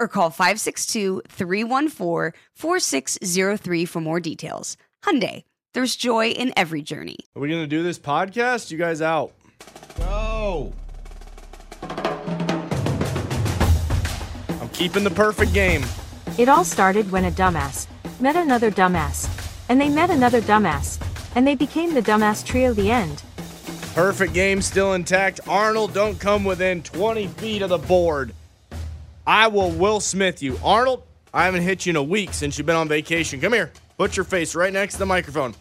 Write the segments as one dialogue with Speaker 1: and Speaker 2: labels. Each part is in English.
Speaker 1: or call 562-314-4603 for more details. Hyundai, there's joy in every journey.
Speaker 2: Are we gonna do this podcast? You guys out?
Speaker 3: No.
Speaker 2: I'm keeping the perfect game.
Speaker 4: It all started when a dumbass met another dumbass, and they met another dumbass, and they became the dumbass trio. The end.
Speaker 2: Perfect game still intact. Arnold, don't come within 20 feet of the board. I will Will Smith you. Arnold, I haven't hit you in a week since you've been on vacation. Come here. Put your face right next to the microphone.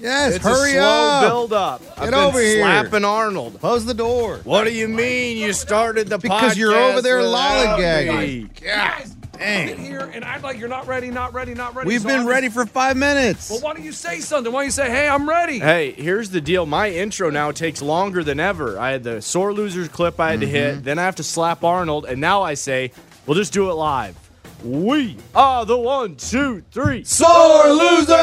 Speaker 3: Yes,
Speaker 2: it's
Speaker 3: hurry
Speaker 2: a slow
Speaker 3: up.
Speaker 2: build up. I've
Speaker 3: Get
Speaker 2: been
Speaker 3: over here.
Speaker 2: slapping Arnold.
Speaker 3: Close the door.
Speaker 2: What do you mean you started the podcast?
Speaker 3: Because you're over there
Speaker 2: without
Speaker 3: lollygagging.
Speaker 2: me?
Speaker 5: guys,
Speaker 3: Dang.
Speaker 5: get here, and act like you're not ready, not ready, not ready.
Speaker 3: We've
Speaker 5: So
Speaker 3: been
Speaker 5: I'm-
Speaker 3: ready for five minutes.
Speaker 5: Well, why don't you say something? Why don't you say, "Hey, I'm ready"?
Speaker 2: Hey, here's the deal. My intro now takes longer than ever. I had the sore losers clip I had to
Speaker 3: Mm-hmm.
Speaker 2: hit, then I have to slap Arnold, and now I say, we'll just do it live. We are the one, two, three.
Speaker 3: Sore losers,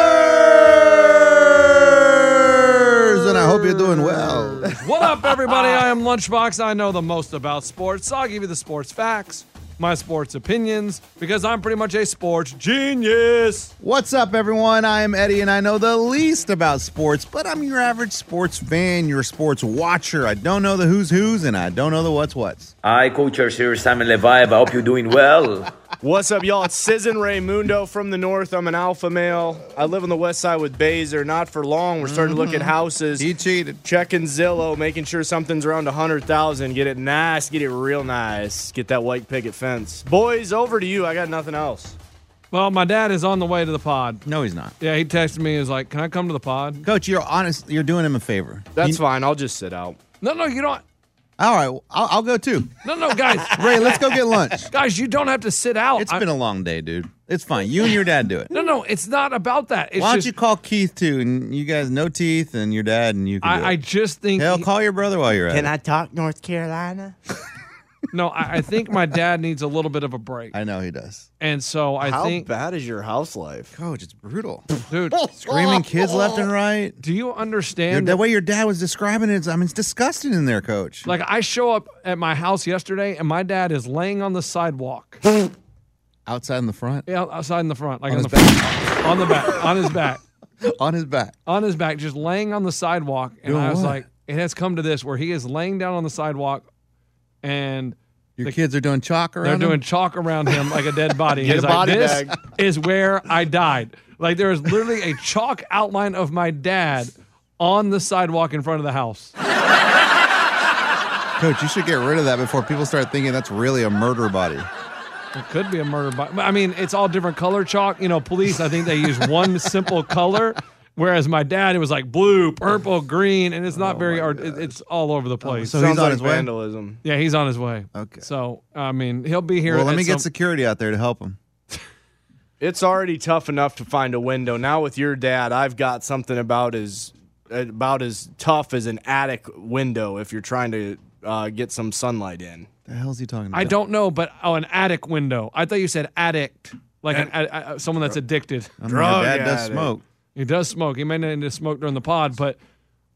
Speaker 3: and I hope you're doing well.
Speaker 5: What up, everybody? I am Lunchbox. I know the most about sports, so I'll give you the sports facts, my sports opinions, because I'm pretty much a sports genius.
Speaker 3: What's up, everyone? I am Eddie, and I know the least about sports, but I'm your average sports fan, your sports watcher. I don't know the who's who's, and I don't know the what's what's.
Speaker 6: Hi, coachers here, Simon Levive. I hope you're doing well.
Speaker 2: What's up, y'all? It's Sizzin Raymundo from the north. I'm an alpha male. I live on the west side with Baser. Not for long. We're starting to look at houses.
Speaker 3: Mm-hmm. He cheated.
Speaker 2: Checking Zillow, making sure something's around 100,000. Get it nice, get it real nice. Get that white picket fence. Boys, over to you. I got nothing else.
Speaker 5: Well, my dad is on the way to the pod.
Speaker 3: No, he's not.
Speaker 5: Yeah, he texted me. He was like, "Can I come to the pod?"
Speaker 3: Coach, you're honest. You're doing him a favor.
Speaker 2: That's
Speaker 3: You-
Speaker 2: fine. I'll just sit out.
Speaker 5: No, no, you don't.
Speaker 3: all right. I'll, I'll go too.
Speaker 5: No, no, guys,
Speaker 3: Ray, let's go get lunch.
Speaker 5: guys, you don't have to sit out.
Speaker 3: It's
Speaker 5: I-
Speaker 3: been a long day, dude. It's fine. You and your dad do it.
Speaker 5: no, no, it's not about that. It's
Speaker 3: Why don't
Speaker 5: just,
Speaker 3: you call Keith too? And you guys, no teeth, and your dad, and you can. do
Speaker 5: I, I
Speaker 3: it.
Speaker 5: just think
Speaker 3: Hell,
Speaker 5: he-
Speaker 3: call your brother while you're at it.
Speaker 7: I talk North Carolina?
Speaker 5: no. I, I think my dad needs a little bit of a break,
Speaker 3: I know he does.
Speaker 5: and so I
Speaker 2: How
Speaker 5: think,
Speaker 2: bad is your house life?
Speaker 3: Coach, it's brutal.
Speaker 5: dude,
Speaker 3: Screaming kids left and right.
Speaker 5: do you
Speaker 3: Your-
Speaker 5: understand
Speaker 3: the way your dad was describing it, it's- I mean, it's disgusting in there, Coach.
Speaker 5: Like I show up at my house yesterday, and my dad is laying on the sidewalk,
Speaker 3: outside in the front,
Speaker 5: yeah, outside in the front, like
Speaker 3: On
Speaker 5: on, the
Speaker 3: his
Speaker 5: front, on the back, on his back,
Speaker 3: on his back.
Speaker 5: on his back, just laying on the sidewalk. And
Speaker 3: Doing
Speaker 5: I was
Speaker 3: what?
Speaker 5: like, it has come to this where he is laying down on the sidewalk, and
Speaker 3: Your kids are doing chalk
Speaker 5: they're
Speaker 3: around.
Speaker 5: doing
Speaker 3: him?
Speaker 5: chalk around him like a dead body.
Speaker 2: Get
Speaker 5: He's
Speaker 2: a
Speaker 5: like,
Speaker 2: body
Speaker 5: this
Speaker 2: bag."
Speaker 5: is where I died. Like there is literally a chalk outline of my dad on the sidewalk in front of the house.
Speaker 3: Coach, you should get rid of that before people start thinking that's really a murder body.
Speaker 5: It could be a murder by. I mean, it's all different color chalk. You know, police. I think they use one simple color, whereas my dad it was like blue, purple, green, and it's not very art. It, it's all over the place.
Speaker 3: Oh, So
Speaker 2: Oh Sounds
Speaker 3: he's on
Speaker 2: like
Speaker 3: his way.
Speaker 2: vandalism.
Speaker 5: yeah, he's on his way.
Speaker 3: Okay.
Speaker 5: So I mean, he'll be here.
Speaker 3: Well, let
Speaker 5: at
Speaker 3: me get
Speaker 5: some-
Speaker 3: security out there to help him.
Speaker 2: It's already tough enough to find a window. Now with your dad, I've got something about as about as tough as an attic window if you're trying to uh, get some sunlight in.
Speaker 3: The hell's he talking about?
Speaker 5: I don't know, but oh, an attic window. I thought you said addict, like an, ad- uh, someone that's addicted.
Speaker 3: I mean, my
Speaker 2: Drug
Speaker 3: dad does
Speaker 2: addict.
Speaker 3: smoke.
Speaker 5: He does smoke. He may not need to smoke during the pod, but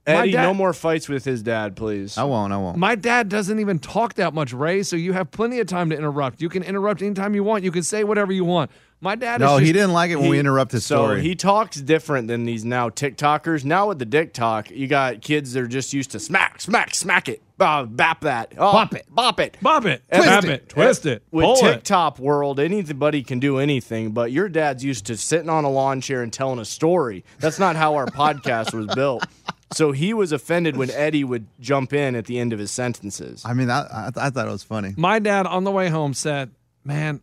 Speaker 2: Eddie,
Speaker 5: dad-
Speaker 2: no more fights with his dad, please.
Speaker 3: I won't. I won't.
Speaker 5: my dad doesn't even talk that much, Ray. So you have plenty of time to interrupt. You can interrupt anytime you want. You can say whatever you want. My dad.
Speaker 3: no,
Speaker 5: is just,
Speaker 3: he didn't like it when we
Speaker 2: He-
Speaker 3: interrupt his
Speaker 2: so
Speaker 3: story.
Speaker 2: he talks different than these now TikTokers. Now with the TikTok, you got kids that are just used to smack, smack, smack it, uh, bap that, oh,
Speaker 3: Bop it.
Speaker 2: bop it,
Speaker 5: Bob it,
Speaker 2: And
Speaker 5: Bab
Speaker 2: with-
Speaker 5: it, twist it,
Speaker 2: With
Speaker 5: pull it.
Speaker 2: TikTok world, anybody can do anything. But your dad's used to sitting on a lawn chair and telling a story. That's not how our podcast was built. So he was offended when Eddie would jump in at the end of his sentences.
Speaker 3: I mean, I, I, I thought it was funny.
Speaker 5: My dad on the way home said, "Man,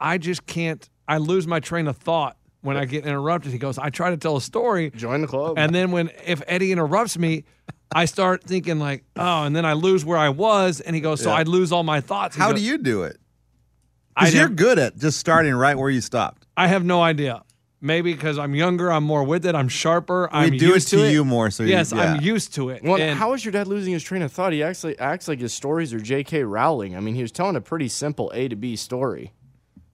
Speaker 5: I just can't. I lose my train of thought when I get interrupted." He goes, "I try to tell a story,
Speaker 2: Join the club.
Speaker 5: and then when if Eddie interrupts me." I start thinking like, oh, and then I lose where I was, and he goes, so I lose all my thoughts. He
Speaker 3: How
Speaker 5: goes,
Speaker 3: do you do it?
Speaker 5: I
Speaker 3: Because you're
Speaker 5: didn't-
Speaker 3: good at just starting right where you stopped.
Speaker 5: I have no idea. Maybe because I'm younger, I'm more with it, I'm sharper.
Speaker 3: We
Speaker 5: I'm
Speaker 3: do it
Speaker 5: used
Speaker 3: to you more, so you-
Speaker 5: yes, I'm
Speaker 3: yeah.
Speaker 5: used to it.
Speaker 2: Well,
Speaker 5: And
Speaker 2: how is your dad losing his train of thought? He actually acts like his stories are J.K. Rowling. I mean, he was telling a pretty simple A to B story.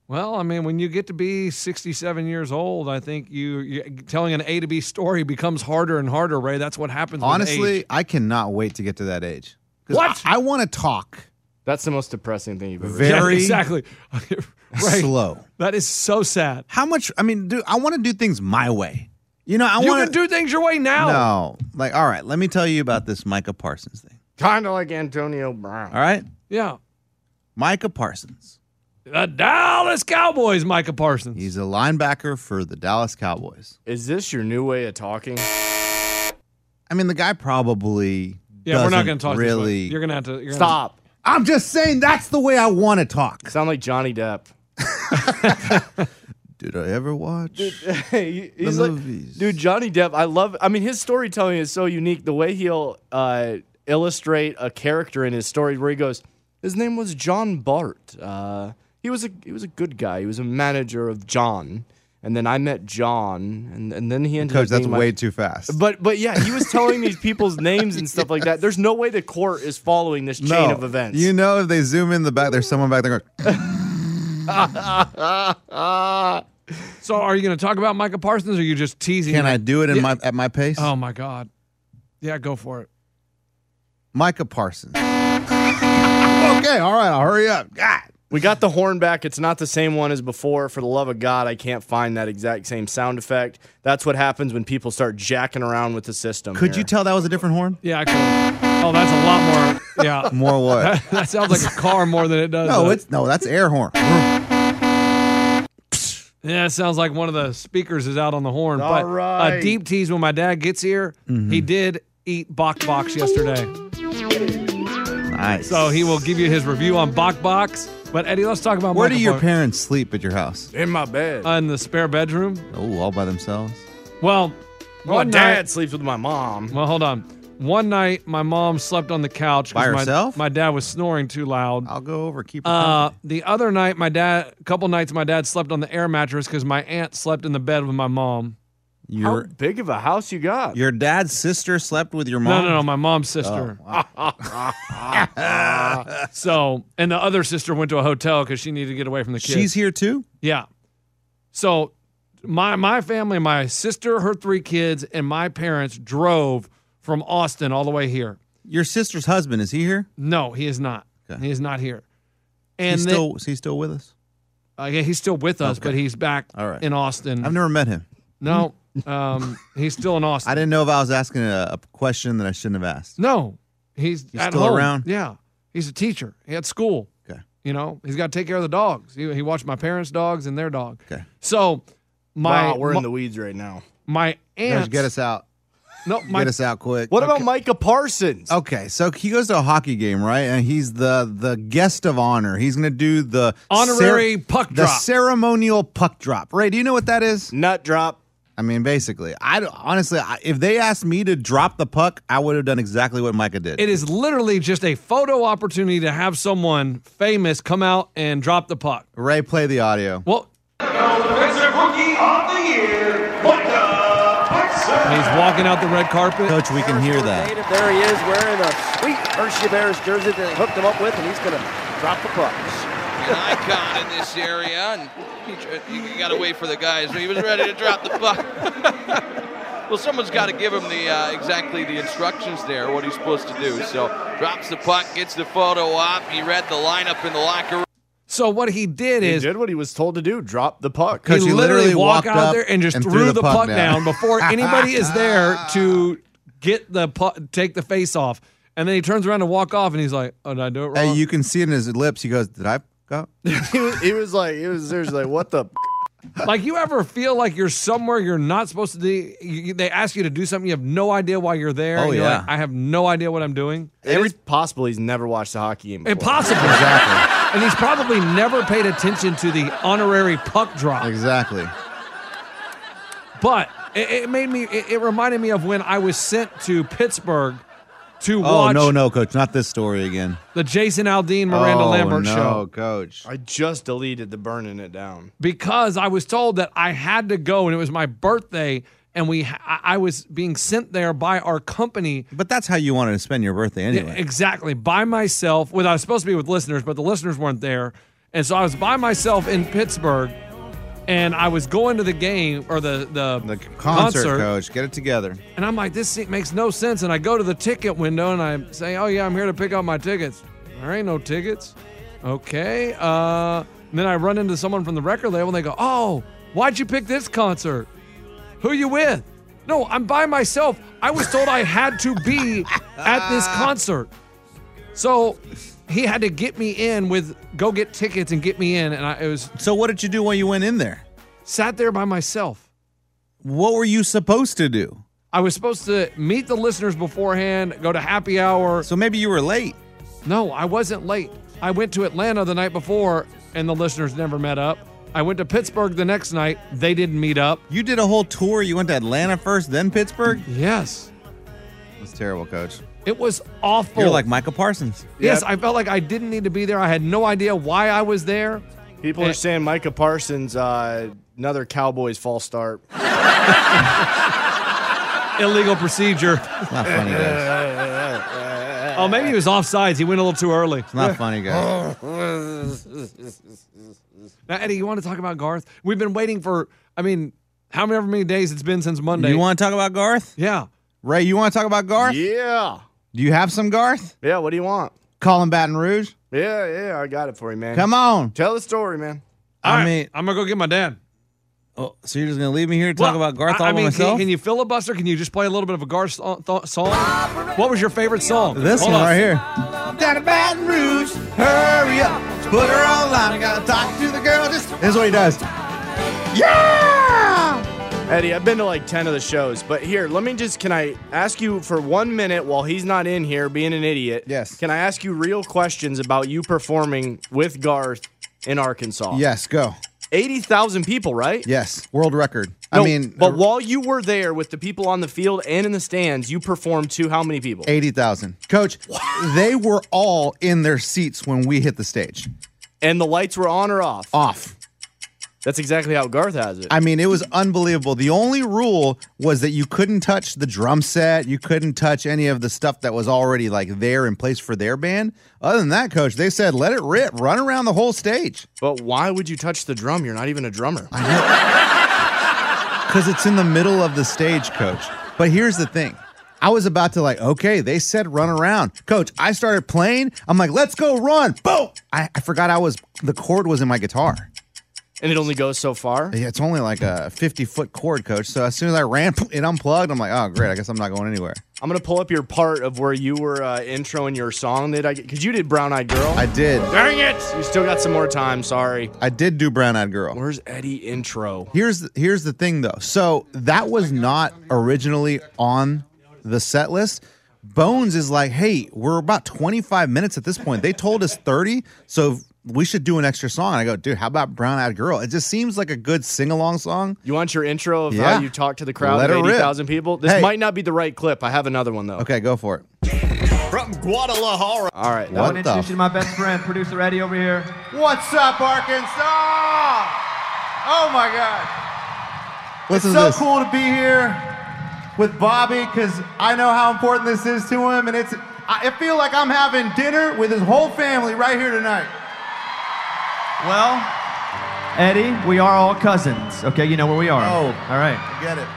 Speaker 5: well, I mean, when you get to be 67 years old, I think you you- telling an A to B story becomes harder and harder, Ray. That's what happens. with
Speaker 3: Honestly,
Speaker 5: age.
Speaker 3: I cannot wait to get to that age. 'Cause
Speaker 5: What?
Speaker 3: I, want to talk
Speaker 2: That's the most depressing thing you've ever.
Speaker 5: Yeah,
Speaker 3: very
Speaker 5: exactly. Ray,
Speaker 3: slow.
Speaker 5: That is so sad.
Speaker 3: How much? I mean, dude, I want to do things my way. You know, I
Speaker 5: you
Speaker 3: want
Speaker 5: can do things your way now.
Speaker 3: No, like, all right, let me tell you about this Micah Parsons thing.
Speaker 2: Kind of like Antonio Brown.
Speaker 3: All right,
Speaker 5: Yeah.
Speaker 3: Micah Parsons.
Speaker 5: The Dallas Cowboys, Micah Parsons.
Speaker 3: He's a linebacker for the Dallas Cowboys.
Speaker 2: Is this your new way of talking?
Speaker 3: I mean, the guy probably.
Speaker 5: yeah, we're not
Speaker 3: doesn't
Speaker 5: going to talk this way.
Speaker 3: really.
Speaker 5: You're going to have to you're gonna-
Speaker 2: Stop.
Speaker 3: I'm just saying that's the way I want to talk.
Speaker 2: Sound like Johnny Depp.
Speaker 3: Did I ever watch?
Speaker 2: Hey, he's like,
Speaker 3: movies.
Speaker 2: dude, Johnny Depp. I love. I mean, his storytelling is so unique. The way he'll uh, illustrate a character in his story, where he goes, his name was John Bart. Uh, he was a he was a good guy. He was a manager of John, and then I met John, and, and then he ended
Speaker 3: Coach,
Speaker 2: up
Speaker 3: that's
Speaker 2: being my-
Speaker 3: way too fast.
Speaker 2: But but yeah, he was telling these people's names and stuff like that. There's no way the court is following this chain of events.
Speaker 3: You know, if they zoom in the back, there's someone back there going,
Speaker 5: So are you going to talk about Micah Parsons or are you just teasing?
Speaker 3: "Can
Speaker 5: him?
Speaker 3: I do it in my at my pace?"
Speaker 5: Oh my god. Yeah, go for it.
Speaker 3: Micah Parsons. okay, all right, I'll hurry up. God.
Speaker 2: We got the horn back. It's not the same one as before. For the love of God, I can't find that exact same sound effect. That's what happens when people start jacking around with the system.
Speaker 3: Could
Speaker 2: here.
Speaker 3: you tell that was a different horn?
Speaker 5: Yeah, I could. Oh, that's a lot more. Yeah.
Speaker 3: More what?
Speaker 5: that sounds like a car more than it does. uh, Oh,
Speaker 3: no,
Speaker 5: a-
Speaker 3: it's no, that's air horn.
Speaker 5: yeah, it sounds like one of the speakers is out on the horn.
Speaker 2: All
Speaker 5: but a
Speaker 2: right.
Speaker 5: deep tease when my dad gets here,
Speaker 3: Mm-hmm.
Speaker 5: he did eat Bok Box yesterday.
Speaker 3: nice.
Speaker 5: So he will give you his review on Bok Box. But Eddie, let's talk about
Speaker 3: Where
Speaker 5: Michael
Speaker 3: do your
Speaker 5: Bar-
Speaker 3: parents sleep at your house?
Speaker 2: in my bed?
Speaker 5: Uh, in the spare bedroom?
Speaker 3: Oh, all by themselves.
Speaker 5: Well,
Speaker 2: my
Speaker 5: one
Speaker 2: dad
Speaker 5: night-
Speaker 2: sleeps with my mom.
Speaker 5: Well, hold on. One night, my mom slept on the couch 'cause
Speaker 3: By
Speaker 5: my-
Speaker 3: herself?
Speaker 5: My dad was snoring too loud.
Speaker 3: I'll go over keep. her
Speaker 5: Uh,
Speaker 3: company.
Speaker 5: the other night, my dad, a couple nights, my dad slept on the air mattress because my aunt slept in the bed with my mom.
Speaker 2: How
Speaker 3: your
Speaker 2: big of a house you got?
Speaker 3: your dad's sister slept with your
Speaker 5: No,
Speaker 3: mom. Oh,
Speaker 5: no, no, my mom's sister. so, and the other sister went to a hotel because she needed to get away from the kids.
Speaker 3: She's here too.
Speaker 5: yeah. So, my my family, my sister, her three kids, and my parents drove from Austin all the way here.
Speaker 3: Your sister's husband is he here?
Speaker 5: No, he is not.
Speaker 3: Okay.
Speaker 5: He is not here. And
Speaker 3: he's
Speaker 5: then-
Speaker 3: still is he still with us?
Speaker 5: uh, yeah, he's still with us,
Speaker 3: Okay.
Speaker 5: but he's back
Speaker 3: All right.
Speaker 5: in Austin.
Speaker 3: I've never met him.
Speaker 5: no, um, he's still in Austin.
Speaker 3: I didn't know if I was asking a, a question that I shouldn't have asked.
Speaker 5: No, he's,
Speaker 3: He's
Speaker 5: at
Speaker 3: still
Speaker 5: home.
Speaker 3: around?
Speaker 5: Yeah, he's a teacher. He at school.
Speaker 3: Okay.
Speaker 5: You know, he's got to take care of the dogs. He, he watched my parents' dogs and their dog.
Speaker 3: Okay.
Speaker 5: So my
Speaker 2: wow, we're
Speaker 5: my,
Speaker 2: in the weeds right now.
Speaker 5: my
Speaker 3: Guys,
Speaker 5: aunt.
Speaker 3: get us out.
Speaker 5: no, my
Speaker 3: get us out quick.
Speaker 2: What about Micah Parsons?
Speaker 3: Okay, so he goes to a hockey game, right? And he's the the guest of honor. He's going to do the
Speaker 5: Honorary puck
Speaker 3: the
Speaker 5: drop.
Speaker 3: ceremonial puck drop. Ray, do you know what that is?
Speaker 2: Nut drop.
Speaker 3: I mean, basically, I don't- honestly, I, if they asked me to drop the puck, I would have done exactly what Micah did.
Speaker 5: it is literally just a photo opportunity to have someone famous come out and drop the puck.
Speaker 3: Ray, play the audio.
Speaker 5: Well,
Speaker 7: Defensive Rookie of the Year, Micah Paxson.
Speaker 5: And he's walking out the red carpet.
Speaker 3: Coach, we can hear that.
Speaker 8: There he is wearing a sweet Hershey Bears jersey that they hooked him up with, and he's going to drop the pucks.
Speaker 9: An icon in this area, and he, tr- you got to wait for the guys. He was ready to drop the puck. well, someone's got to give him the uh, exactly the instructions there, what he's supposed to do. So drops the puck, gets the photo op. He read the lineup in the locker room.
Speaker 5: So what he did
Speaker 2: He
Speaker 5: is
Speaker 2: did what he was told to do drop the puck.
Speaker 5: he
Speaker 3: Coach, he
Speaker 5: literally
Speaker 3: literally
Speaker 5: walked
Speaker 3: walked
Speaker 5: out
Speaker 3: up
Speaker 5: there and just
Speaker 3: and
Speaker 5: threw, the, puck, down. before anybody is there to get the puck, take the face off. And then he turns around to walk off, and he's like, "Oh, did I do it wrong?"
Speaker 3: Hey, you can see it in his lips. He goes, "Did I go?"
Speaker 2: he, was, he was like, he was seriously like, what the? f-?
Speaker 5: like you ever feel like you're somewhere you're not supposed to be? You, they ask you to do something, you have no idea why you're there.
Speaker 3: Oh,
Speaker 5: and you're
Speaker 3: yeah.
Speaker 5: like, I have no idea what I'm doing.
Speaker 2: It is possible he's never watched a hockey game. Before.
Speaker 5: Impossible.
Speaker 3: Exactly.
Speaker 5: And he's probably never paid attention to the honorary puck drop.
Speaker 3: Exactly.
Speaker 5: But it, it made me. It, it reminded me of when I was sent to Pittsburgh to
Speaker 3: Oh
Speaker 5: watch
Speaker 3: no, no, coach, not this story again.
Speaker 5: the Jason Aldean Miranda
Speaker 3: oh,
Speaker 5: Lambert
Speaker 3: no,
Speaker 5: show
Speaker 3: coach.
Speaker 2: I just deleted the burning it down.
Speaker 5: because I was told that I had to go and it was my birthday and we I I was being sent there by our company
Speaker 3: But that's how you wanted to spend your birthday anyway.
Speaker 5: exactly by myself. With I was supposed to be with listeners, but the listeners weren't there, and so I was by myself in Pittsburgh. And I was going to the game or the the,
Speaker 3: the concert, coach, get it together.
Speaker 5: And I'm like, this seat makes no sense. And I go to the ticket window and I say, oh, yeah, I'm here to pick up my tickets. There ain't no tickets. Okay. Uh, and then I run into someone from the record label and they go, oh, why'd you pick this concert? Who you with? No, I'm by myself. I was told I had to be at this concert. So he had to get me in with go get tickets and get me in. And I it was
Speaker 3: So what did you do when you went in there?
Speaker 5: sat there by myself.
Speaker 3: What were you supposed to do?
Speaker 5: I was supposed to meet the listeners beforehand, go to happy hour.
Speaker 3: So maybe you were late.
Speaker 5: No, I wasn't late. I went to Atlanta the night before, and the listeners never met up. I went to Pittsburgh the next night. They didn't meet up.
Speaker 3: You did a whole tour. You went to Atlanta first, then Pittsburgh.
Speaker 5: Yes,
Speaker 3: That's terrible, coach.
Speaker 5: it was awful.
Speaker 3: You're like Michael Parsons.
Speaker 5: yes,
Speaker 2: Yeah.
Speaker 5: I felt like I didn't need to be there. I had no idea why I was there.
Speaker 2: People are saying Micah Parsons, uh, another Cowboys false start.
Speaker 5: Illegal procedure.
Speaker 3: It's not funny, guys.
Speaker 5: oh, maybe he was offsides. He went a little too early.
Speaker 3: It's not funny, guys.
Speaker 5: Now, Eddie, you want to talk about Garth? We've been waiting for. I mean, however many days it's been since Monday.
Speaker 3: You want to talk about Garth?
Speaker 5: Yeah.
Speaker 3: Ray, you want to talk about Garth?
Speaker 2: Yeah.
Speaker 3: Do you have some Garth?
Speaker 2: Yeah, what do you want?
Speaker 3: Call him Baton Rouge.
Speaker 2: Yeah, yeah, I got it for you, man.
Speaker 3: Come on.
Speaker 2: Tell the story, man.
Speaker 5: All
Speaker 3: I
Speaker 5: right,
Speaker 3: mean,
Speaker 5: I'm gonna go get my dad.
Speaker 3: oh, so you're just gonna leave me here to talk
Speaker 5: Well,
Speaker 3: about Garth
Speaker 5: I,
Speaker 3: all
Speaker 5: I mean,
Speaker 3: by
Speaker 5: can-
Speaker 3: myself?
Speaker 5: Can, you filibuster? Can you just play a little bit of a Garth so- th- song? What was your favorite song?
Speaker 3: this
Speaker 5: Hold
Speaker 3: one
Speaker 5: on.
Speaker 3: right here. Down to Baton Rouge, hurry up, put her on line. I gotta talk to the girl. Just this is what he does. Yeah.
Speaker 2: Eddie, I've been to like 10 of the shows, but here, let me just can I ask you for 1 minute while he's not in here being an idiot?
Speaker 3: Yes.
Speaker 2: Can I ask you real questions about you performing with Garth in Arkansas?
Speaker 3: Yes, go.
Speaker 2: 80,000 people, right?
Speaker 3: Yes, world record. I
Speaker 2: No,
Speaker 3: mean, er,
Speaker 2: but while you were there with the people on the field and in the stands, you performed to how many people?
Speaker 3: eighty thousand. Coach, they were all in their seats when we hit the stage.
Speaker 2: And the lights were on or off?
Speaker 3: Off.
Speaker 2: That's exactly how Garth has it.
Speaker 3: I mean, it was unbelievable. The only rule was that you couldn't touch the drum set. You couldn't touch any of the stuff that was already like there in place for their band. Other than that, coach, they said let it rip, run around the whole stage
Speaker 2: but why would you touch the drum? You're not even a drummer.
Speaker 3: because it's in the middle of the stage, coach. But here's the thing. I was about to like, okay, they said run around. Coach, I started playing. I'm like, let's go run. Boom. I, I forgot I was, the chord was in my guitar.
Speaker 2: and it only goes so far.
Speaker 3: Yeah, it's only like a 50 foot cord, coach. So as soon as I ran, it unplugged. I'm like, oh, great. I guess I'm not going anywhere.
Speaker 2: I'm gonna pull up your part of where you were uh, introing your song that I because you did Brown Eyed Girl.
Speaker 3: I did.
Speaker 2: Dang it! You still got some more time. Sorry.
Speaker 3: I did do Brown Eyed Girl.
Speaker 2: Where's Eddie intro?
Speaker 3: Here's the, here's the thing though. So that was not originally on the set list. Bones is like, hey, we're about 25 minutes at this point. They told us 30, so we should do an extra song. And I go, dude, how about Brown Eyed Girl? It just seems like a good sing along song.
Speaker 2: You want your intro of
Speaker 3: Yeah.
Speaker 2: how you talk to the crowd
Speaker 3: Let
Speaker 2: of
Speaker 3: it rip.
Speaker 2: eighty thousand people? This
Speaker 3: Hey.
Speaker 2: might not be the right clip. I have another one though.
Speaker 3: Okay, go for it.
Speaker 2: From Guadalajara. All right. that
Speaker 3: What
Speaker 2: one-
Speaker 3: the? f-
Speaker 8: my best friend, producer Eddie over here. What's up, Arkansas?
Speaker 10: Oh my God.
Speaker 3: Listen
Speaker 10: it's
Speaker 3: to
Speaker 10: so
Speaker 3: this.
Speaker 10: cool to be here with Bobby because I know how important this is to him, and it's. I I feel like I'm having dinner with his whole family right here tonight.
Speaker 11: Well, Eddie, we are all cousins. Okay, you know where we are.
Speaker 10: Oh.
Speaker 11: all right.
Speaker 10: Get it.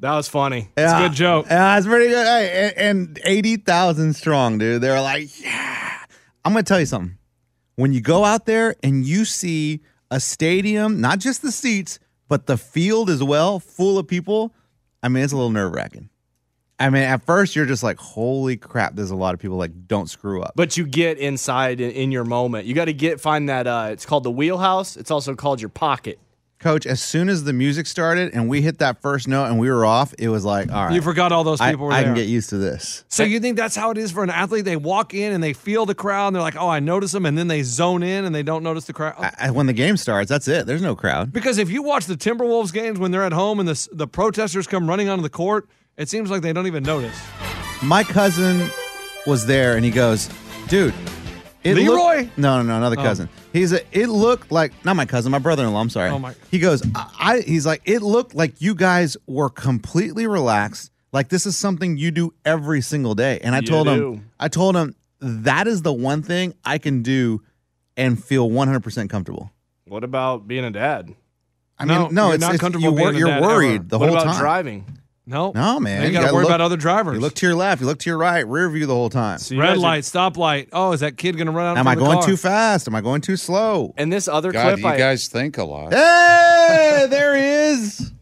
Speaker 2: That was funny.
Speaker 3: It's
Speaker 2: a good joke.
Speaker 3: Yeah, it's pretty good. Hey, and, and 80,000 strong, dude. They're like, yeah. I'm going to tell you something. When you go out there and you see a stadium, not just the seats, but the field as well, full of people, I mean, it's a little nerve wracking. I mean, at first, you're just like, holy crap, there's a lot of people like, don't screw up.
Speaker 2: But you get inside in, in your moment. You got to get find that. Uh, it's called the wheelhouse. It's also called your pocket.
Speaker 3: Coach, as soon as the music started and we hit that first note and we were off, it was like, all right.
Speaker 5: You forgot all those
Speaker 3: I-
Speaker 5: people were
Speaker 3: I can
Speaker 5: there.
Speaker 3: get used to this.
Speaker 5: So you think that's how it is for an athlete? They walk in and they feel the crowd and they're like, "Oh, I notice them," and then they zone in and they don't notice the crowd.
Speaker 3: I- when the game starts, that's it. There's no crowd.
Speaker 5: Because if you watch the Timberwolves games when they're at home and the s- the protesters come running onto the court, it seems like they don't even notice.
Speaker 3: My cousin was there and he goes, dude. looked-
Speaker 5: Leroy?
Speaker 3: no, no, no, another
Speaker 5: Oh.
Speaker 3: cousin. He's a, it looked like not my cousin, my brother-in-law. I'm sorry.
Speaker 5: Oh, my-
Speaker 3: He goes, I, I. He's like, it looked like you guys were completely relaxed. Like this is something you do every single day. And I
Speaker 12: You
Speaker 3: told
Speaker 12: do.
Speaker 3: him, I told him that is the one thing I can do and feel 100 percent comfortable.
Speaker 2: What about being a dad?
Speaker 3: I mean, no,
Speaker 2: you're
Speaker 3: it's-
Speaker 2: not
Speaker 3: it's-
Speaker 2: comfortable.
Speaker 3: you wor-
Speaker 2: being a
Speaker 3: you're
Speaker 2: dad
Speaker 3: worried
Speaker 2: ever.
Speaker 3: the
Speaker 2: what
Speaker 3: whole
Speaker 2: about
Speaker 3: time.
Speaker 2: driving?
Speaker 5: No,
Speaker 3: No, man.
Speaker 5: Then you gotta worry about other drivers.
Speaker 3: You look to your left. You look to your right. Rear view the whole time.
Speaker 2: you
Speaker 5: Red
Speaker 2: guys are-
Speaker 5: light, stop light. Oh, is that kid gonna run out?
Speaker 3: Am
Speaker 5: from
Speaker 3: I
Speaker 5: the
Speaker 3: going
Speaker 5: car?
Speaker 3: too fast? Am I going too slow?
Speaker 2: And this other
Speaker 13: God,
Speaker 2: clip,
Speaker 13: you
Speaker 2: I,
Speaker 13: guys think a lot.
Speaker 3: Hey, there he is.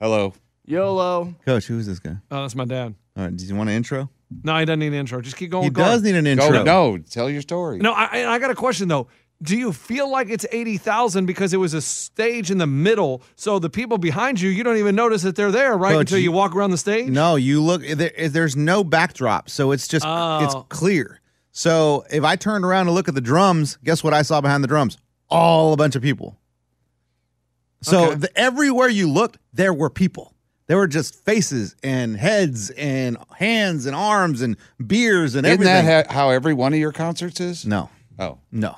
Speaker 13: Hello.
Speaker 2: YOLO.
Speaker 3: Coach, who is this guy?
Speaker 5: Oh, that's my dad.
Speaker 3: All right, do you want an intro?
Speaker 5: No, he doesn't need an intro. Just keep going.
Speaker 3: He
Speaker 5: with Gar.
Speaker 3: does need an intro. tell your story.
Speaker 5: No, I, I- I got a question though. Do you feel like it's eighty thousand because it was a stage in the middle, so the people behind you, you don't even notice that they're there, right?
Speaker 3: Coach,
Speaker 5: Until you,
Speaker 3: you-
Speaker 5: walk around the stage.
Speaker 3: No, you look. There, eh, there's no backdrop, so it's just it's
Speaker 5: Oh.
Speaker 3: clear. So if I turned around to look at the drums, guess what I saw behind the drums? All a bunch of people. So the, everywhere you looked, there were people. There were just faces and heads and hands and arms and beers and
Speaker 13: Isn't
Speaker 3: everything.
Speaker 13: that ha- how every one of your concerts is?
Speaker 3: No.
Speaker 13: Oh.
Speaker 3: No.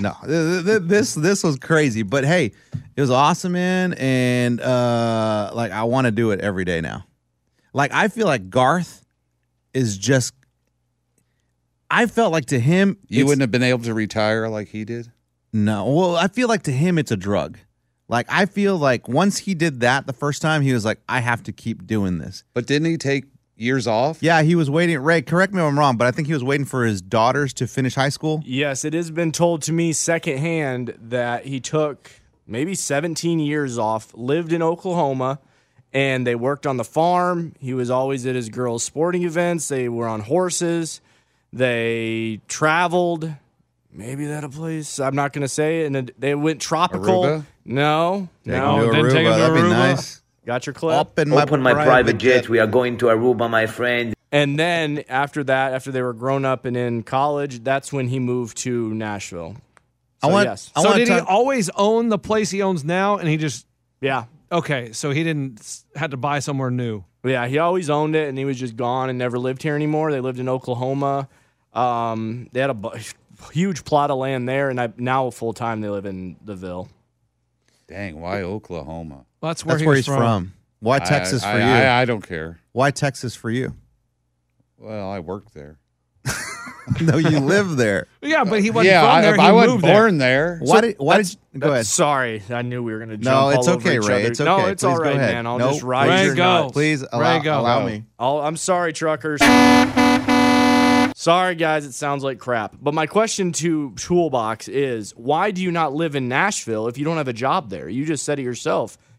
Speaker 3: No. Th- th- th- This this was crazy, but hey, it was awesome, man, and uh like I want to do it every day now. Like I feel like Garth is just I felt like to him
Speaker 13: You
Speaker 3: it's-
Speaker 13: wouldn't have been able to retire like he did?
Speaker 3: no. Well, I feel like to him it's a drug. Like I feel like once he did that the first time, he was like, I have to keep doing this.
Speaker 13: But didn't he take years off?
Speaker 3: Yeah, he was waiting. Ray, correct me if I'm wrong, but I think he was waiting for his daughters to finish high school.
Speaker 2: Yes, it has been told to me secondhand that he took maybe 17 years off, lived in Oklahoma, and they worked on the farm. He was always at his girls' sporting events. They were on horses. They traveled. Maybe that a place. I'm not going to say it. And they went tropical.
Speaker 13: Aruba?
Speaker 2: No.
Speaker 13: Take
Speaker 2: no.
Speaker 13: him to Didn't take him Aruba. to That'd be Aruba. nice.
Speaker 2: Got your clip?
Speaker 3: Open
Speaker 6: Open my private jet. We are going to Aruba, my friend.
Speaker 2: And then after that, after they were grown up and in college, that's when he moved to Nashville. So, yes.
Speaker 5: so did he always own the place he owns now, and he just
Speaker 2: yeah.
Speaker 5: Okay, so he didn't s- had to buy somewhere new.
Speaker 2: Yeah, he always owned it, and he was just gone and never lived here anymore. They lived in Oklahoma. Um, they had a bu- huge plot of land there, and I, now full time they live in the Ville.
Speaker 13: Dang, why Oklahoma?
Speaker 5: Well, that's
Speaker 3: where That's he where was he's from. from. Why
Speaker 13: I-
Speaker 3: Texas for
Speaker 13: I-
Speaker 3: you?
Speaker 13: I, I don't care.
Speaker 3: Why Texas for you?
Speaker 13: Well, I worked there.
Speaker 3: no, you live there.
Speaker 5: Yeah, but he
Speaker 13: yeah, I, I wasn't born there.
Speaker 3: Why did- why did you- go ahead.
Speaker 2: that's- Sorry, I knew we were going to jump
Speaker 3: No,
Speaker 2: all
Speaker 3: it's
Speaker 2: over
Speaker 3: okay,
Speaker 2: each
Speaker 3: Ray.
Speaker 2: other.
Speaker 3: It's okay.
Speaker 2: No, it's
Speaker 3: Please
Speaker 2: all
Speaker 3: go
Speaker 2: right,
Speaker 3: ahead.
Speaker 2: man. I'll
Speaker 3: Nope.
Speaker 2: just ride
Speaker 3: Ray,
Speaker 2: your
Speaker 3: go.
Speaker 2: nuts.
Speaker 3: Please allow- Ray, go. allow me.
Speaker 2: I'll, I'm sorry, truckers. sorry, guys. It sounds like crap. But my question to Toolbox is, why do you not live in Nashville if you don't have a job there? You just said it yourself.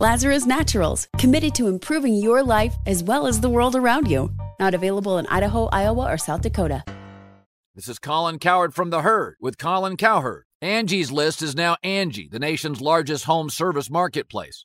Speaker 12: Lazarus Naturals, committed to improving your life as well as the world around you. Not available in Idaho, Iowa, or South Dakota.
Speaker 14: This is Colin Cowherd from The Herd with Colin Cowherd. Angie's List is now Angie, the nation's largest home service marketplace.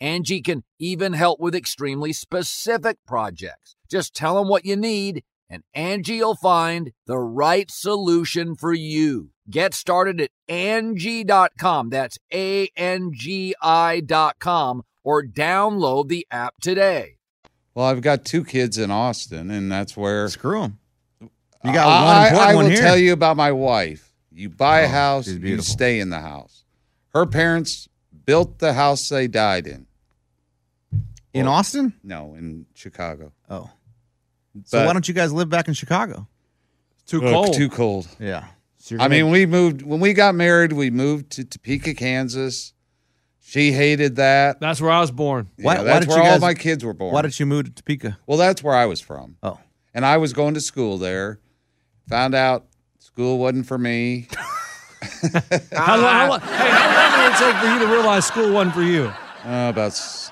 Speaker 14: Angie can even help with extremely specific projects. Just tell them what you need and Angie'll find the right solution for you. Get started at angie.com. That's a n g i.com or download the app today.
Speaker 13: Well, I've got two kids in Austin, and that's where
Speaker 3: screw them.
Speaker 13: You
Speaker 3: got one
Speaker 13: I,
Speaker 3: important
Speaker 13: I
Speaker 3: one
Speaker 13: will
Speaker 3: here.
Speaker 13: tell you about my wife. You buy a
Speaker 3: Oh,
Speaker 13: house,
Speaker 3: she's
Speaker 13: you
Speaker 3: beautiful.
Speaker 13: stay in the house. Her parents built the house they died in.
Speaker 3: In Austin?
Speaker 13: No, in Chicago.
Speaker 3: Oh. so why don't you guys live back in Chicago?
Speaker 5: Too
Speaker 3: cold.
Speaker 13: Too cold.
Speaker 3: Yeah. So you're
Speaker 13: I
Speaker 3: gonna-
Speaker 13: mean, we moved when we got married. We moved to Topeka, Kansas. She hated that.
Speaker 5: That's where I was born.
Speaker 13: Why,
Speaker 3: why
Speaker 13: that's
Speaker 3: did
Speaker 13: where
Speaker 3: you
Speaker 13: all
Speaker 3: guys-
Speaker 13: my kids were born.
Speaker 3: Why did you move to Topeka?
Speaker 13: Well, that's where I was from.
Speaker 3: Oh.
Speaker 13: And I was going to school there. Found out school wasn't for me.
Speaker 5: How, lo- how, lo- hey, how long did it take for you to realize school wasn't for you?
Speaker 13: Uh, about s-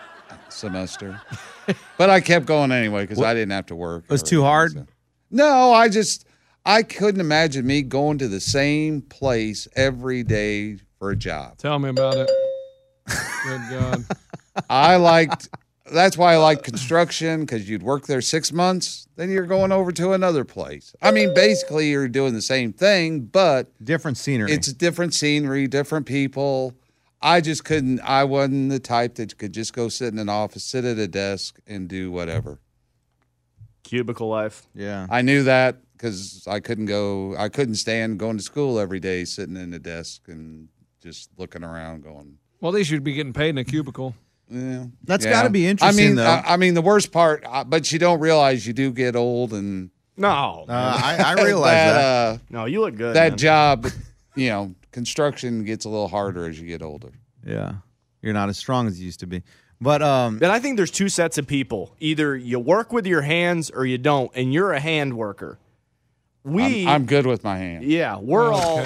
Speaker 13: semester. but I kept going anyway because I didn't have to work.
Speaker 3: It was
Speaker 13: or-
Speaker 3: too hard.
Speaker 13: No, I just I couldn't imagine me going to the same place every day for a job.
Speaker 5: Tell me about it. Good God.
Speaker 13: I liked. That's why I liked construction because you'd work there six months, then you're going over to another place. I mean, basically, you're doing the same thing, but
Speaker 3: different scenery.
Speaker 13: It's different scenery, different people. I just couldn't. I wasn't the type that could just go sit in an office, sit at a desk, and do whatever.
Speaker 2: Cubicle life.
Speaker 3: Yeah.
Speaker 13: I knew that because I couldn't go. I couldn't stand going to school every day, sitting in a desk and just looking around, going,
Speaker 5: Well, at least you'd be getting paid in a cubicle.
Speaker 13: Yeah.
Speaker 3: That's
Speaker 13: Yeah.
Speaker 3: got to be interesting,
Speaker 13: I mean,
Speaker 3: though.
Speaker 13: I, I mean, the worst part, uh, but you don't realize you do get old and
Speaker 3: Oh,
Speaker 5: No.
Speaker 3: Uh,
Speaker 13: uh,
Speaker 2: no, you look good.
Speaker 13: that
Speaker 2: man.
Speaker 13: job, you know, construction gets a little harder as you get older.
Speaker 3: yeah. You're not as strong as you used to be. But um,
Speaker 2: and I think there's two sets of people. Either you work with your hands or you don't, and you're a hand worker. We,
Speaker 13: I'm, I'm good with my hands.
Speaker 2: yeah, we're all,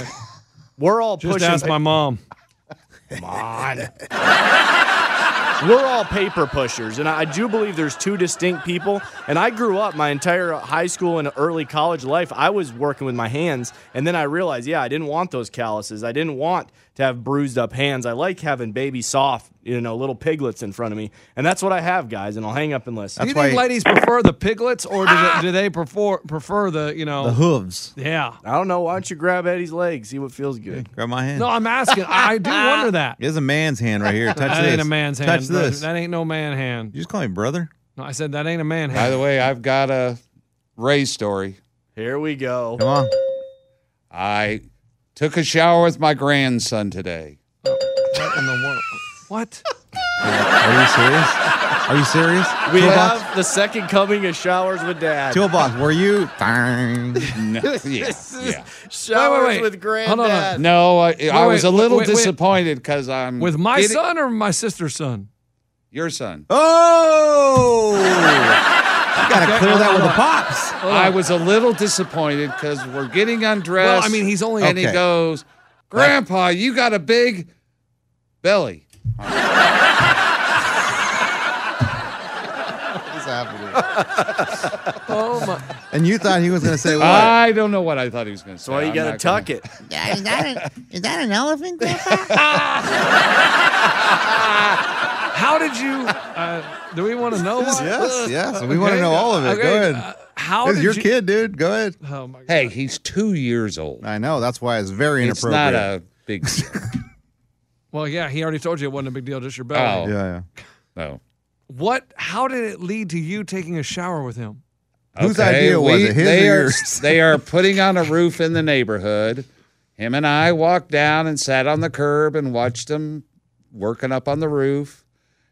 Speaker 2: we're all
Speaker 5: Oh, Just
Speaker 2: pushing.
Speaker 5: ask my mom.
Speaker 2: Come on. We're all paper pushers, and I do believe there's two distinct people. And I grew up my entire high school and early college life, I was working with my hands. And then I realized, yeah, I didn't want those calluses. I didn't want to have bruised up hands. I like having baby soft, you know, little piglets in front of me. And that's what I have, guys. And I'll hang up and listen.
Speaker 5: do you think ladies prefer the piglets or do they, do they prefer, prefer the, you know,
Speaker 3: Ah! hooves.
Speaker 5: Yeah.
Speaker 2: I don't know. Why don't you grab Eddie's leg? See what feels good.
Speaker 3: Grab my hand.
Speaker 5: No, I'm asking. I, I do wonder that.
Speaker 3: Here's a man's hand right here. Touch
Speaker 5: that
Speaker 3: this.
Speaker 5: ain't a man's hand.
Speaker 3: Touch
Speaker 5: bro.
Speaker 3: this.
Speaker 5: That ain't no man hand.
Speaker 3: You just call me brother.
Speaker 5: No, I said that ain't a man hand.
Speaker 13: By the way, I've got a Ray story.
Speaker 2: Here we go.
Speaker 3: Come on.
Speaker 13: I took a shower with my grandson today.
Speaker 5: What in the world? What?
Speaker 3: Are you serious? Are you serious?
Speaker 2: We
Speaker 3: Toolbox?
Speaker 2: have the second coming of showers with dad.
Speaker 3: Toolbox, were you? Dang.
Speaker 2: This is
Speaker 13: yeah.
Speaker 2: Showers
Speaker 5: wait.
Speaker 2: with
Speaker 5: Hold on, hold
Speaker 2: granddad.
Speaker 5: on.
Speaker 13: No, I,
Speaker 5: wait,
Speaker 13: I was a
Speaker 5: wait,
Speaker 13: little
Speaker 5: wait, wait.
Speaker 13: disappointed because
Speaker 3: Mm-hmm.
Speaker 13: I'm
Speaker 5: With my
Speaker 13: Did it-
Speaker 5: son or my sister's son?
Speaker 13: your son.
Speaker 3: Oh! you gotta
Speaker 13: Okay,
Speaker 3: clear that with the
Speaker 13: hold on.
Speaker 3: pops. Oh.
Speaker 13: I was a little disappointed because we're getting undressed.
Speaker 5: Well, I mean, he's only-
Speaker 13: and he
Speaker 5: Okay.
Speaker 13: goes, Grandpa, you got a big belly. happening?
Speaker 5: oh my.
Speaker 3: And you thought he was going to say what?
Speaker 13: I don't know what I thought he was going to say.
Speaker 3: why you
Speaker 13: I'm
Speaker 3: gotta
Speaker 13: not
Speaker 3: tuck
Speaker 13: gonna-
Speaker 3: it.
Speaker 15: Is that, a, is that an elephant, Grandpa?
Speaker 5: How did you? Uh, do we want to know? why?
Speaker 3: Yes, yes. We want to
Speaker 5: Okay.
Speaker 3: know all of it. Go
Speaker 5: Okay,
Speaker 3: ahead.
Speaker 5: uh, how
Speaker 3: It's
Speaker 5: did
Speaker 3: your
Speaker 5: you-
Speaker 3: kid, dude. Go ahead.
Speaker 5: Oh my God.
Speaker 13: Hey, he's two years old.
Speaker 3: I know. That's why it's very
Speaker 13: It's
Speaker 3: inappropriate.
Speaker 13: not a big.
Speaker 5: Well, yeah, he already told you it wasn't a big deal, just your
Speaker 13: Oh.
Speaker 5: belly.
Speaker 3: yeah.
Speaker 13: No.
Speaker 5: What? How did it lead to you taking a shower with him?
Speaker 3: Whose
Speaker 13: Okay,
Speaker 3: idea was
Speaker 13: we-
Speaker 3: it? His
Speaker 13: they
Speaker 3: or
Speaker 13: are,
Speaker 3: yours?
Speaker 13: they are putting on a roof in the neighborhood. Him and I walked down and sat on the curb and watched them working up on the roof.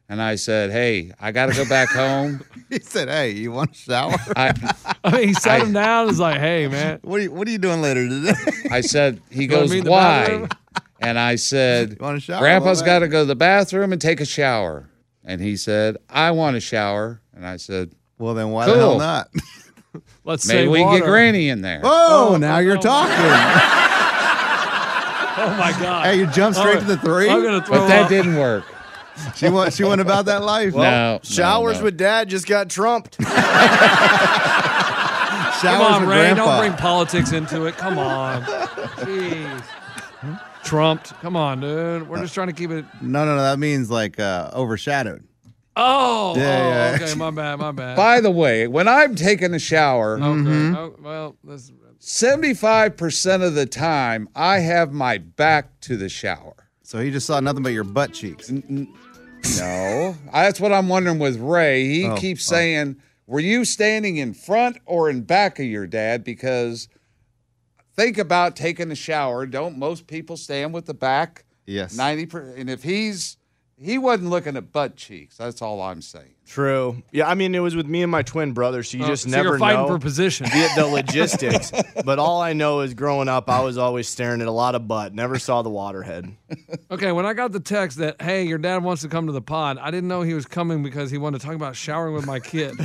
Speaker 13: And I said, "Hey, I got to go back home."
Speaker 3: He said, "Hey, you want a shower?"
Speaker 13: I,
Speaker 5: I mean, he sat him down. and was like, "Hey, man,
Speaker 3: what are you What are you doing later today?
Speaker 13: I said, "He
Speaker 3: Go to
Speaker 13: goes,
Speaker 3: me in the
Speaker 13: why?"
Speaker 3: bathroom?
Speaker 13: And I said,
Speaker 3: want a shower?
Speaker 13: Grandpa's
Speaker 3: Bubba?"
Speaker 13: got to go to the bathroom and take a shower. And he said, I want a shower. And I said,
Speaker 3: Well, then why
Speaker 13: cool.
Speaker 3: the hell not?
Speaker 5: Let's
Speaker 13: Maybe
Speaker 5: save
Speaker 13: we can
Speaker 5: water.
Speaker 13: get Granny in there.
Speaker 3: Oh, now you're talking.
Speaker 5: Oh my God!
Speaker 3: hey, you jumped straight
Speaker 5: Oh,
Speaker 3: to the 3
Speaker 5: I'm gonna throw
Speaker 13: But that
Speaker 5: up.
Speaker 13: didn't work.
Speaker 3: She went. She went about that life.
Speaker 13: Well, No, no,
Speaker 2: Showers
Speaker 13: no.
Speaker 2: with dad just got trumped.
Speaker 5: Come
Speaker 3: Showers
Speaker 5: on,
Speaker 3: with
Speaker 5: Ray. Don't
Speaker 3: grandpa.
Speaker 5: bring politics into it. Come on. Jeez. Trumped. Come on, dude. We're just trying to keep it.
Speaker 3: no, no, no. That means like uh, overshadowed.
Speaker 5: Oh.
Speaker 3: Yeah,
Speaker 5: oh,
Speaker 3: yeah.
Speaker 5: Okay. My bad. My bad.
Speaker 13: By the way, when I'm taking a shower,
Speaker 5: Okay.
Speaker 3: Mm-hmm.
Speaker 5: Oh, well, that's,
Speaker 13: 75% of the time, I have my back to the shower.
Speaker 3: So he just saw nothing but your butt cheeks.
Speaker 13: No, I- that's what I'm wondering with Ray. He
Speaker 3: Oh,
Speaker 13: keeps
Speaker 3: oh.
Speaker 13: saying, "Were you standing in front or in back of your dad?" Because think about taking a shower. Don't most people stand with the back
Speaker 3: Yes.
Speaker 13: ninety percent? And if he's he wasn't looking at butt cheeks. That's all I'm saying.
Speaker 2: True. Yeah, I mean, it was with me and my twin brother, so you
Speaker 5: Oh,
Speaker 2: just
Speaker 5: so
Speaker 2: never
Speaker 5: you're fighting
Speaker 2: know
Speaker 5: for position.
Speaker 2: the, the logistics. but all I know is growing up, I was always staring at a lot of butt. Never saw the waterhead.
Speaker 5: Okay, when I got the text that hey, your dad wants to come to the pod, I didn't know he was coming because he wanted to talk about showering with my kid.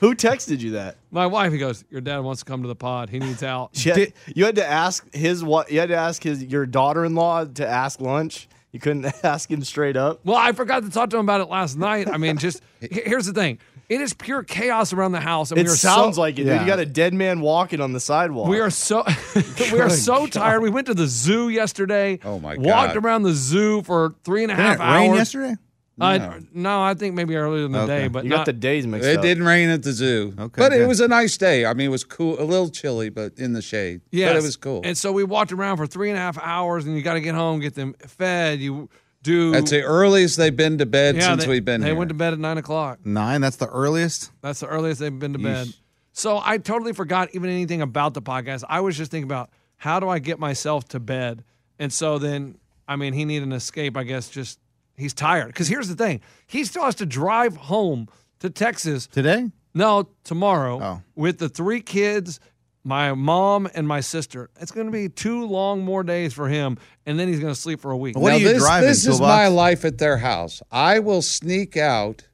Speaker 2: Who texted you that?
Speaker 5: my wife, he goes, your dad wants to come to the pod. He needs out.
Speaker 2: You had, you had to ask his what? You had to ask his your daughter-in-law to ask lunch. You couldn't ask him straight up.
Speaker 5: Well, I forgot to talk to him about it last night. I mean, just he- here's the thing: it is pure chaos around the house, and
Speaker 2: It
Speaker 5: we are
Speaker 2: sounds
Speaker 5: so,
Speaker 2: like it. Dude.
Speaker 3: Yeah.
Speaker 2: You got a dead man walking on the sidewalk.
Speaker 5: We are so we are so tired. We went to the zoo yesterday.
Speaker 13: Oh my
Speaker 5: Walked
Speaker 13: God.
Speaker 5: around the zoo for three and a half
Speaker 3: Didn't it rain
Speaker 5: hours.
Speaker 3: yesterday?
Speaker 5: Uh,
Speaker 13: No.
Speaker 5: no, I think maybe earlier in the
Speaker 3: Okay.
Speaker 5: day, but
Speaker 2: You
Speaker 5: not,
Speaker 2: got the days mixed
Speaker 13: It
Speaker 2: up.
Speaker 13: didn't rain at the zoo,
Speaker 3: Okay,
Speaker 13: but it
Speaker 3: good.
Speaker 13: was a nice day. I mean, it was cool, a little chilly, but in the shade.
Speaker 5: Yes.
Speaker 13: but it was cool.
Speaker 5: And so we walked around for three and a half hours, and you got to get home, get them fed. You do.
Speaker 13: That's the earliest they've been to bed
Speaker 5: Yeah,
Speaker 13: since
Speaker 5: they,
Speaker 13: we've been
Speaker 5: They
Speaker 13: here.
Speaker 5: went to bed at nine o'clock.
Speaker 3: Nine. That's the earliest.
Speaker 5: That's the earliest they've been to bed.
Speaker 3: Yeesh.
Speaker 5: So I totally forgot even anything about the podcast. I was just thinking about how do I get myself to bed, and so then I mean he needed an escape. I guess just he's tired because here's the thing: he still has to drive home to Texas
Speaker 3: Today?
Speaker 5: no, tomorrow
Speaker 3: Oh.
Speaker 5: with the three kids, my mom and my sister. It's going to be two long more days for him, and then he's going to sleep for a week.
Speaker 3: What
Speaker 13: now,
Speaker 3: are you
Speaker 13: this,
Speaker 3: driving,
Speaker 13: This is
Speaker 3: toolbox?
Speaker 13: my life at their house. I will sneak out,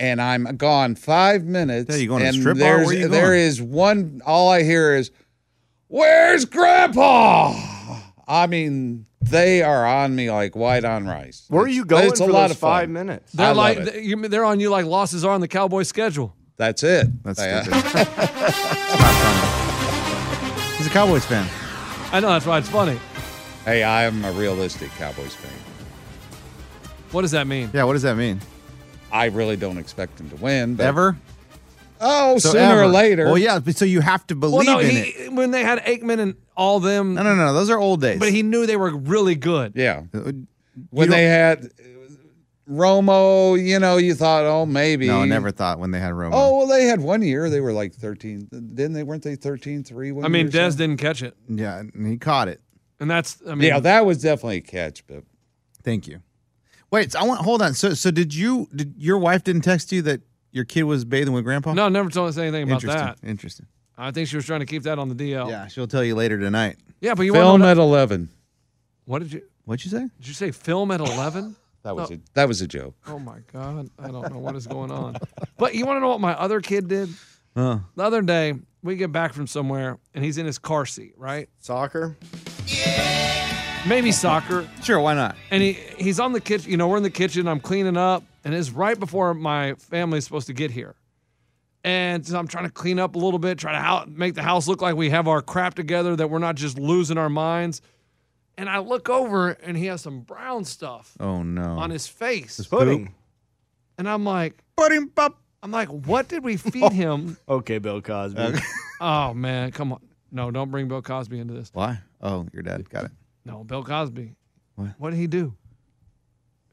Speaker 13: and I'm gone five minutes.
Speaker 3: Yeah, you going to
Speaker 13: and
Speaker 3: strip bar? Where
Speaker 13: there's,
Speaker 3: are you
Speaker 13: There
Speaker 3: going?
Speaker 13: is one. All I hear is, "Where's Grandpa?" I mean, they are on me like white on rice.
Speaker 2: Where are you going
Speaker 13: It's
Speaker 2: for
Speaker 13: a lot
Speaker 2: those
Speaker 13: of fun.
Speaker 2: five minutes?
Speaker 5: They're
Speaker 13: I love
Speaker 5: like
Speaker 13: it.
Speaker 5: th- you- they're on you like losses are on the Cowboy schedule.
Speaker 13: That's it.
Speaker 3: That's
Speaker 13: They-
Speaker 3: stupid. It's not funny. He's a Cowboys fan.
Speaker 5: I know that's why it's funny.
Speaker 13: hey, I am a realistic Cowboys fan.
Speaker 5: What does that mean?
Speaker 3: Yeah. What does that mean?
Speaker 13: I really don't expect them to win. But,
Speaker 3: Ever?
Speaker 13: Oh,
Speaker 3: So
Speaker 13: sooner
Speaker 3: ever.
Speaker 13: or later.
Speaker 3: Well, yeah. but So you have to
Speaker 5: Well,
Speaker 3: believe
Speaker 5: no,
Speaker 3: in
Speaker 5: he,
Speaker 3: it.
Speaker 5: when they had Aikman and all them,
Speaker 3: No, no, no. Those are old days.
Speaker 5: but he knew they were really good.
Speaker 13: Yeah.
Speaker 3: Uh, You
Speaker 13: when they had uh, Romo, you know, you thought, oh, maybe.
Speaker 3: No, I never thought when they had Romo.
Speaker 13: Oh, well, they had one year. They were like 13. Then they weren't they 13 3?
Speaker 5: I mean, Des didn't catch it,
Speaker 3: Yeah, and he caught it.
Speaker 5: and that's I mean,
Speaker 13: Yeah, that was definitely a catch, but
Speaker 3: Thank you. Wait, so I want hold on. So so did you did your wife didn't text you that your kid was bathing with grandpa?
Speaker 5: no, never told us anything about
Speaker 3: Interesting.
Speaker 5: that.
Speaker 3: Interesting.
Speaker 5: I think she was trying to keep that on the DL.
Speaker 3: Yeah, she'll tell you later tonight.
Speaker 5: yeah, but you
Speaker 13: film
Speaker 5: want
Speaker 13: at 11.
Speaker 5: what did you
Speaker 3: What'd you say?
Speaker 5: did you say? Film at eleven.
Speaker 13: That was, a, that was a joke.
Speaker 5: Oh my God. I don't know what is going on. But you want to know what my other kid did?
Speaker 3: Huh.
Speaker 5: The other day, we get back from somewhere and he's in his car seat, right?
Speaker 2: Soccer.
Speaker 5: Maybe soccer.
Speaker 3: Sure, why not?
Speaker 5: And he he's on the kitchen. You know, we're in the kitchen. I'm cleaning up and it's right before my family's supposed to get here. And so I'm trying to clean up a little bit, try to hou- make the house look like we have our crap together, that we're not just losing our minds. And I look over and he has some brown stuff
Speaker 3: Oh no.
Speaker 5: on his face.
Speaker 3: His pudding. poop.
Speaker 5: And I'm like, pudding pop. I'm like, what did we
Speaker 2: Oh.
Speaker 5: feed him?
Speaker 2: okay, Bill Cosby.
Speaker 5: oh man, come on. No, don't bring Bill Cosby into this.
Speaker 3: Why? Oh, your dad got it.
Speaker 5: No, Bill Cosby. What? did he do?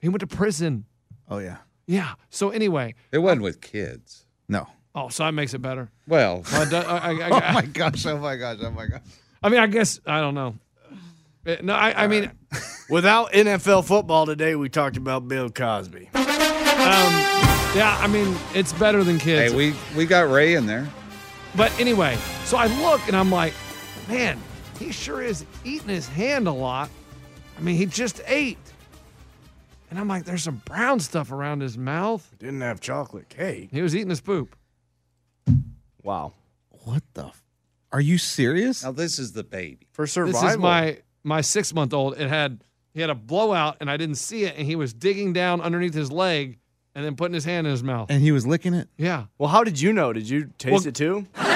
Speaker 5: He went to prison.
Speaker 3: Oh yeah.
Speaker 5: Yeah. So anyway,
Speaker 13: It wasn't with kids.
Speaker 3: No.
Speaker 5: oh, so that makes it better.
Speaker 13: Well,
Speaker 5: Well, it do- I- I- I-
Speaker 3: Oh my gosh! Oh my gosh! Oh my gosh!
Speaker 5: I mean, I guess I don't know. Eh, No, I, I mean,
Speaker 2: Without NFL football today, we talked about Bill Cosby.
Speaker 5: Um, yeah, I mean, it's better than kids.
Speaker 13: hey, we we got Ray in there.
Speaker 5: But anyway, so I look and I'm like, man, he sure is eating his hand a lot. I mean, he just ate. And I'm like, there's some brown stuff around his mouth.
Speaker 2: Didn't have chocolate cake.
Speaker 5: He was eating his poop.
Speaker 2: Wow.
Speaker 3: What the? F- Are you serious?
Speaker 13: Now this is the baby.
Speaker 2: For
Speaker 5: This is my my six month old. It had he had a blowout and I didn't see it, and he was digging down underneath his leg and then putting his hand in his mouth.
Speaker 3: And he was licking it.
Speaker 5: Yeah.
Speaker 2: Well, how did you know? Did you taste
Speaker 5: Well-
Speaker 2: it too?
Speaker 3: Oh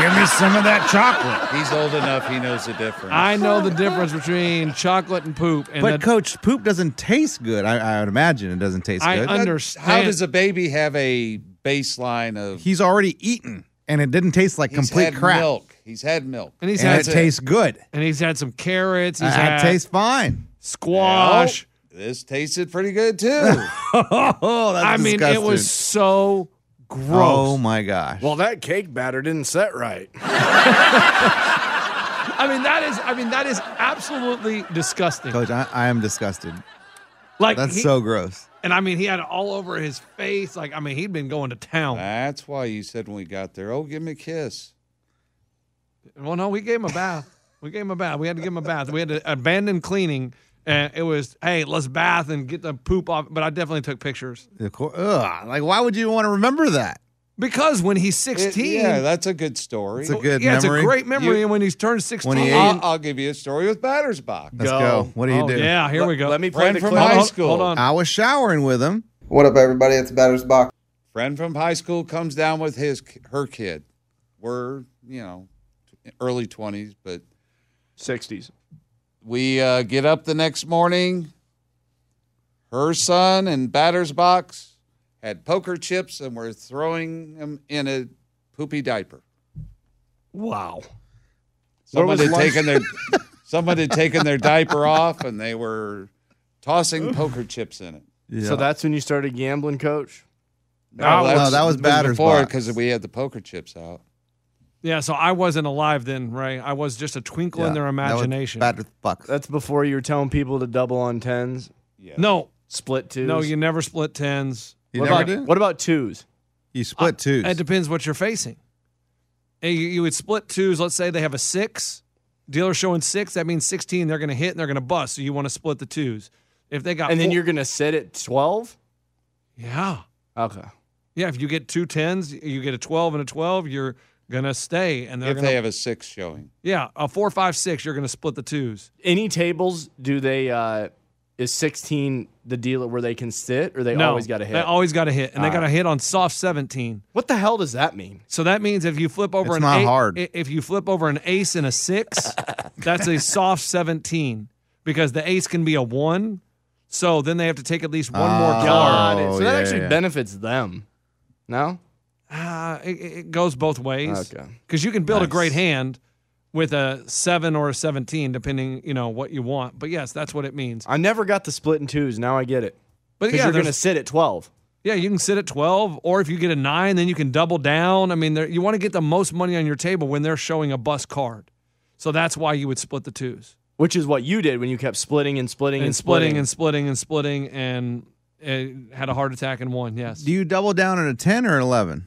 Speaker 3: Give me some of that chocolate.
Speaker 13: He's old enough. He knows the difference.
Speaker 5: I know the difference between chocolate and poop. And
Speaker 3: but
Speaker 5: that-
Speaker 3: coach, poop doesn't taste good. I, I would imagine it doesn't taste
Speaker 5: I
Speaker 3: good.
Speaker 5: under-
Speaker 13: How
Speaker 5: understand-
Speaker 13: does a baby have a baseline of
Speaker 3: He's already eaten, and it didn't taste like
Speaker 13: he's
Speaker 3: complete
Speaker 13: had
Speaker 3: crap.
Speaker 13: milk? He's had milk.
Speaker 5: and he's
Speaker 3: and
Speaker 5: had
Speaker 3: it tastes good.
Speaker 5: and he's had some carrots. He's
Speaker 3: Uh,
Speaker 5: had
Speaker 3: It tastes fine.
Speaker 5: squash.
Speaker 13: Well, this tasted pretty good too.
Speaker 3: Oh, that's
Speaker 5: I mean, it was
Speaker 3: disgusting.
Speaker 5: so gross.
Speaker 3: Oh my gosh!
Speaker 2: Well, that cake batter didn't set right.
Speaker 5: I mean, that is, I mean, that is absolutely disgusting.
Speaker 3: coach, I, I am disgusted.
Speaker 5: Like
Speaker 3: That's
Speaker 5: he-
Speaker 3: so gross.
Speaker 5: and I mean, he had it all over his face. Like, I mean, he'd been going to town.
Speaker 13: That's why you said when we got there, oh, give me a kiss.
Speaker 5: Well, no, we gave him a bath. We gave him a bath. We had to give him a bath. We had to abandon cleaning, and it was, hey, let's bath and get the poop off. But I definitely took pictures
Speaker 3: Of cour- Ugh. Like, why would you want to remember that?
Speaker 5: because when he's
Speaker 13: It-
Speaker 5: 16,
Speaker 13: yeah, that's a good story.
Speaker 3: It's a good
Speaker 5: yeah,
Speaker 3: memory.
Speaker 5: it's a great memory.
Speaker 13: You-
Speaker 5: and when he's turned 16,
Speaker 3: When he ate-
Speaker 13: I'll, I'll give you a story with Battersbach.
Speaker 3: Let's
Speaker 2: Go.
Speaker 3: go. What do you
Speaker 5: oh,
Speaker 3: do?
Speaker 5: yeah, here we go.
Speaker 2: Let me play
Speaker 13: Friend
Speaker 2: the
Speaker 13: from
Speaker 2: clip.
Speaker 13: high
Speaker 5: hold,
Speaker 13: school.
Speaker 5: Hold on.
Speaker 3: I was showering with him.
Speaker 16: What up, everybody? It's Battersbach.
Speaker 13: Friend from high school comes down with his her kid. We're you know early twenties, but
Speaker 2: 60s.
Speaker 13: we uh, get up the next morning. Her son in batter's box had poker chips, and we're throwing them in a poopy diaper.
Speaker 2: Wow.
Speaker 13: Someone
Speaker 2: was
Speaker 13: had
Speaker 2: lunch?
Speaker 13: taken their someone had taken their diaper off, and they were tossing poker chips in it.
Speaker 2: So that's when you started gambling, coach? Oh,
Speaker 3: No,
Speaker 13: that's-
Speaker 3: that was
Speaker 13: it
Speaker 3: batter's
Speaker 13: before
Speaker 3: box.
Speaker 13: because we had the poker chips out.
Speaker 5: Yeah, so I wasn't alive then, Ray. I was just a twinkle in
Speaker 3: Yeah,
Speaker 5: their
Speaker 3: that was
Speaker 5: imagination.
Speaker 3: Bad with bucks.
Speaker 2: That's before you were telling people to double on tens,
Speaker 13: Yeah.
Speaker 5: No,
Speaker 2: split twos.
Speaker 5: no, you never split tens.
Speaker 3: You
Speaker 2: what
Speaker 3: never
Speaker 2: about,
Speaker 3: did.
Speaker 2: What about twos?
Speaker 3: You split twos.
Speaker 5: It depends what you're facing. And You, you would split twos. Let's say they have a six. Dealer showing six. That means 16. They're going to hit and they're going to bust. So you want to split the twos. If they got
Speaker 2: And then
Speaker 5: four-
Speaker 2: you're going to sit at 12?
Speaker 5: yeah
Speaker 2: Okay.
Speaker 5: yeah. If you get two tens, you get a 12 and a 12. You're going to stay. And they're
Speaker 13: If
Speaker 5: going
Speaker 13: they have a six showing,
Speaker 5: yeah a four five six. You're going to split the twos.
Speaker 2: Any tables, do they, uh, is 16 the dealer where they can sit or they
Speaker 5: no,
Speaker 2: always got to hit?
Speaker 5: They always got to hit, and they
Speaker 2: All
Speaker 5: got to
Speaker 2: right.
Speaker 5: hit on soft 17.
Speaker 2: what the hell does that mean?
Speaker 5: So that means if you flip over
Speaker 3: It's
Speaker 5: an
Speaker 3: not
Speaker 5: eight-
Speaker 3: hard.
Speaker 5: i- if you flip over an ace and a six, that's a soft seventeen because the ace can be a one. So then they have to take at least one more
Speaker 3: Ah.
Speaker 5: card.
Speaker 2: Got it. So that
Speaker 3: yeah,
Speaker 2: actually
Speaker 3: yeah.
Speaker 2: benefits them. No?
Speaker 5: Uh, it, it goes both ways.
Speaker 2: Okay.
Speaker 5: Because you can build a great hand with a seven or a seventeen, depending you know what you want. But yes, that's what it means.
Speaker 2: I never got the split in twos. Now I get it.
Speaker 5: But
Speaker 2: Because
Speaker 5: yeah,
Speaker 2: you're going to
Speaker 5: there's-
Speaker 2: sit at 12.
Speaker 5: yeah, you can sit at twelve, or if you get a nine, then you can double down. I mean, there- you want to get the most money on your table when they're showing a bus card. So that's why you would split the twos.
Speaker 2: which is what you did when you kept splitting and splitting and,
Speaker 5: and splitting and splitting and splitting and uh, had a heart attack and won. Yes.
Speaker 3: do you double down at a ten or an eleven?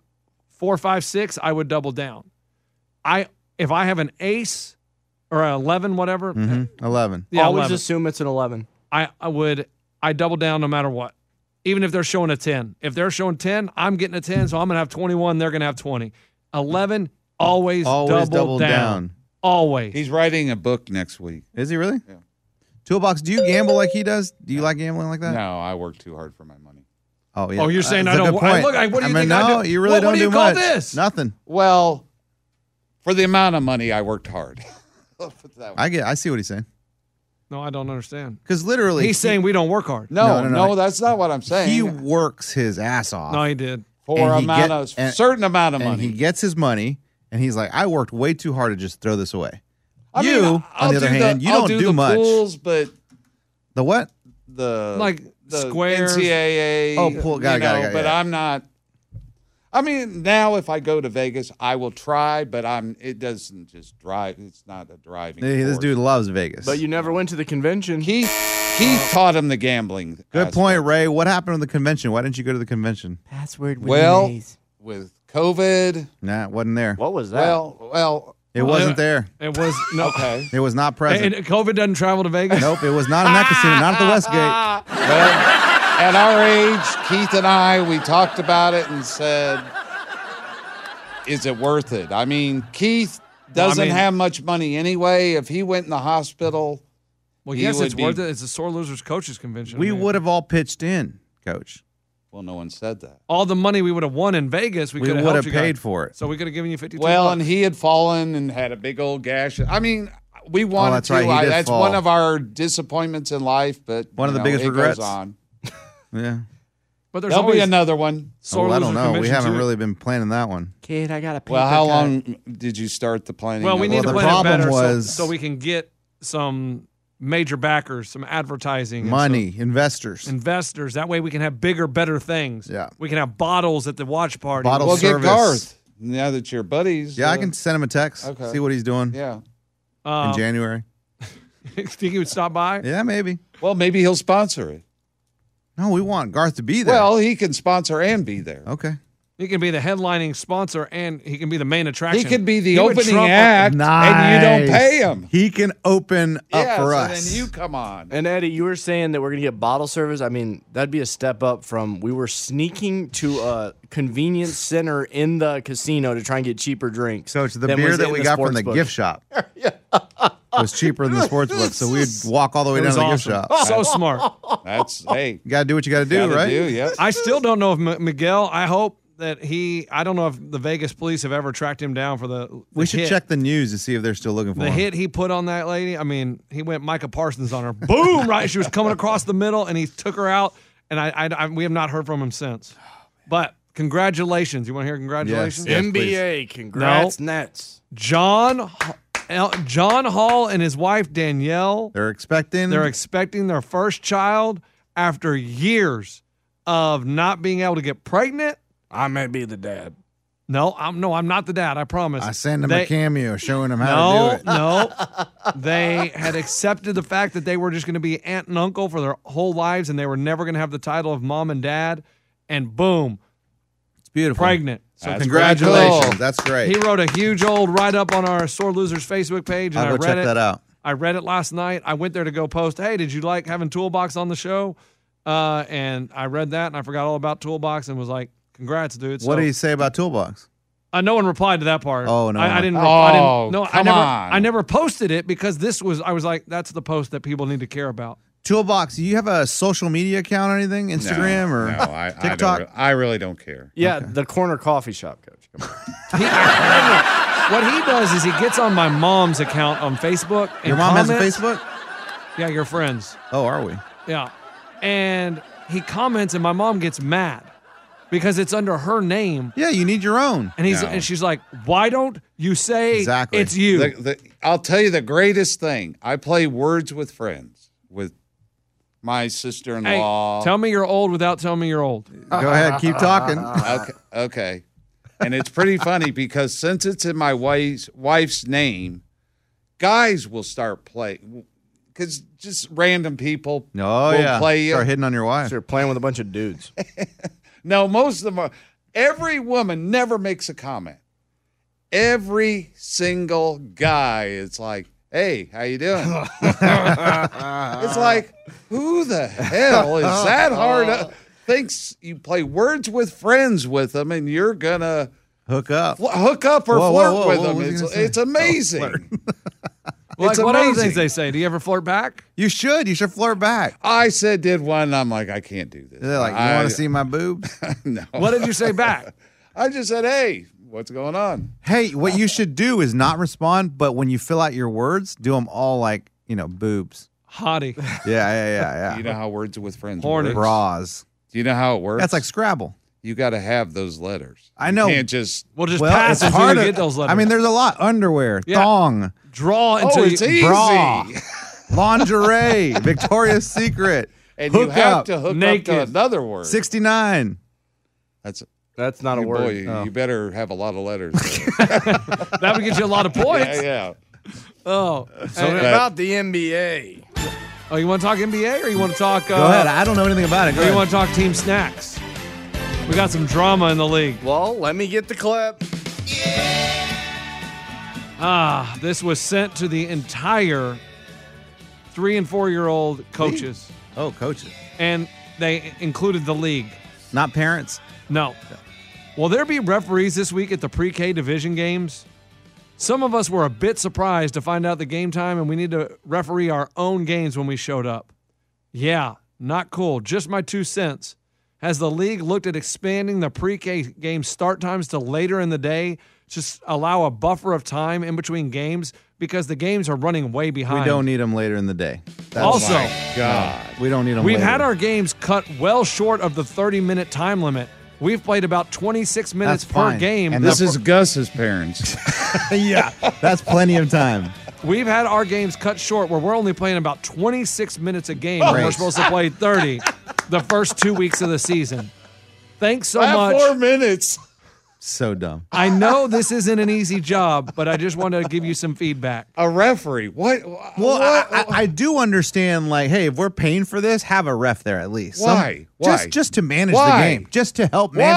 Speaker 5: four, five, six, I would double down. I if I have an ace or an eleven, whatever,
Speaker 3: Mm-hmm. 11.
Speaker 5: yeah,
Speaker 2: Always
Speaker 5: 11.
Speaker 2: assume it's an 11.
Speaker 5: I, I would I double down no matter what. Even if they're showing a 10. If they're showing 10, I'm getting a 10, so I'm gonna have 21, they're gonna have 20. 11, always,
Speaker 3: Always double down.
Speaker 5: Always.
Speaker 13: He's writing a book next week.
Speaker 3: Is he really? Yeah. Toolbox, do you gamble like he does? Do you like gambling like that?
Speaker 13: No, I work too hard for my money.
Speaker 3: Oh, yeah.
Speaker 5: Oh, you're saying
Speaker 3: That's
Speaker 5: I
Speaker 3: a
Speaker 5: don't-
Speaker 3: good
Speaker 5: I-
Speaker 3: point.
Speaker 5: look, I- what do you
Speaker 3: mean,
Speaker 5: think I
Speaker 3: no,
Speaker 5: do?
Speaker 3: you really
Speaker 5: What- what
Speaker 3: don't
Speaker 5: do you
Speaker 3: do
Speaker 5: call
Speaker 3: much.
Speaker 5: this?
Speaker 3: Nothing.
Speaker 13: Well, for the amount of money I worked hard.
Speaker 3: I get. I see what he's saying.
Speaker 5: No, I don't understand.
Speaker 3: Because literally,
Speaker 5: He's saying we don't work hard.
Speaker 13: No, no, that's not what I'm saying.
Speaker 3: He works his ass off.
Speaker 5: No, he did.
Speaker 13: for
Speaker 3: and he
Speaker 13: amount
Speaker 3: get-
Speaker 13: of
Speaker 3: and-
Speaker 13: certain amount of
Speaker 3: and
Speaker 13: money.
Speaker 3: he gets his money, and he's like, "I worked way too hard to just throw this away."
Speaker 13: I mean,
Speaker 3: you,
Speaker 13: I'll
Speaker 3: on the other
Speaker 13: do
Speaker 3: hand, you
Speaker 13: I'll
Speaker 3: don't do,
Speaker 13: the
Speaker 3: much.
Speaker 13: Pools, but
Speaker 3: The what?
Speaker 13: the
Speaker 5: Like
Speaker 13: the
Speaker 5: squares.
Speaker 13: NCAA.
Speaker 3: Oh, pool- got it, got it,
Speaker 13: you know,
Speaker 3: got it,
Speaker 13: But
Speaker 3: yeah.
Speaker 13: I'm not. I mean, now if I go to Vegas, I will try, but I'm. It doesn't just drive. It's not a driving.
Speaker 3: Hey, this
Speaker 13: force.
Speaker 3: dude loves Vegas.
Speaker 2: But you never went to the convention.
Speaker 13: He he taught him the gambling.
Speaker 3: Good
Speaker 13: aspect.
Speaker 3: point, Ray. What happened with the convention? Why didn't you go to the convention?
Speaker 17: Password.
Speaker 13: Well, with COVID,
Speaker 3: Nah, it wasn't there.
Speaker 2: What was
Speaker 13: well, well,
Speaker 3: It wasn't there.
Speaker 5: It was no
Speaker 13: okay.
Speaker 3: It was not
Speaker 5: and
Speaker 3: present.
Speaker 5: and COVID doesn't travel to Vegas.
Speaker 3: nope, it was not in that casino, not at the Westgate.
Speaker 13: Well, at our age, Keith and I, we talked about it and said, is it worth it? I mean, Keith
Speaker 5: Well, I
Speaker 13: doesn't
Speaker 5: mean-
Speaker 13: have much money anyway. If he went in the hospital,
Speaker 5: Well,
Speaker 13: He
Speaker 5: yes,
Speaker 13: would
Speaker 5: it's worth
Speaker 13: be-
Speaker 5: it. It's a sore losers coaches convention.
Speaker 3: We
Speaker 5: man.
Speaker 3: would have all pitched in, Coach.
Speaker 13: well, no one said that.
Speaker 5: all the money we would have won in Vegas. We,
Speaker 3: We
Speaker 5: could
Speaker 3: would have paid for it.
Speaker 5: So we could have given you fifty.
Speaker 13: Well, and he had fallen and had a big old gash. I mean, we wanted
Speaker 3: Oh, that's
Speaker 13: to.
Speaker 3: right, he
Speaker 13: I-
Speaker 3: did
Speaker 13: that's
Speaker 3: fall.
Speaker 13: one of our disappointments in life, but
Speaker 3: One of
Speaker 13: you
Speaker 3: the
Speaker 13: know,
Speaker 3: biggest
Speaker 13: it goes
Speaker 3: regrets.
Speaker 13: on.
Speaker 3: Yeah.
Speaker 5: but there's
Speaker 13: There'll be
Speaker 5: always
Speaker 13: another one.
Speaker 5: sore
Speaker 3: oh, I
Speaker 5: losers
Speaker 3: don't know. We
Speaker 5: convention,
Speaker 3: haven't
Speaker 5: too.
Speaker 3: really been planning that one.
Speaker 17: Kid, I got a paper
Speaker 13: Well, how
Speaker 17: cut.
Speaker 13: long did you start the planning?
Speaker 5: Well,
Speaker 13: of
Speaker 5: we
Speaker 13: it?
Speaker 5: need
Speaker 3: the
Speaker 5: to plan it
Speaker 3: problem
Speaker 5: better so,
Speaker 3: was-
Speaker 5: so we can get some major backers, some advertising, and
Speaker 3: Money, investors.
Speaker 5: some investors. That way, we can have bigger, better things.
Speaker 3: Yeah.
Speaker 5: we can have bottles at the watch party.
Speaker 3: Bottle
Speaker 13: Well,
Speaker 3: service.
Speaker 13: get Garth now that you're buddies.
Speaker 3: Yeah, I
Speaker 13: uh,
Speaker 3: can send him a text.
Speaker 13: Okay.
Speaker 3: See what he's doing
Speaker 13: Yeah.
Speaker 3: in
Speaker 5: Um,
Speaker 3: January.
Speaker 5: think you would stop by?
Speaker 3: Yeah, maybe.
Speaker 13: Well, maybe he'll sponsor it.
Speaker 3: No, we want Garth to be there.
Speaker 13: Well, he can sponsor and be there.
Speaker 3: okay.
Speaker 5: He can be the headlining sponsor, and he can be the main attraction.
Speaker 13: He could be the
Speaker 5: He would
Speaker 13: opening
Speaker 5: trump-
Speaker 13: act, and you don't
Speaker 3: Nice.
Speaker 13: pay him.
Speaker 3: He can open
Speaker 13: yeah,
Speaker 3: up for
Speaker 13: so
Speaker 3: us.
Speaker 13: Then you come on.
Speaker 2: And Eddie, you were saying that we're gonna get bottle service. I mean, that'd be a step up from we were sneaking to a convenience center in the casino to try and get cheaper drinks.
Speaker 3: Coach, the
Speaker 2: than
Speaker 3: beer
Speaker 2: was
Speaker 3: that
Speaker 2: in
Speaker 3: we got from
Speaker 2: sports
Speaker 3: the
Speaker 2: book.
Speaker 3: gift shop was cheaper than the sports book, so we'd walk all the way
Speaker 5: It
Speaker 3: down
Speaker 5: was
Speaker 3: to the
Speaker 5: awesome.
Speaker 3: gift
Speaker 5: So
Speaker 3: shop.
Speaker 5: smart.
Speaker 13: That's hey,
Speaker 3: You gotta do what you gotta do,
Speaker 13: gotta
Speaker 3: right?
Speaker 13: Do, yep.
Speaker 5: I still don't know if M- Miguel. I hope that he. I don't know if the Vegas police have ever tracked him down for the.
Speaker 3: We
Speaker 5: the
Speaker 3: should
Speaker 5: hit-
Speaker 3: check the news to see if they're still looking for
Speaker 5: the
Speaker 3: him.
Speaker 5: hit he put on that lady. I mean, he went Micah Parsons on her. Boom! Right, she was coming across the middle, and he took her out. And I, I, I we have not heard from him since.
Speaker 2: Oh,
Speaker 5: But congratulations! You want to hear congratulations?
Speaker 2: Yes, NBA, congrats, Nets.
Speaker 5: John, H- El- John Hall and his wife Danielle.
Speaker 3: They're expecting.
Speaker 5: They're expecting their first child after years of not being able to get pregnant.
Speaker 2: I may be the dad.
Speaker 5: No, I'm no, I'm not the dad. I promise.
Speaker 3: I send him a cameo showing him how
Speaker 5: No,
Speaker 3: to do it.
Speaker 5: no. They had accepted the fact that they were just going to be aunt and uncle for their whole lives, and they were never going to have the title of mom and dad. And boom, it's
Speaker 3: beautiful.
Speaker 5: Pregnant. So
Speaker 3: That's
Speaker 5: congratulations.
Speaker 3: cool. That's great.
Speaker 5: He wrote a huge old write up on our sore losers Facebook page, and
Speaker 3: I'll
Speaker 5: I
Speaker 3: go
Speaker 5: read
Speaker 3: check
Speaker 5: it.
Speaker 3: that out.
Speaker 5: I read it last night. I went there to go post. Hey, did you like having Toolbox on the show? Uh, and I read that, and I forgot all about Toolbox, and was like, "Congrats, dude!"
Speaker 3: what
Speaker 5: So-
Speaker 3: did he say about Toolbox?
Speaker 5: uh, no one replied to that part.
Speaker 3: Oh, no
Speaker 5: I, I
Speaker 3: one.
Speaker 5: didn't. re- I didn't-
Speaker 3: Oh,
Speaker 5: no, I
Speaker 3: come
Speaker 5: never.
Speaker 3: on.
Speaker 5: I never posted it because this was. I was like, that's the post that people need to care about.
Speaker 3: Toolbox, do you have a social media account or anything? Instagram
Speaker 13: no,
Speaker 3: or
Speaker 13: no, I, I don't
Speaker 3: TikTok?
Speaker 13: re- I really don't care.
Speaker 2: Yeah, the corner coffee shop coach.
Speaker 5: What he does is he gets on my mom's account on Facebook. And
Speaker 3: Your mom has a
Speaker 5: comments-
Speaker 3: Facebook?
Speaker 5: Yeah, you're friends.
Speaker 3: Oh, are we?
Speaker 5: Yeah, and he comments, and my mom gets mad because it's under her name.
Speaker 3: Yeah, you need your own.
Speaker 5: And he's
Speaker 13: No.
Speaker 5: and she's like, why don't you say it's you?
Speaker 13: The- the- I'll tell you the greatest thing. I play Words with Friends with my sister in
Speaker 5: Hey,
Speaker 13: law.
Speaker 5: tell me you're old without telling me you're old.
Speaker 3: Go ahead, keep talking.
Speaker 13: okay, okay. And it's pretty funny because since it's in my wife's wife's name, guys will start playing because just random people.
Speaker 3: Oh,
Speaker 13: will
Speaker 3: yeah.
Speaker 13: play you.
Speaker 3: Start hitting on your wife.
Speaker 2: You're playing with a bunch of dudes.
Speaker 13: No, most of them are. Every woman never makes a comment. Every single guy is like, "Hey, how you doing?" it's like, who the hell is that hard?
Speaker 5: Uh,
Speaker 13: up- thinks you play words with friends with them, and you're gonna
Speaker 3: hook up,
Speaker 13: hook up or
Speaker 5: Whoa, whoa,
Speaker 13: flirt
Speaker 5: whoa,
Speaker 13: with
Speaker 5: what
Speaker 13: them.
Speaker 5: was he
Speaker 13: It's,
Speaker 5: gonna say? Oh,
Speaker 13: it's amazing.
Speaker 5: Like,
Speaker 13: it's
Speaker 5: what other
Speaker 13: amazing.
Speaker 5: things they say? Do you ever flirt back?
Speaker 3: You should. You should flirt back.
Speaker 13: I said did one. And I'm like, I can't do this.
Speaker 3: They're like, you
Speaker 13: I-
Speaker 3: want to see my boobs?
Speaker 13: no.
Speaker 5: What did you say back?
Speaker 13: I just said, "Hey, what's going on?"
Speaker 3: Hey, what you should do is not respond, but when you fill out your words, do them all like, you know, boobs.
Speaker 5: Hottie.
Speaker 3: Yeah, yeah, yeah, yeah.
Speaker 13: Do you know how words with friends
Speaker 3: Horny.
Speaker 13: works?
Speaker 3: Bras.
Speaker 13: Do you know how it works?
Speaker 3: That's like Scrabble.
Speaker 13: you got to have those letters.
Speaker 3: I know.
Speaker 13: You can't just
Speaker 5: We'll just
Speaker 3: Well,
Speaker 5: pass
Speaker 3: it's
Speaker 5: until
Speaker 3: harder-
Speaker 5: you get those letters.
Speaker 3: I mean, there's a lot. Underwear,
Speaker 5: Yeah.
Speaker 3: thong,
Speaker 5: draw
Speaker 13: Oh,
Speaker 5: until
Speaker 13: it's
Speaker 5: you,
Speaker 13: easy.
Speaker 3: bra. lingerie, Victoria's Secret,
Speaker 13: and
Speaker 3: hook
Speaker 13: you have
Speaker 3: up,
Speaker 13: to hook up
Speaker 5: naked.
Speaker 13: to another word.
Speaker 3: 69.
Speaker 13: That's
Speaker 2: That's not a
Speaker 13: you-
Speaker 2: word.
Speaker 13: Boy, you,
Speaker 3: Oh.
Speaker 13: you better have a lot of letters.
Speaker 5: that would get you a lot of points.
Speaker 13: yeah, yeah.
Speaker 5: Oh,
Speaker 2: Something
Speaker 5: Hey,
Speaker 2: about the NBA.
Speaker 5: oh, you want to talk NBA or you want to talk? Uh,
Speaker 3: Go ahead. I don't know anything about it. Go
Speaker 5: or you
Speaker 3: ahead.
Speaker 5: want to talk team snacks? We got some drama in the league.
Speaker 2: Well, let me get the clip.
Speaker 5: Ah, this was sent to the entire three and four year old coaches,
Speaker 3: oh, coaches.
Speaker 5: and they included the league.
Speaker 3: Not parents.
Speaker 5: No. Will there be referees this week at the pre K division games? Some of us were a bit surprised to find out the game time, and we need to referee our own games when we showed up. Yeah, not cool. Just my two cents. Has the league looked at expanding the pre K game start times to later in the day? Just allow a buffer of time in between games because the games are running way behind.
Speaker 3: We don't need them later in the day. That's
Speaker 5: Also-
Speaker 3: why.
Speaker 13: God.
Speaker 3: we don't need them.
Speaker 5: We've
Speaker 3: later.
Speaker 5: had our games cut well short of the 30 minute time limit. We've played about 26 minutes
Speaker 3: That's
Speaker 5: per
Speaker 3: fine.
Speaker 5: game.
Speaker 3: And
Speaker 5: The
Speaker 13: This
Speaker 5: fir-
Speaker 13: is Gus's parents.
Speaker 3: yeah. That's plenty of time.
Speaker 5: We've had our games cut short where we're only playing about 26 minutes a game. and We're
Speaker 3: Great.
Speaker 5: supposed to play 30 the first two weeks of the season. Thanks so much.
Speaker 13: Four minutes.
Speaker 3: So dumb.
Speaker 5: I know this isn't an easy job, but I just wanted to give you some feedback.
Speaker 13: A referee. What?
Speaker 3: Well,
Speaker 13: what?
Speaker 3: I, I, I do understand. Like, hey, if we're paying for this, have a ref there at least.
Speaker 13: Why? Why?
Speaker 3: Just, just to manage
Speaker 13: Why?
Speaker 3: the game. Just to help manage.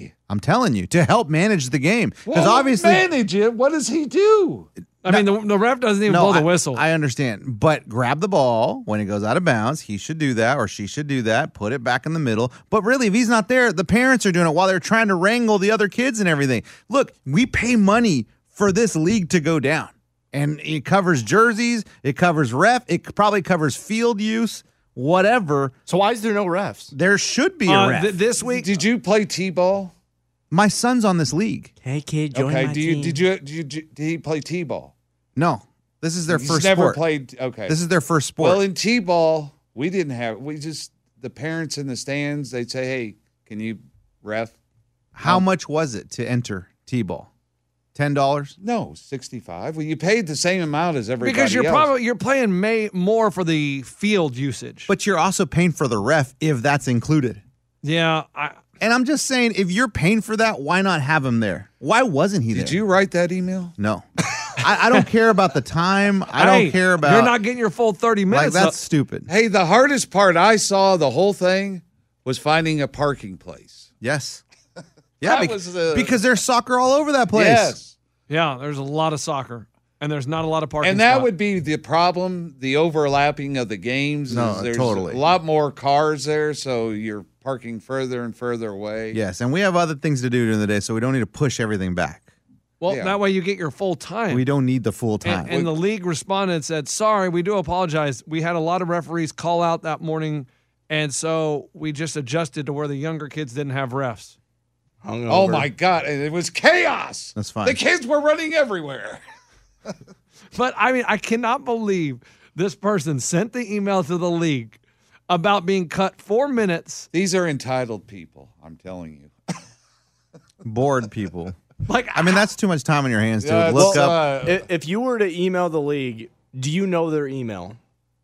Speaker 13: Why?
Speaker 3: I'm telling you, to help manage the game because
Speaker 13: Well,
Speaker 3: obviously,
Speaker 13: manage it. What does he do?
Speaker 5: I mean, the, the ref doesn't even
Speaker 3: no,
Speaker 5: blow the
Speaker 3: I-
Speaker 5: whistle.
Speaker 3: I, understand, but grab the ball when it goes out of bounds. He should do that, or she should do that. Put it back in the middle. But really, if he's not there, the parents are doing it while they're trying to wrangle the other kids and everything. Look, we pay money for this league to go down, and it covers jerseys, it covers ref, it probably covers field use, whatever.
Speaker 2: So why is there no refs?
Speaker 3: There should be a
Speaker 5: Uh,
Speaker 3: ref.
Speaker 5: th- this week,
Speaker 13: Did you play t-ball?
Speaker 3: My son's on this league.
Speaker 13: Hey kid,
Speaker 3: join
Speaker 13: okay,
Speaker 3: my
Speaker 13: do you,
Speaker 3: team.
Speaker 13: Did you did you did he play t-ball?
Speaker 3: No, this is their
Speaker 13: He's
Speaker 3: first.
Speaker 13: never
Speaker 3: sport.
Speaker 13: played. Okay,
Speaker 3: This is their first sport.
Speaker 13: Well, in t-ball, we didn't have. We just the parents in the stands. They'd say, "Hey, can you ref?"
Speaker 3: How much was it to enter t-ball? Ten dollars?
Speaker 13: No, sixty-five. Well, you paid the same amount as everybody.
Speaker 5: because you're
Speaker 13: else.
Speaker 5: probably you're playing May more for the field usage.
Speaker 3: But you're also paying for the ref if that's included.
Speaker 5: Yeah, I,
Speaker 3: And I'm just saying, if you're paying for that, why not have him there? Why wasn't he there? Did
Speaker 13: you write that email?
Speaker 3: No. I, I don't care about the time. I don't
Speaker 13: Hey,
Speaker 3: care about.
Speaker 13: you're not
Speaker 5: getting your full 30
Speaker 3: Like, minutes that's up. stupid.
Speaker 13: Hey, the hardest part I saw the whole thing was finding a parking place.
Speaker 3: Yes.
Speaker 5: Yeah,
Speaker 13: That
Speaker 5: bec-
Speaker 13: was the-
Speaker 3: because there's soccer all over that place.
Speaker 13: Yes.
Speaker 5: Yeah, there's a lot of soccer, and there's not a lot of parking.
Speaker 13: and that
Speaker 5: spot.
Speaker 13: would be the problem, the overlapping of the games.
Speaker 3: No,
Speaker 13: is there's
Speaker 3: totally.
Speaker 13: A lot more cars there, so you're parking further and further away.
Speaker 3: Yes, and we have other things to do during the day, so we don't need to push everything back.
Speaker 5: well that way you get your full time.
Speaker 3: We don't need the full time.
Speaker 5: And, and the league responded and said, "Sorry, we do apologize. We had a lot of referees call out that morning, and so we just adjusted to where the younger kids didn't have refs."
Speaker 13: Oh my god, and it was chaos.
Speaker 3: That's
Speaker 5: fine.
Speaker 13: The kids were running everywhere.
Speaker 5: But I mean, I cannot believe this person sent the email to the league about being cut four minutes.
Speaker 13: These are entitled people. I'm telling you.
Speaker 3: Bored people.
Speaker 5: like,
Speaker 3: I mean, that's too much time on your hands to
Speaker 2: Yeah, it's,
Speaker 3: look
Speaker 2: uh,
Speaker 3: up.
Speaker 2: i- if, you were to email the league, do you know their email?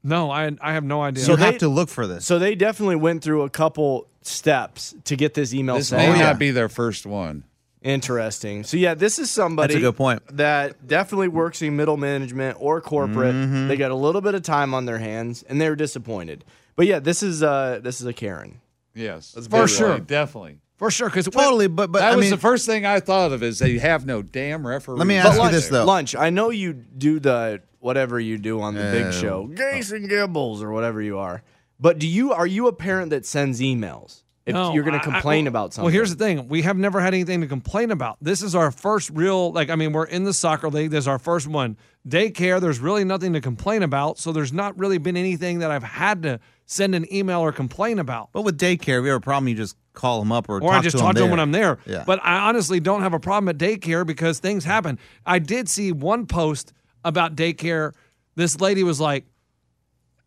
Speaker 5: No, I I have no idea.
Speaker 3: You have to look for this.
Speaker 2: So they definitely went through a couple steps to get this email.
Speaker 13: This
Speaker 2: sent
Speaker 13: may
Speaker 3: Oh,
Speaker 2: out.
Speaker 13: not be their first one.
Speaker 2: Interesting. So yeah, this is somebody
Speaker 3: That's a good point.
Speaker 2: that definitely works in middle management or corporate.
Speaker 3: Mhm.
Speaker 2: They got a little bit of time on their hands and they're disappointed. But yeah, this is uh this is a Karen.
Speaker 13: Yes,
Speaker 2: Let's
Speaker 5: For sure.
Speaker 13: definitely.
Speaker 5: For sure, because
Speaker 3: totally. But
Speaker 13: that was the first thing I thought of is they have no damn referee.
Speaker 2: But lunch, Lunch, I know you do the whatever you do on the
Speaker 13: Uh,
Speaker 3: Oh.
Speaker 2: big show, Gays and Gibbles or whatever you are. But do you are you a parent that sends emails? If
Speaker 5: No,
Speaker 2: you're going
Speaker 5: I- I-
Speaker 2: to complain
Speaker 5: well-
Speaker 2: about something.
Speaker 5: Well, here's the thing: we have never had anything to complain about. This is our first real, like, I mean, we're in the soccer league. This is our first one. Daycare. There's really nothing to complain about. So there's not really been anything that I've had to send an email or complain about.
Speaker 3: But with daycare, if you have a problem, you just call them up or,
Speaker 5: Or
Speaker 3: talk
Speaker 5: I just
Speaker 3: to
Speaker 5: talk
Speaker 3: them
Speaker 5: to them when
Speaker 3: there.
Speaker 5: I'm there.
Speaker 3: Yeah.
Speaker 5: But I honestly don't have a problem at daycare because things happen. I did see one post about daycare. This lady was like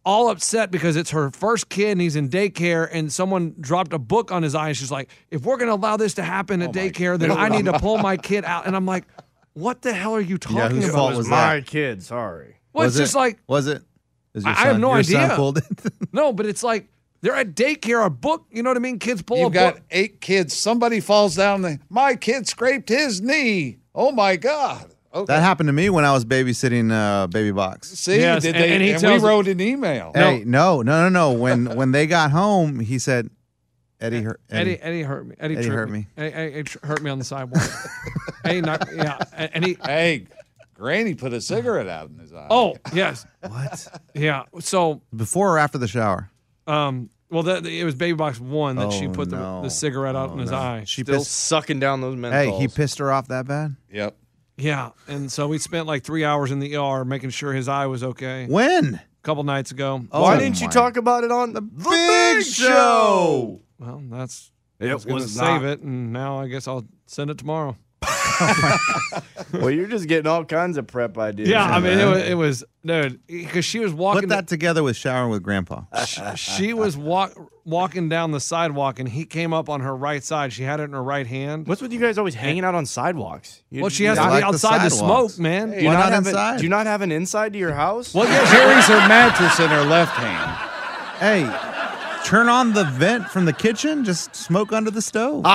Speaker 5: all upset because it's her first kid and he's in daycare and someone dropped a book on his eye. And she's like, if we're going to allow this to happen at daycare, then I need to pull my kid out. And I'm like, what the hell are you talking
Speaker 3: Yeah, whose
Speaker 5: about?
Speaker 3: fault was that?
Speaker 2: kid, sorry.
Speaker 5: Well, it's just like-
Speaker 3: was it? Is your
Speaker 5: I- I have
Speaker 3: son-
Speaker 5: no
Speaker 3: your son
Speaker 5: idea.
Speaker 3: pulled it?
Speaker 5: No, but it's like they're at daycare, a book. You know what I mean? Kids pull a
Speaker 13: You've got
Speaker 5: book.
Speaker 13: eight kids. Somebody falls down. The, my kid scraped his knee. Oh my god. Okay.
Speaker 3: That happened to me when I was babysitting uh, baby box.
Speaker 13: See,
Speaker 5: Yes,
Speaker 13: did
Speaker 5: and-
Speaker 13: they,
Speaker 5: and he
Speaker 13: and
Speaker 5: tells-
Speaker 13: we wrote an email.
Speaker 3: Hey, no, no, no, no. When when they got home, he said, "Eddie, hurt,
Speaker 5: Eddie, Eddie hurt me. Eddie,
Speaker 3: Eddie
Speaker 5: tripped
Speaker 3: hurt me.
Speaker 5: Eddie, Eddie- Eddie tr- hurt me on the sidewalk. Eddie knocked, yeah, a- and he.
Speaker 13: Hey, Granny put a cigarette out in his eye.
Speaker 5: Oh yes,
Speaker 3: what?
Speaker 5: Yeah. So,
Speaker 3: Before or after the shower?
Speaker 5: um, well, that it was Baby Box One that she
Speaker 3: Oh,
Speaker 5: put
Speaker 3: no.
Speaker 5: the, the cigarette out
Speaker 3: Oh,
Speaker 5: in his
Speaker 3: no.
Speaker 5: eye.
Speaker 3: She
Speaker 2: Still
Speaker 3: pissed-
Speaker 2: sucking down those menthols.
Speaker 3: Hey, he pissed her off that bad.
Speaker 13: Yep.
Speaker 5: Yeah, and so we spent like three hours in the ER making sure his eye was okay.
Speaker 3: When? Oh
Speaker 5: A couple nights ago.
Speaker 2: Why didn't you talk about it on the, big show?
Speaker 5: Well, that's
Speaker 2: It
Speaker 5: I was, gonna
Speaker 2: was
Speaker 5: save
Speaker 2: not.
Speaker 5: it, and now I guess I'll send it tomorrow.
Speaker 2: well, you're just getting all kinds of prep ideas.
Speaker 5: Yeah, I mean, it was, it was dude, because she was walking.
Speaker 3: Put that together with showering with grandpa.
Speaker 5: she was walk, walking down the sidewalk and he came up on her right side. She had it in her right hand.
Speaker 2: What's with you guys always hanging out on sidewalks? You-
Speaker 5: well, she has to
Speaker 2: I
Speaker 5: be
Speaker 2: like the
Speaker 5: outside to
Speaker 2: sidewalks.
Speaker 5: smoke, man.
Speaker 2: Do you not, have A, do you not have an inside to your house?
Speaker 5: Well, yeah,
Speaker 13: Carries her mattress in her left hand.
Speaker 3: Hey, turn on the vent from the kitchen. Just smoke under the stove.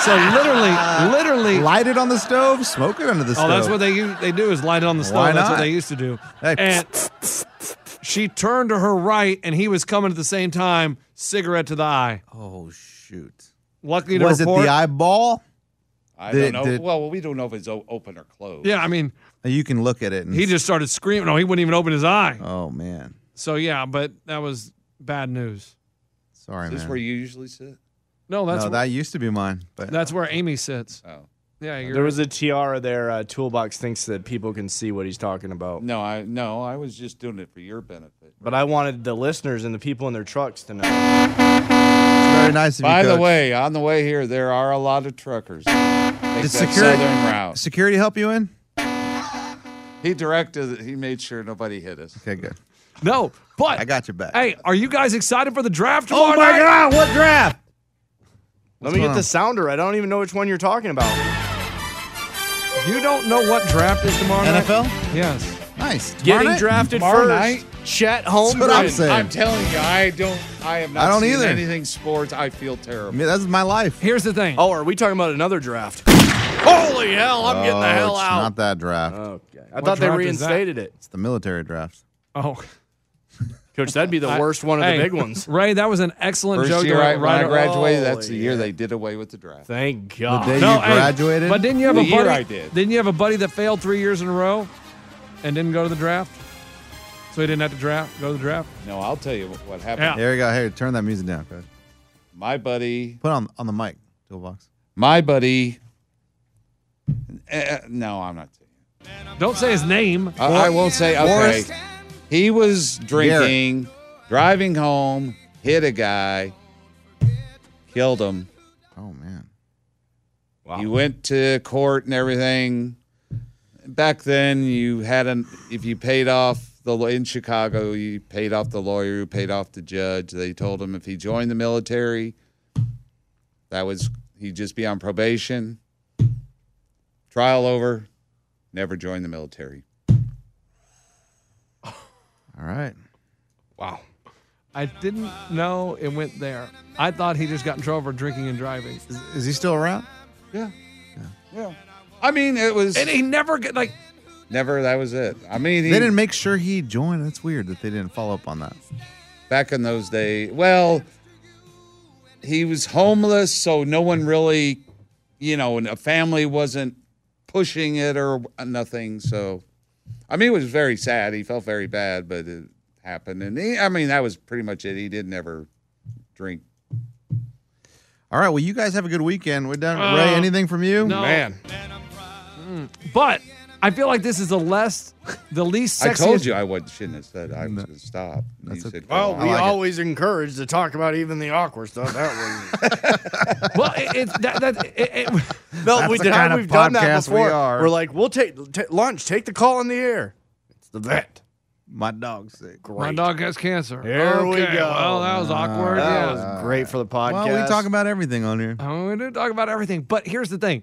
Speaker 5: so literally, literally,
Speaker 3: light it on the stove. Smoke it under the
Speaker 5: Oh,
Speaker 3: stove.
Speaker 5: that's what they u- they do is light it on the stove.
Speaker 3: Why
Speaker 5: That's what
Speaker 3: not?
Speaker 5: they used to do.
Speaker 3: Hey,
Speaker 5: And she turned to her right, and he was coming at the same time, cigarette to the eye.
Speaker 3: Oh shoot!
Speaker 5: Luckily, to
Speaker 3: Was it
Speaker 5: report,
Speaker 3: the eyeball?
Speaker 13: I
Speaker 3: Did-
Speaker 13: don't know.
Speaker 3: did-
Speaker 13: well, we don't know if it's o- open or closed.
Speaker 5: Yeah, I mean,
Speaker 3: You can look at it. And,
Speaker 5: he just started screaming. No, he wouldn't even open his eye.
Speaker 3: oh man,
Speaker 5: So yeah, but that was bad news.
Speaker 3: sorry
Speaker 13: Is this
Speaker 3: man.
Speaker 13: where you usually sit?
Speaker 5: No, that's
Speaker 3: no,
Speaker 5: where,
Speaker 3: that used to be mine, but
Speaker 5: that's where Amy sits.
Speaker 13: Oh.
Speaker 5: Yeah, you're,
Speaker 2: There was a tiara there. Uh, Toolbox thinks that people can see what he's talking about.
Speaker 13: No, I no, I was just doing it for your benefit.
Speaker 2: But I wanted the listeners and the people in their trucks to know.
Speaker 3: very very nice of you,
Speaker 13: By the
Speaker 3: Coach.
Speaker 13: way, on the way here, there are a lot of truckers. Take
Speaker 3: Did
Speaker 13: that
Speaker 3: security
Speaker 13: southern route.
Speaker 3: security help you in?
Speaker 13: He directed. He made sure nobody hit us.
Speaker 3: Okay, good.
Speaker 5: No, but
Speaker 3: I got your back.
Speaker 5: Hey, are you guys excited for the draft
Speaker 3: Oh
Speaker 5: tomorrow night?
Speaker 3: my God, what draft?
Speaker 2: Let me
Speaker 5: going
Speaker 2: get the
Speaker 5: on?
Speaker 2: sounder. I don't even know which one you're talking about.
Speaker 5: You don't know what draft is tomorrow
Speaker 3: NFL?
Speaker 5: night? NFL? Yes.
Speaker 3: Nice. Tomorrow
Speaker 2: Getting
Speaker 3: night?
Speaker 2: drafted
Speaker 13: Tomorrow
Speaker 2: first.
Speaker 13: night?
Speaker 2: Chet Holmgren.
Speaker 3: what I'm saying.
Speaker 13: I'm telling you, I don't. I have not.
Speaker 3: I don't
Speaker 13: seen
Speaker 3: either.
Speaker 13: Anything sports, I feel terrible.
Speaker 3: that's my life.
Speaker 5: Here's the thing.
Speaker 2: Oh, are we talking about another draft? Holy hell! I'm getting the
Speaker 3: Oh,
Speaker 2: hell
Speaker 3: it's
Speaker 2: out.
Speaker 3: Not that draft.
Speaker 2: Okay. I thought they
Speaker 5: draft is that?
Speaker 2: reinstated it.
Speaker 3: It's the military draft.
Speaker 5: Oh,
Speaker 2: Coach, that'd be the
Speaker 5: I-
Speaker 2: worst one of
Speaker 5: hey,
Speaker 2: the big ones.
Speaker 5: Ray, that was an excellent
Speaker 13: First
Speaker 5: joke.
Speaker 13: year
Speaker 5: right,
Speaker 13: I, when I
Speaker 5: right-
Speaker 13: graduated,
Speaker 5: Oh,
Speaker 13: that's the year they did away with the draft.
Speaker 2: Thank God.
Speaker 3: The day you
Speaker 5: hey,
Speaker 3: graduated?
Speaker 5: but didn't you have
Speaker 13: The
Speaker 5: a
Speaker 13: year
Speaker 5: buddy?
Speaker 13: I did.
Speaker 5: Didn't you have a buddy that failed three years in a row and didn't go to the draft? So he didn't have to draft. Go to the draft.
Speaker 13: No, I'll tell you what happened.
Speaker 5: Yeah.
Speaker 3: Here we go. Hey, turn that music down, coach.
Speaker 13: My buddy,
Speaker 3: Put it on on the mic, toolbox.
Speaker 13: my buddy. eh, no, I'm not.
Speaker 5: Don't say his name.
Speaker 13: I, I won't say. Okay,
Speaker 3: Forrest.
Speaker 13: he was drinking, driving home, hit a guy, killed him.
Speaker 3: Oh man.
Speaker 13: You went to court and everything. Back then, you had an if you paid off the law- in Chicago, you paid off the lawyer, you paid off the judge. They told him if he joined the military, that was he'd just be on probation. Trial over. Never joined the military.
Speaker 3: All right.
Speaker 2: Wow.
Speaker 5: I didn't know it went there. I thought he just got in trouble for drinking and driving.
Speaker 3: Is he still around?
Speaker 13: Yeah. Yeah. I mean, it was
Speaker 5: And he never get like
Speaker 13: never. That was it. I mean,
Speaker 3: They
Speaker 13: he-
Speaker 3: didn't make sure he joined. That's weird that they didn't follow up on that.
Speaker 13: back in those days. Well, he was homeless, so no one really, you know, and a family wasn't pushing it or nothing. So, I mean, it was very sad. He felt very bad, but it happened. And he, I mean, that was pretty much it. He didn't ever drink.
Speaker 3: All right. Well, you guys have a good weekend. We're done.
Speaker 2: Uh,
Speaker 3: Ray, anything from you?
Speaker 5: Uh, no. Mm.
Speaker 13: Man,
Speaker 5: But I feel like this is the less, the least
Speaker 13: I
Speaker 5: sexy.
Speaker 13: told you I would, shouldn't have said I was going to stop.
Speaker 3: That's
Speaker 13: You
Speaker 3: okay.
Speaker 13: said, go
Speaker 2: Well,
Speaker 13: on.
Speaker 2: we
Speaker 3: like it.
Speaker 2: always encourage to talk about even the awkward stuff. That way.
Speaker 5: Well, it, it, that, that, it, it,
Speaker 2: no,
Speaker 3: That's
Speaker 2: we
Speaker 3: the
Speaker 2: did.
Speaker 3: kind of
Speaker 2: we've done that
Speaker 3: podcast we
Speaker 2: before.
Speaker 3: are.
Speaker 2: are like, we'll take ta- lunch. Take the call in the air. It's the vet.
Speaker 3: My dog's sick.
Speaker 5: my dog has cancer.
Speaker 2: Here we
Speaker 5: Okay,
Speaker 2: go.
Speaker 5: Well, that was awkward.
Speaker 2: That
Speaker 5: yeah.
Speaker 2: was great for the podcast.
Speaker 3: Well, we talk about everything on here.
Speaker 5: Oh, we did talk about everything. But here's the thing.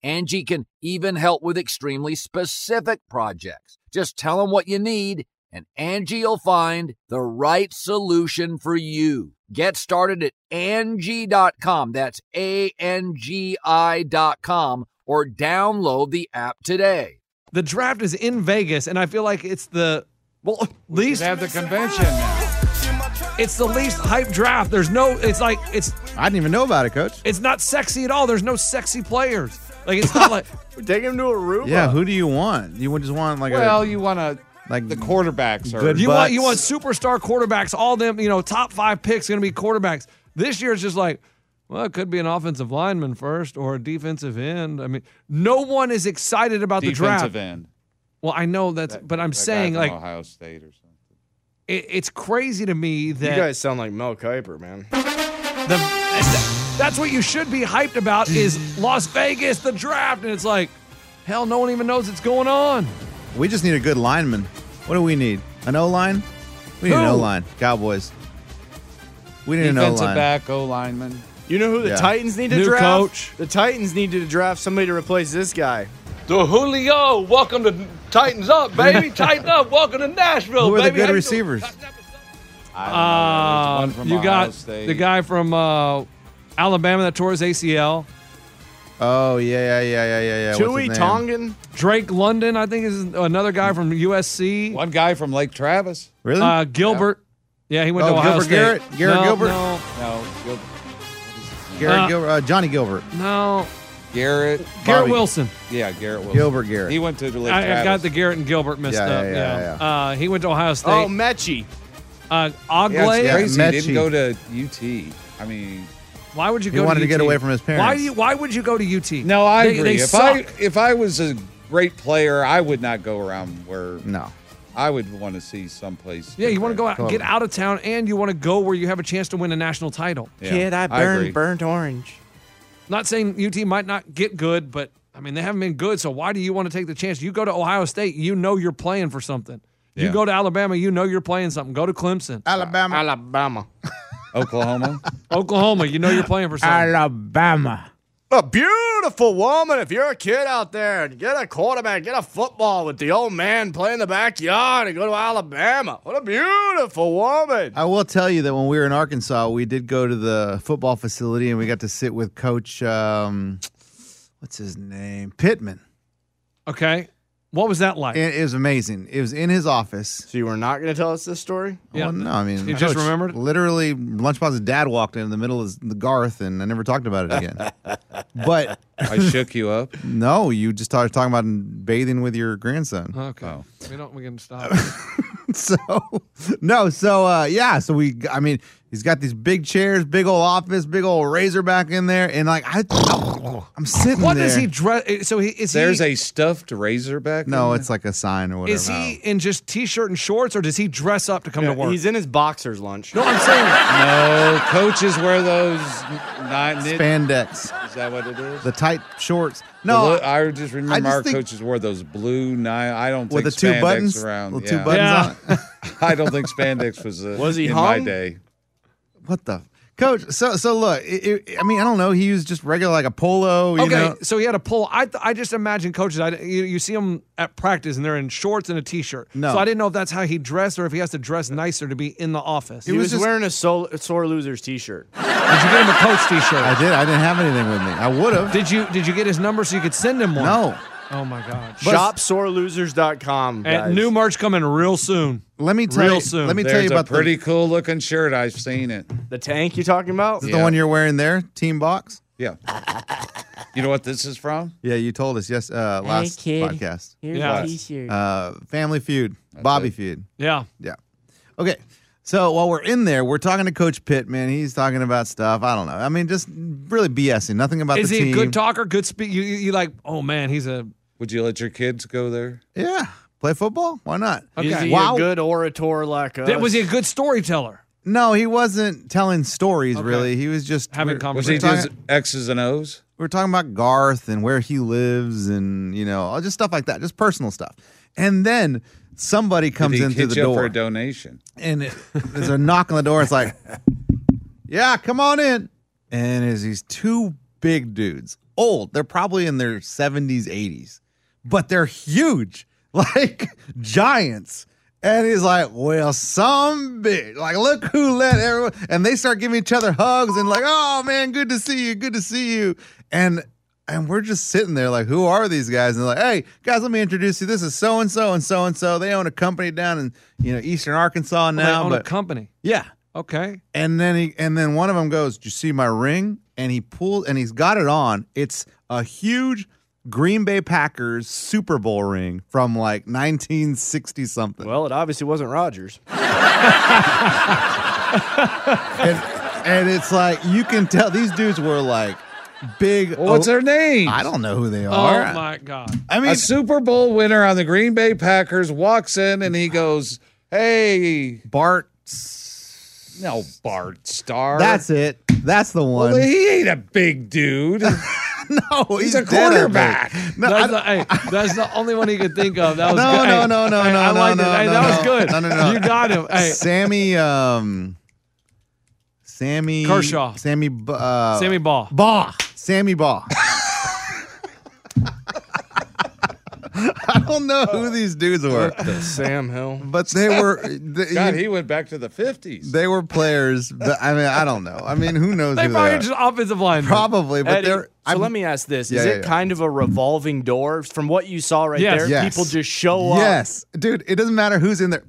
Speaker 14: Angie can even help with extremely specific projects. Just tell them what you need and Angie will find the right solution for you. Get started at Angie.com. That's A N G I.com or download the app today.
Speaker 5: The draft is in Vegas, and I feel like it's the well least have the convention now. It's the least hype draft. There's no. It's like it's.
Speaker 3: I didn't even know about it, Coach.
Speaker 5: It's not sexy at all. There's no sexy players. Like it's not like
Speaker 2: we're taking him to Aruba.
Speaker 3: Yeah, who do you want? You would just want like
Speaker 13: Well,
Speaker 3: a
Speaker 13: you want to
Speaker 3: like
Speaker 13: the quarterbacks are
Speaker 3: Good
Speaker 5: you
Speaker 3: butts.
Speaker 5: want you want superstar quarterbacks. All them, you know, top five picks going to be quarterbacks. This year it's just like, well, it could be an offensive lineman first or a defensive end. I mean, no one is excited about the
Speaker 13: defensive
Speaker 5: draft.
Speaker 13: end.
Speaker 5: Well, I know that's, but I'm
Speaker 13: That guy
Speaker 5: saying
Speaker 13: from
Speaker 5: like
Speaker 13: Ohio State or something.
Speaker 5: it, it's crazy to me
Speaker 2: You
Speaker 5: that
Speaker 2: guys sound like Mel Kiper, man.
Speaker 5: the and th- that's what you should be hyped about is Las Vegas, the draft, and it's like, hell, no one even knows it's going on.
Speaker 3: We just need a good lineman. What do we need? An O line? We need an
Speaker 5: Who?
Speaker 3: O line. Cowboys. We need an O
Speaker 13: Defensive
Speaker 3: line.
Speaker 13: back, O lineman.
Speaker 2: You know who the
Speaker 3: Yeah.
Speaker 2: Titans need to
Speaker 5: New
Speaker 2: draft?
Speaker 5: coach.
Speaker 2: The Titans needed to draft somebody to replace this guy.
Speaker 9: The Julio, welcome to Titans Up, baby. Tighten up. Welcome to Nashville,
Speaker 3: Who are
Speaker 9: baby.
Speaker 3: the good
Speaker 9: How you
Speaker 3: receivers?
Speaker 13: I
Speaker 5: Um,
Speaker 13: don't know. There's one from
Speaker 5: you
Speaker 13: Ohio
Speaker 5: got
Speaker 13: State.
Speaker 5: the guy from uh, Alabama that tore his ACL.
Speaker 3: Oh yeah, yeah, yeah, yeah, yeah, yeah. What's his
Speaker 2: Chewy
Speaker 3: name?
Speaker 2: Tongan.
Speaker 5: Drake London, I think, is another guy from USC.
Speaker 13: One guy from Lake Travis.
Speaker 3: Really?
Speaker 5: Uh, Gilbert. Yeah, he went
Speaker 3: Oh,
Speaker 5: to Ohio
Speaker 3: Gilbert
Speaker 5: State.
Speaker 3: Garrett? Garrett
Speaker 5: no,
Speaker 3: Gilbert?
Speaker 5: No,
Speaker 13: No, Gil-
Speaker 3: Garrett
Speaker 5: uh,
Speaker 3: Gilbert, uh, Johnny Gilbert,
Speaker 5: no.
Speaker 13: Garrett.
Speaker 5: Garrett
Speaker 3: Bobby.
Speaker 5: Wilson.
Speaker 13: Yeah, Garrett Wilson.
Speaker 3: Gilbert Garrett.
Speaker 13: He went to Lake
Speaker 5: I,
Speaker 13: Travis.
Speaker 5: I got the Garrett and Gilbert mixed
Speaker 3: Yeah, yeah,
Speaker 5: up. Yeah,
Speaker 3: yeah,
Speaker 5: Uh, he went to Ohio State.
Speaker 2: Oh, Mechie.
Speaker 5: uh,
Speaker 13: yeah,
Speaker 5: Ogley.
Speaker 13: it's
Speaker 3: Yeah,
Speaker 13: crazy. He didn't
Speaker 3: Mechie.
Speaker 13: go to UT. I mean,
Speaker 5: Why would you
Speaker 3: He
Speaker 5: go?
Speaker 3: wanted
Speaker 5: to,
Speaker 3: to get
Speaker 5: UT?
Speaker 3: away from his parents.
Speaker 5: Why do you? Why would you go to UT?
Speaker 13: no, I
Speaker 5: They-
Speaker 13: agree.
Speaker 5: They
Speaker 13: if
Speaker 5: suck.
Speaker 13: I if I was a great player, I would not go around where
Speaker 3: No.
Speaker 13: I would want to see someplace.
Speaker 5: yeah, you want to go out,
Speaker 3: Totally.
Speaker 5: get out of town, and you want to go where you have a chance to win a national title.
Speaker 13: Yeah, Kid, I I burned agree.
Speaker 8: burnt orange.
Speaker 5: Not saying UT might not get good, but I mean they haven't been good. So why do you want to take the chance? You go to Ohio State, you know you're playing for something. You
Speaker 13: Yeah.
Speaker 5: go to Alabama, you know you're playing something. Go to Clemson,
Speaker 3: Alabama.
Speaker 2: Alabama.
Speaker 13: Oklahoma.
Speaker 5: Oklahoma, you know you're playing for something.
Speaker 3: Alabama.
Speaker 2: A beautiful woman. If you're a kid out there and get a quarterback, get a football with the old man, play in the backyard and go to Alabama. What a beautiful woman.
Speaker 3: I will tell you that when we were in Arkansas, we did go to the football facility and we got to sit with Coach, um, what's his name, Pittman.
Speaker 5: Okay, what was that like?
Speaker 3: And it was amazing. It was in his office.
Speaker 2: So you were not going to tell us this story?
Speaker 5: Yeah.
Speaker 3: Well, no, I mean,
Speaker 5: You just
Speaker 3: Coach-
Speaker 5: remembered?
Speaker 3: Literally, Lunchbox's dad walked in, in the middle of the Garth, and I never talked about it again. but
Speaker 13: I shook you up.
Speaker 3: no, you just started talking about bathing with your grandson.
Speaker 5: okay,
Speaker 13: Oh.
Speaker 5: we don't. We can stop.
Speaker 3: so no so uh yeah so we i mean he's got these big chairs big old office big old razor back in there and like i i'm sitting
Speaker 5: what
Speaker 3: there
Speaker 5: does he dress? So he is
Speaker 13: There's
Speaker 5: he,
Speaker 13: a stuffed razorback.
Speaker 3: no
Speaker 13: in
Speaker 3: it's like a sign or whatever
Speaker 5: Is he in just t-shirt and shorts, or does he dress up to come to work?
Speaker 2: He's in his boxer's lunch.
Speaker 5: no, I'm saying
Speaker 13: No, coaches wear those not knit.
Speaker 3: spandex
Speaker 13: Is that what it is?
Speaker 3: the tight shorts
Speaker 13: The
Speaker 3: no
Speaker 13: lo- I would just remember
Speaker 3: I just
Speaker 13: our
Speaker 3: think-
Speaker 13: coaches wore those blue nine. I don't
Speaker 3: with the
Speaker 13: think
Speaker 3: two
Speaker 13: spandex
Speaker 3: buttons
Speaker 13: around.
Speaker 3: with
Speaker 13: yeah.
Speaker 3: two buttons on it.
Speaker 13: I don't think spandex was a,
Speaker 2: Was he
Speaker 13: in my
Speaker 2: hung?
Speaker 13: day.
Speaker 3: what the coach so so look it, it, i mean i don't know he used just regular like a polo you
Speaker 5: okay,
Speaker 3: know
Speaker 5: so he had a pull. I th- I just imagine coaches. I you, you see them at practice and they're in shorts and a t-shirt.
Speaker 3: No.
Speaker 5: so I didn't know if that's how he dressed or if he has to dress nicer to be in the office.
Speaker 2: He
Speaker 5: Did
Speaker 2: was,
Speaker 3: just-
Speaker 2: wearing a sore, sore loser's t shirt.
Speaker 5: you get him a coach t-shirt?
Speaker 3: i did i didn't have anything with me i would have
Speaker 5: did you did you get his number so you could send him one?
Speaker 3: no
Speaker 5: Oh my god.
Speaker 2: ShopSoreLosers.com.
Speaker 5: and
Speaker 2: guys.
Speaker 5: new merch coming real soon.
Speaker 3: let me tell
Speaker 5: Real
Speaker 3: you
Speaker 5: soon.
Speaker 3: let me tell you
Speaker 13: There's a
Speaker 3: about
Speaker 13: pretty
Speaker 3: the,
Speaker 13: cool looking shirt. I've seen it.
Speaker 2: the tank you talking about?
Speaker 3: the
Speaker 13: Yeah.
Speaker 3: one you're wearing there team box
Speaker 13: Yeah. You know what this is from?
Speaker 3: Yeah, you told us yes uh, last podcast.
Speaker 8: Here's
Speaker 5: Yeah.
Speaker 8: a t-shirt.
Speaker 3: Uh, Family Feud, Bobby
Speaker 13: it.
Speaker 3: Feud.
Speaker 5: Yeah.
Speaker 3: Yeah. Okay. So while we're in there, we're talking to Coach Pittman. He's talking about stuff. I don't know. I mean, just really BSing. Nothing about
Speaker 5: Is
Speaker 3: the
Speaker 5: he
Speaker 3: team.
Speaker 5: a good talker? Good speak. You, you you like? Oh man, he's a.
Speaker 13: Would you let your kids go there?
Speaker 3: yeah. Play football? Why not?
Speaker 5: Okay.
Speaker 2: Is he
Speaker 3: Wow.
Speaker 2: a good orator like us?
Speaker 5: That was he a good storyteller?
Speaker 3: No, he wasn't telling stories
Speaker 5: Okay.
Speaker 3: really. He was just
Speaker 5: Having
Speaker 3: we're-
Speaker 13: Was
Speaker 5: conversations.
Speaker 13: he
Speaker 3: We're
Speaker 13: just X's and O's?
Speaker 3: we were talking about Garth and where he lives and you know all just stuff like that, just personal stuff. And then somebody
Speaker 13: Did
Speaker 3: comes
Speaker 13: he
Speaker 3: in through
Speaker 13: hit
Speaker 3: the
Speaker 13: you up for
Speaker 3: door.
Speaker 13: a donation?
Speaker 3: and it, there's a knock on the door. It's like, yeah, come on in. And there's these two big dudes, old. They're probably in their 70s, 80s, but they're huge, like giants. And he's like, well, some big, like, look who let everyone. And they start giving each other hugs and like, oh man, good to see you, good to see you. And And we're just sitting there like, who are these guys? And they're like, hey, guys, let me introduce you. This is so and so and so and so. They own a company down in you know Eastern Arkansas
Speaker 5: they
Speaker 3: now.
Speaker 5: own a
Speaker 3: but-
Speaker 5: company.
Speaker 3: Yeah.
Speaker 5: Okay.
Speaker 3: And then he and then one of them goes, "Did you see my ring?" And he pulls and he's got it on. It's a huge Green Bay Packers Super Bowl ring from like 1960 something.
Speaker 2: Well, it obviously wasn't Rogers.
Speaker 3: and, and it's like you can tell these dudes were like big.
Speaker 13: what's their name?
Speaker 3: I don't know who they
Speaker 13: Oh,
Speaker 3: are.
Speaker 13: my
Speaker 5: My God.
Speaker 3: I mean,
Speaker 13: a Super Bowl winner on the Green Bay Packers walks in and he goes, "Hey,
Speaker 3: Bart."
Speaker 13: No, Bart Star.
Speaker 3: That's it. That's the one.
Speaker 13: Well, he ain't a big dude.
Speaker 3: no,
Speaker 13: he's,
Speaker 3: he's
Speaker 13: a
Speaker 3: dead, I think.
Speaker 13: quarterback.
Speaker 5: No, that's, the, hey, that's the only one he could think of. That was
Speaker 3: no,
Speaker 5: good.
Speaker 3: no,
Speaker 5: Hey,
Speaker 3: no, no,
Speaker 5: hey,
Speaker 3: no,
Speaker 5: I
Speaker 3: no,
Speaker 5: liked
Speaker 3: no,
Speaker 5: it. Hey,
Speaker 3: no,
Speaker 5: that was
Speaker 3: no.
Speaker 5: good.
Speaker 3: No, no, no.
Speaker 5: You got him. Hey,
Speaker 3: Sammy, um, Sammy
Speaker 5: Kershaw.
Speaker 3: Sammy, B- uh,
Speaker 5: Sammy Baugh.
Speaker 3: Baugh, Sammy Baugh. I don't know who these dudes were,
Speaker 2: Sam Hill.
Speaker 3: but they were. They,
Speaker 13: God, he went back to the fifties.
Speaker 3: they were players, but I mean, I don't know. I mean, who knows?
Speaker 5: they
Speaker 3: who
Speaker 5: probably
Speaker 3: are.
Speaker 5: just offensive line.
Speaker 3: probably, but
Speaker 2: Eddie,
Speaker 3: they're.
Speaker 2: so let me ask this:
Speaker 3: Yeah,
Speaker 2: Is
Speaker 3: yeah,
Speaker 2: it
Speaker 3: yeah.
Speaker 2: kind of a revolving door? From what you saw right
Speaker 3: Yes.
Speaker 2: there,
Speaker 3: Yes.
Speaker 2: people just show up.
Speaker 3: Yes, dude. It doesn't matter who's in there.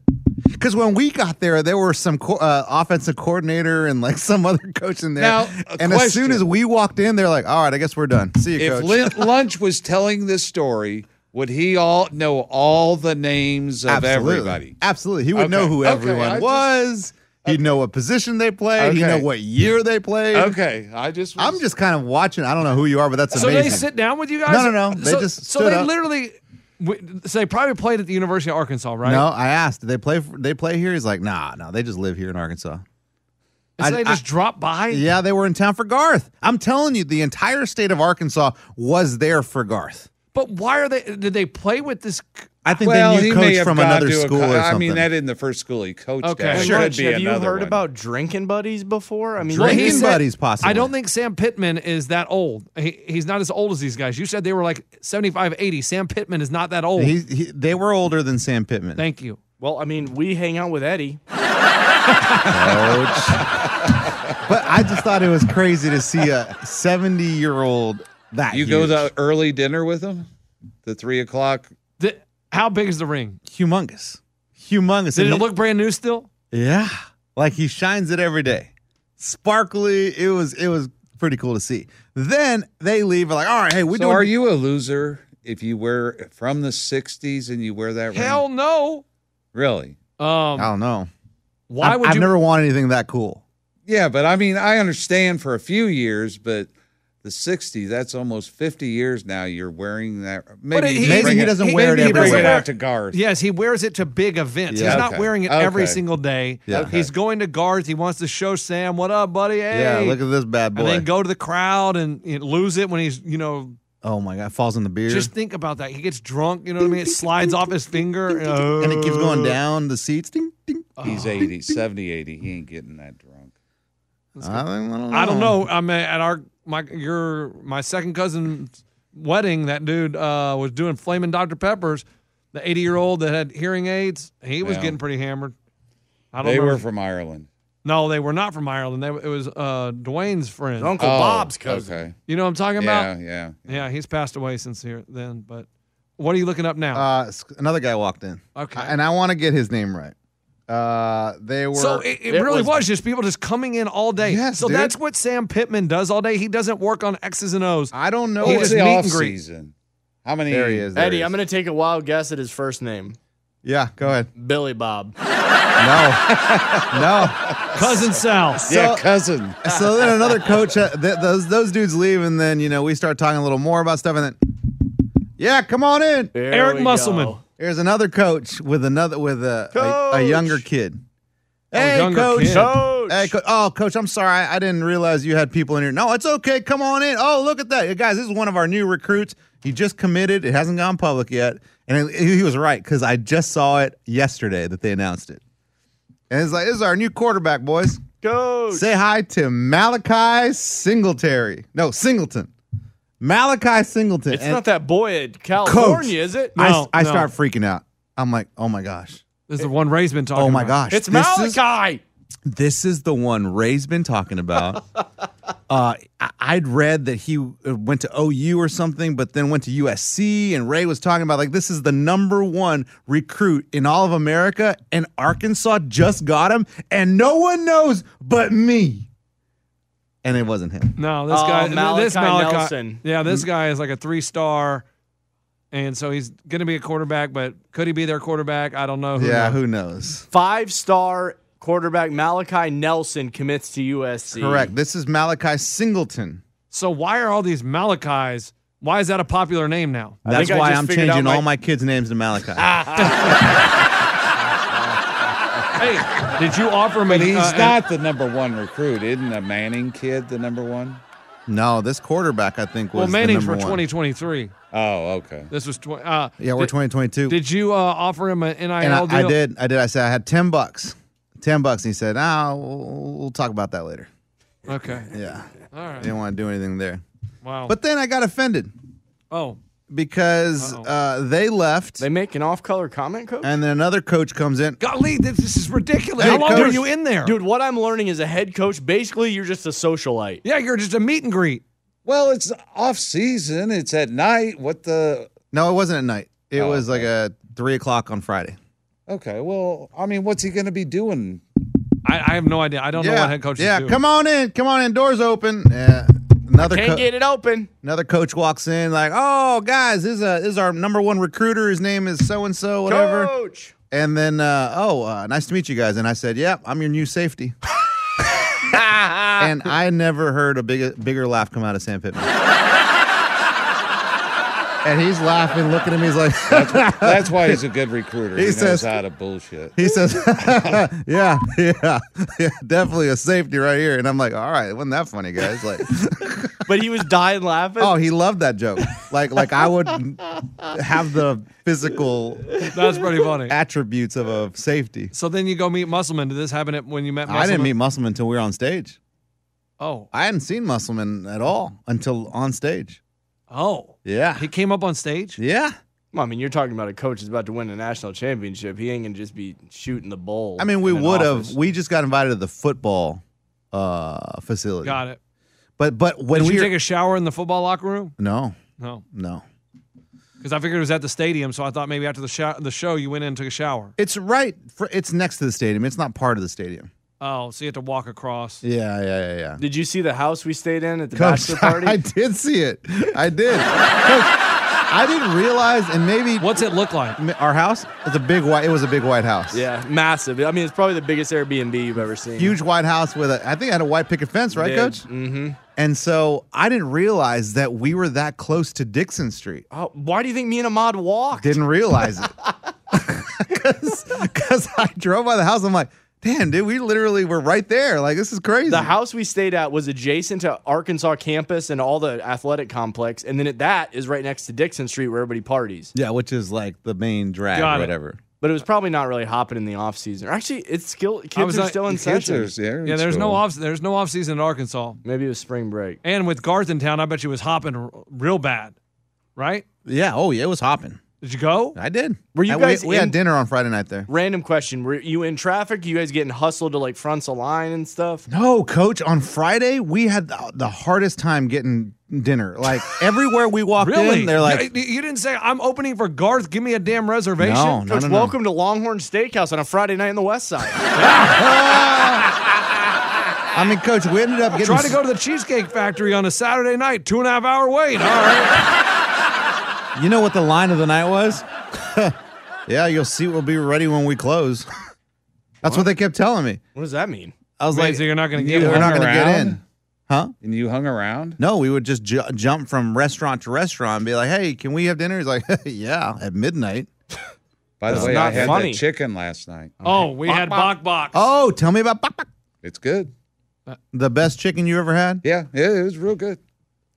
Speaker 3: Because when we got there, there were some co- uh, offensive coordinator and like some other coach in there.
Speaker 13: Now, a
Speaker 3: and as soon
Speaker 13: question.
Speaker 3: as we walked in, they're like, "All right, I guess we're done. See you,
Speaker 13: If
Speaker 3: coach."
Speaker 13: Lin- Lunch was telling this story, would he all know all the names of
Speaker 3: Absolutely.
Speaker 13: everybody?
Speaker 3: Absolutely, he would know
Speaker 13: Okay.
Speaker 3: who
Speaker 13: Okay,
Speaker 3: everyone
Speaker 13: I just-
Speaker 3: was. He'd know what position they played. He'd
Speaker 13: Okay.
Speaker 3: know what year they played.
Speaker 13: Okay, I just was-
Speaker 3: I'm just kind of watching. I don't know who you are, but that's
Speaker 5: so
Speaker 3: amazing.
Speaker 5: they sit down with you guys?
Speaker 3: No, no, no. They
Speaker 5: so,
Speaker 3: just
Speaker 5: so
Speaker 3: stood
Speaker 5: they
Speaker 3: up.
Speaker 5: literally. w- So they probably played at the University of Arkansas, right?
Speaker 3: No, I asked. Do they play? For, they play here? He's like, Nah, no. They just live here in Arkansas.
Speaker 5: And so
Speaker 3: I-
Speaker 5: they just
Speaker 3: I-
Speaker 5: dropped by.
Speaker 3: Yeah, they were in town for Garth. I'm telling you, the entire state of Arkansas was there for Garth.
Speaker 5: But why are they? Did they play with this? c-
Speaker 3: I think
Speaker 13: well,
Speaker 3: they
Speaker 13: he
Speaker 3: knew
Speaker 13: may
Speaker 3: coach
Speaker 13: have
Speaker 3: from
Speaker 13: gone
Speaker 3: another
Speaker 13: to a
Speaker 3: school
Speaker 13: co-
Speaker 3: or something.
Speaker 13: I mean, that in the first school he coached.
Speaker 5: Okay.
Speaker 13: at.
Speaker 5: Sure.
Speaker 13: Could be
Speaker 2: Have you
Speaker 13: another
Speaker 2: heard
Speaker 13: one.
Speaker 2: about drinking buddies before? I mean,
Speaker 3: Drinking
Speaker 5: he said-
Speaker 3: buddies, possibly.
Speaker 5: I don't think Sam Pittman is that old. He, he's not as old as these guys. You said they were like 75, 80. Sam Pittman is not that old.
Speaker 3: He- he- they were older than Sam Pittman.
Speaker 5: Thank you.
Speaker 2: well, I mean, we hang out with Eddie.
Speaker 3: Coach. but I just thought it was crazy to see a 70 year old that
Speaker 13: You
Speaker 3: huge.
Speaker 13: go to early dinner with him, the three o'clock.
Speaker 5: The, how big is the ring?
Speaker 3: humongous, humongous.
Speaker 5: Did
Speaker 3: And
Speaker 5: it
Speaker 3: he-
Speaker 5: look brand new still?
Speaker 3: Yeah, like he shines it every day, sparkly. It was it was pretty cool to see. Then they leave like, all right, hey, we
Speaker 13: so
Speaker 3: doing
Speaker 13: are you a loser if you wear from the '60s and you wear that ring?
Speaker 5: Hell no.
Speaker 13: Really?
Speaker 5: Um,
Speaker 3: I don't know.
Speaker 5: why
Speaker 3: I've-
Speaker 5: would
Speaker 3: I've
Speaker 5: you?
Speaker 3: never worn anything that cool.
Speaker 13: Yeah, but I mean, I understand for a few years, but the '60s—that's almost 50 years now. You're wearing that. Maybe
Speaker 5: it-
Speaker 13: you
Speaker 5: Maybe
Speaker 13: bring
Speaker 3: he doesn't
Speaker 13: maybe
Speaker 3: wear it
Speaker 13: you
Speaker 3: everywhere.
Speaker 13: Bring it out to Garth.
Speaker 5: Yes, he wears it to big events.
Speaker 3: Yeah.
Speaker 5: He's not
Speaker 13: Okay.
Speaker 5: wearing it every
Speaker 13: Okay.
Speaker 5: single day.
Speaker 3: Yeah.
Speaker 5: He's going to guards. He wants to show Sam, "What up, buddy? Hey."
Speaker 3: Yeah, look at this bad boy.
Speaker 5: and then go to the crowd and you know, lose it when he's you know
Speaker 3: oh my god, falls in the beer.
Speaker 5: Just think about that. He gets drunk, you know what I mean? It slides off his finger.
Speaker 3: and it keeps going
Speaker 5: Uh,
Speaker 3: down the seats. Ding, ding.
Speaker 13: He's
Speaker 5: Oh.
Speaker 13: 80, 70, 80. He ain't getting that drunk.
Speaker 3: I don't, know.
Speaker 5: I don't
Speaker 13: Mm.
Speaker 5: know. I mean, at our my your my second cousin's wedding, that dude uh, was doing flaming Dr. Peppers. The 80 year old that had hearing aids, he was
Speaker 13: Yeah.
Speaker 5: getting pretty hammered. I don't
Speaker 13: They
Speaker 5: know.
Speaker 13: were from Ireland.
Speaker 5: no, they were not from Ireland. They, were- it was uh, Dwayne's friend.
Speaker 2: Uncle
Speaker 13: Oh,
Speaker 2: Bob's cousin.
Speaker 13: Okay.
Speaker 5: You know what I'm talking
Speaker 13: Yeah,
Speaker 5: about?
Speaker 13: yeah.
Speaker 5: Yeah, he's passed away since here then. But what are you looking up now?
Speaker 3: Uh, s- another guy walked in.
Speaker 5: Okay.
Speaker 3: and I want to get his name right. Uh, they were
Speaker 5: So it, it
Speaker 2: It
Speaker 5: really was,
Speaker 2: was-
Speaker 5: just people just coming in all day.
Speaker 3: Yes,
Speaker 5: so
Speaker 3: dude.
Speaker 5: that's what Sam Pittman does all day. He doesn't work on X's and O's.
Speaker 3: I don't know.
Speaker 5: He
Speaker 13: What's
Speaker 5: just
Speaker 13: the
Speaker 5: meet
Speaker 13: off
Speaker 5: and greet.
Speaker 13: season? How many?
Speaker 3: there he is. there he
Speaker 2: Eddie,
Speaker 3: is.
Speaker 2: I'm going to take a wild guess at his first name,
Speaker 3: Yeah, go ahead.
Speaker 2: Billy Bob.
Speaker 3: No, no.
Speaker 5: Cousin Sal.
Speaker 13: yeah,
Speaker 3: So-
Speaker 13: cousin.
Speaker 3: so then another coach, uh, th- those those dudes leave, and then you know we start talking a little more about stuff, and then yeah, come on in.
Speaker 2: There
Speaker 5: Eric
Speaker 2: we
Speaker 5: Musselman.
Speaker 2: go.
Speaker 3: Here's another coach with another with a a, a
Speaker 2: Coach!
Speaker 3: younger kid. Hey,
Speaker 5: Oh, younger
Speaker 3: coach.
Speaker 5: kid.
Speaker 2: Coach!
Speaker 3: Hey, co- oh, coach, I'm sorry. I, I didn't realize you had people in here. No, it's okay. Come on in. Oh, look at that. Hey, Guys, this is one of our new recruits. He just committed. It hasn't gone public yet. And he he was right because I just saw it yesterday that they announced it. And it's like, this is our new quarterback, boys.
Speaker 2: Coach.
Speaker 3: Say hi to Malachi Singletary. No, Singleton. Malachi Singleton.
Speaker 2: it's
Speaker 3: And
Speaker 2: not that boy at California, is it?
Speaker 3: I,
Speaker 5: No,
Speaker 3: I
Speaker 5: no.
Speaker 3: start freaking out. I'm like, oh my gosh.
Speaker 5: This is the one Ray's been talking
Speaker 3: Oh my
Speaker 5: about.
Speaker 3: gosh.
Speaker 2: It's
Speaker 3: This is-
Speaker 2: Malachi.
Speaker 3: this is the one Ray's been talking about. uh, I, I I'd read that he uh, went to OU or something, but then went to USC. And Ray was talking about like this is the number one recruit in all of America, and Arkansas just got him, and no one knows but me. And it wasn't him.
Speaker 5: No, this
Speaker 3: Oh,
Speaker 5: guy, this
Speaker 3: Malachi
Speaker 5: Malachi, Mm-hmm.
Speaker 3: Nelson.
Speaker 5: yeah, this guy is like a three star, and so he's going to be a quarterback. But could he be their quarterback? I don't know. Oh, Who
Speaker 3: yeah,
Speaker 5: knows?
Speaker 3: who knows?
Speaker 2: Five star quarterback Malachi Nelson commits to USC.
Speaker 3: Correct. This is Malachi Singleton.
Speaker 5: So why are all these Malachis? Why is that a popular name now?
Speaker 3: That's why I'm changing all my kids' names to Malachi.
Speaker 5: hey, did you offer him?
Speaker 13: But
Speaker 5: an-
Speaker 13: he's
Speaker 5: uh,
Speaker 13: not the number one recruit, isn't the Manning kid the number one?
Speaker 3: No, this quarterback I think was
Speaker 5: well, Manning's
Speaker 3: the
Speaker 5: for
Speaker 3: number one.
Speaker 5: 2023.
Speaker 13: Oh, okay.
Speaker 5: This was tw- uh,
Speaker 3: Yeah, we're
Speaker 5: did-
Speaker 3: 2022.
Speaker 5: Did you uh, offer him an NIL
Speaker 3: and I, I
Speaker 5: deal?
Speaker 3: did. I did. I said I had ten bucks. Ten bucks. And he said, "Ah, we'll, we'll talk about that later."
Speaker 5: Okay.
Speaker 3: Yeah.
Speaker 5: All right.
Speaker 3: Didn't want to do anything there.
Speaker 5: Wow.
Speaker 3: But then I got offended
Speaker 5: oh,
Speaker 3: because uh, they left,
Speaker 2: They make an off-color comment, coach.
Speaker 3: and then another coach comes in.
Speaker 5: Golly, this, this is ridiculous.
Speaker 3: Hey,
Speaker 5: How long
Speaker 3: coach.
Speaker 5: were you in there?
Speaker 2: Dude, what I'm learning as a head coach, basically, you're just a socialite.
Speaker 5: Yeah, you're just a meet and greet.
Speaker 13: Well, it's off season. It's at night. What the?
Speaker 3: No, it wasn't at night. It
Speaker 13: Oh,
Speaker 3: was like a three o'clock on Friday.
Speaker 13: Okay. Well, I mean, what's he going to be doing?
Speaker 5: I, I have no idea. I don't know what head coaches
Speaker 3: yeah.
Speaker 5: do.
Speaker 3: Come on in. Come on in. Doors open. Yeah. Another
Speaker 2: Can't
Speaker 3: co-
Speaker 2: get it open.
Speaker 3: another coach walks in like, "Oh, guys, this is a, this is our number one recruiter. His name is so and so, whatever."
Speaker 2: Coach.
Speaker 3: And then, uh, oh, uh, nice to meet you guys. And I said, "Yep, I'm your new safety." and I never heard a big, bigger laugh come out of Sam Pittman. and he's laughing, looking at me. He's like,
Speaker 13: That's why he's a good recruiter.
Speaker 3: He
Speaker 13: He, knows
Speaker 3: says-
Speaker 13: how to bullshit.
Speaker 3: He says, yeah, yeah, yeah, definitely a safety right here. And I'm like, all right, wasn't that funny, guys? Like,
Speaker 2: but he was dying laughing.
Speaker 3: Oh, he loved that joke. Like, like I would have the physical
Speaker 5: That's pretty funny.
Speaker 3: attributes of a safety.
Speaker 5: So then you go meet Musselman. Did this happen at, when you met? Musselman?
Speaker 3: I didn't meet Musselman until we were on stage.
Speaker 5: Oh,
Speaker 3: I hadn't seen Musselman at all until on stage.
Speaker 5: oh,
Speaker 3: Yeah.
Speaker 5: he came up on stage.
Speaker 3: Yeah.
Speaker 2: Well, I mean, you're talking about a coach that's about to win a national championship. He ain't gonna just be shooting the bowl.
Speaker 3: I mean, we
Speaker 2: in an
Speaker 3: would
Speaker 2: office.
Speaker 3: have. We just got invited to the football uh, facility.
Speaker 5: Got it.
Speaker 3: But but when
Speaker 5: Did
Speaker 3: we
Speaker 5: you
Speaker 3: were-
Speaker 5: take a shower in the football locker room?
Speaker 3: no
Speaker 5: No,
Speaker 3: no.
Speaker 5: because I figured it was at the stadium. So I thought maybe after the show, the show you went in and took a shower.
Speaker 3: It's right. For, it's next to the stadium. It's not part of the stadium.
Speaker 5: Oh, so you had to walk across.
Speaker 3: Yeah yeah yeah yeah.
Speaker 2: Did you see the house we stayed in at the
Speaker 3: Coach,
Speaker 2: bachelor party?
Speaker 3: I did see it. I did. Coach, I didn't realize, and maybe
Speaker 5: what's it look like?
Speaker 3: Our house. It's a big white. It was a big white house.
Speaker 2: yeah, massive. I mean, it's probably the biggest Airbnb you've ever seen.
Speaker 3: Huge white house with a. I think it had a white picket fence, right, Coach?
Speaker 2: Mm-hmm.
Speaker 3: And so I didn't realize that we were that close to Dixon Street.
Speaker 2: Oh, why do you think me and Ahmad walked?
Speaker 3: Didn't realize it. Because I drove by the house. I'm like, damn, dude, we literally were right there. Like, this is crazy.
Speaker 2: The house we stayed at was adjacent to Arkansas campus and all the athletic complex, and then at that is right next to Dixon Street where everybody parties.
Speaker 3: yeah, which is like the main drag
Speaker 5: Got
Speaker 3: or
Speaker 5: it.
Speaker 3: whatever.
Speaker 2: But it was probably not really hopping in the off season. Or actually, it's still kids
Speaker 5: was
Speaker 2: are
Speaker 5: like-
Speaker 2: still in
Speaker 5: Kids
Speaker 2: session.
Speaker 5: Yeah, there's no off. There's no off season in Arkansas.
Speaker 2: Maybe it was spring break.
Speaker 5: And with Garth in town, I bet you was hopping r- real bad, right?
Speaker 3: Yeah. Oh, yeah. It was hopping.
Speaker 5: Did you go?
Speaker 3: I did.
Speaker 2: Were you
Speaker 3: I-
Speaker 2: guys
Speaker 3: We, we had
Speaker 2: in-
Speaker 3: dinner on Friday night there.
Speaker 2: Random question: Were you in traffic? You guys getting hustled to like fronts a line and stuff?
Speaker 3: No, coach, on Friday we had the, the hardest time getting dinner. Like everywhere we walked
Speaker 5: Really?
Speaker 3: in, they're like,
Speaker 5: you, you didn't say I'm opening for Garth. Give me a damn reservation.
Speaker 3: No, no,
Speaker 2: Coach,
Speaker 3: no, no.
Speaker 2: welcome to Longhorn Steakhouse on a Friday night in the West Side.
Speaker 3: I mean, coach, we ended up getting
Speaker 5: Try to go to the Cheesecake Factory on a Saturday night, two and a half hour wait. All right.
Speaker 3: You know what the line of the night was? yeah, you'll see we'll be ready when we close. That's what? they kept telling me.
Speaker 2: what does that mean?
Speaker 3: I was
Speaker 5: Wait,
Speaker 3: like,
Speaker 5: so you're not going to
Speaker 3: "You-
Speaker 5: get
Speaker 3: we're
Speaker 5: one?
Speaker 3: not gonna get
Speaker 13: around?
Speaker 3: in. Huh?
Speaker 13: And you hung around?
Speaker 3: No, we would just ju- jump from restaurant to restaurant and be like, hey, can we have dinner? He's like, yeah, at midnight.
Speaker 13: By the
Speaker 2: That's
Speaker 13: way, I
Speaker 2: not
Speaker 13: had
Speaker 2: funny.
Speaker 13: that chicken last night.
Speaker 5: Oh, we had Bok Box. Uh,
Speaker 3: Oh, tell me about bok, bok.
Speaker 13: It's good.
Speaker 3: the best chicken you ever had.
Speaker 13: Yeah, yeah, it was real good.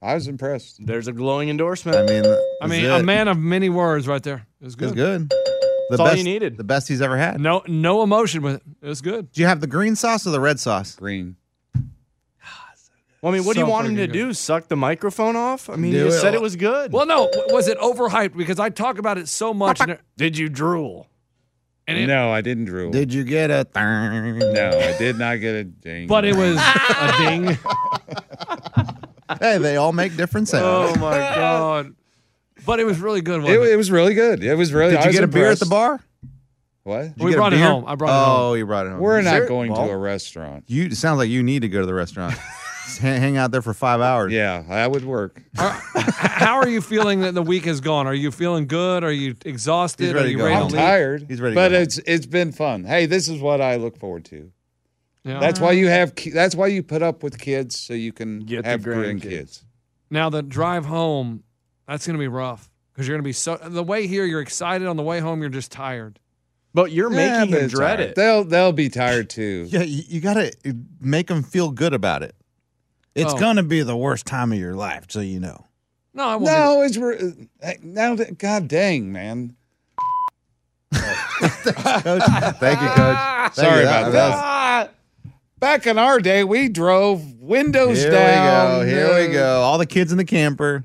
Speaker 13: I was impressed.
Speaker 2: There's a glowing endorsement.
Speaker 3: I mean,
Speaker 5: I mean,
Speaker 3: that's
Speaker 5: a
Speaker 3: it.
Speaker 5: man of many words right there. It was
Speaker 3: It was
Speaker 5: good.
Speaker 3: good. The
Speaker 2: That's all you
Speaker 3: best,
Speaker 2: needed.
Speaker 3: The best he's ever had.
Speaker 5: No, no emotion with it. It was good.
Speaker 3: Do you have the green sauce or the red sauce?
Speaker 13: Green.
Speaker 2: Well, I mean, what do
Speaker 5: So
Speaker 2: you want him to
Speaker 5: freaking
Speaker 2: do? Suck the microphone off? I mean,
Speaker 3: Do
Speaker 2: you
Speaker 3: it.
Speaker 2: said it was good.
Speaker 5: Well, no, w- was it overhyped? Because I talk about it so much. And, it-
Speaker 2: Did you drool?
Speaker 5: and it,
Speaker 13: no, I didn't drool.
Speaker 3: Did you get a thing?
Speaker 13: no, I did not get a ding.
Speaker 5: but it was a ding.
Speaker 3: hey, they all make different sounds.
Speaker 5: Oh my god! But it was really good.
Speaker 13: It,
Speaker 5: Wasn't it,
Speaker 13: it was really good. It was really.
Speaker 3: Did
Speaker 13: I
Speaker 3: you
Speaker 13: was
Speaker 3: get a beer at the
Speaker 13: impressed.
Speaker 3: bar?
Speaker 13: What?
Speaker 5: We brought it home. I brought it
Speaker 3: oh,
Speaker 5: home.
Speaker 3: you brought it home.
Speaker 13: We're
Speaker 3: Is
Speaker 13: not
Speaker 3: there-
Speaker 13: going
Speaker 3: Well,
Speaker 13: to a restaurant.
Speaker 3: You it sounds like you need to go to the restaurant. Just hang, hang out there for five hours.
Speaker 13: Yeah, that would work.
Speaker 5: How are you feeling that the week has gone? Are you feeling good? Are you exhausted?
Speaker 3: He's ready
Speaker 5: are
Speaker 3: to
Speaker 5: you
Speaker 3: go
Speaker 5: ready
Speaker 3: home.
Speaker 5: to leave?
Speaker 13: Tired.
Speaker 3: He's ready to
Speaker 13: But
Speaker 3: go home.
Speaker 13: it's it's been fun. Hey, this is what I look forward to.
Speaker 5: Yeah.
Speaker 13: That's why you have. ki- That's why you put up with kids so you can
Speaker 2: Get the
Speaker 13: have
Speaker 2: grandkids.
Speaker 13: grandkids.
Speaker 5: Now the drive home, that's gonna be rough because you're gonna be so. The way here, you're excited. On the way home, you're just tired.
Speaker 2: But you're
Speaker 13: Yeah,
Speaker 2: making
Speaker 13: but
Speaker 2: him
Speaker 13: it's
Speaker 2: dread
Speaker 13: all right.
Speaker 2: it.
Speaker 13: They'll they'll be tired too.
Speaker 3: Yeah, you, you got to make them feel good about it. It's
Speaker 5: Oh.
Speaker 3: going to be the worst time of your life, so you know.
Speaker 5: No, I won't be-
Speaker 13: No, it's re- hey, now. that- God dang, man.
Speaker 3: Coach, thank you, Coach. Thank you.
Speaker 13: Sorry about that.
Speaker 3: was-
Speaker 13: Ah, Back in our day, we drove windows
Speaker 3: Here
Speaker 13: down.
Speaker 3: we go.
Speaker 13: uh,
Speaker 3: Here we go. All the kids in the camper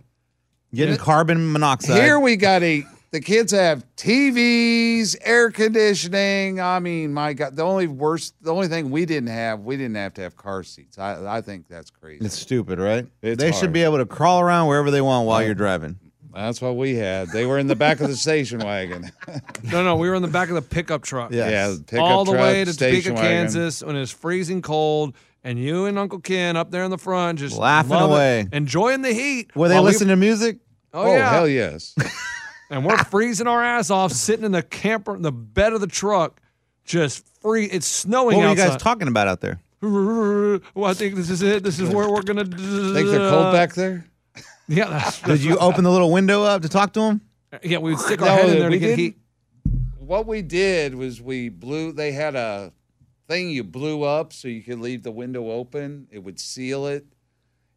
Speaker 3: getting carbon monoxide.
Speaker 13: Here we got a. The kids have TVs, air conditioning. I mean, my God, the only worst, the only thing we didn't have, we didn't have to have car seats. I, I think that's crazy.
Speaker 3: it's stupid, right?
Speaker 13: It's
Speaker 3: they
Speaker 13: hard.
Speaker 3: should be able to crawl around wherever they want while
Speaker 13: Yeah.
Speaker 3: you're driving.
Speaker 13: That's what we had. They were in the back of the station wagon.
Speaker 5: no, no. We were in the back of the pickup truck.
Speaker 3: Yes.
Speaker 13: Yeah, pickup
Speaker 5: all the
Speaker 13: truck,
Speaker 5: way to
Speaker 13: station
Speaker 5: Topeka,
Speaker 13: wagon.
Speaker 5: Kansas, when it's freezing cold, and you and Uncle Ken up there in the front just
Speaker 3: Laughing
Speaker 5: love it,
Speaker 3: away.
Speaker 5: enjoying the heat.
Speaker 3: Were they
Speaker 5: while we-
Speaker 3: listening to music?
Speaker 5: oh,
Speaker 13: oh
Speaker 5: yeah,
Speaker 13: hell yes.
Speaker 5: and we're freezing our ass off, sitting in the camper, in the bed of the truck, just free. It's
Speaker 3: What
Speaker 5: snowing
Speaker 3: were you
Speaker 5: outside.
Speaker 3: guys talking about out there?
Speaker 5: well, I think this is it. This is where we're gonna.
Speaker 13: Think they're cold back there?
Speaker 5: Yeah, that's,
Speaker 3: Did you open the little window up to talk to them?
Speaker 5: yeah. We would stick our head in there to
Speaker 13: we
Speaker 5: get
Speaker 13: didn't.
Speaker 5: heat.
Speaker 13: What we did was we blew. They had a thing you blew up so you could leave the window open. It would seal it.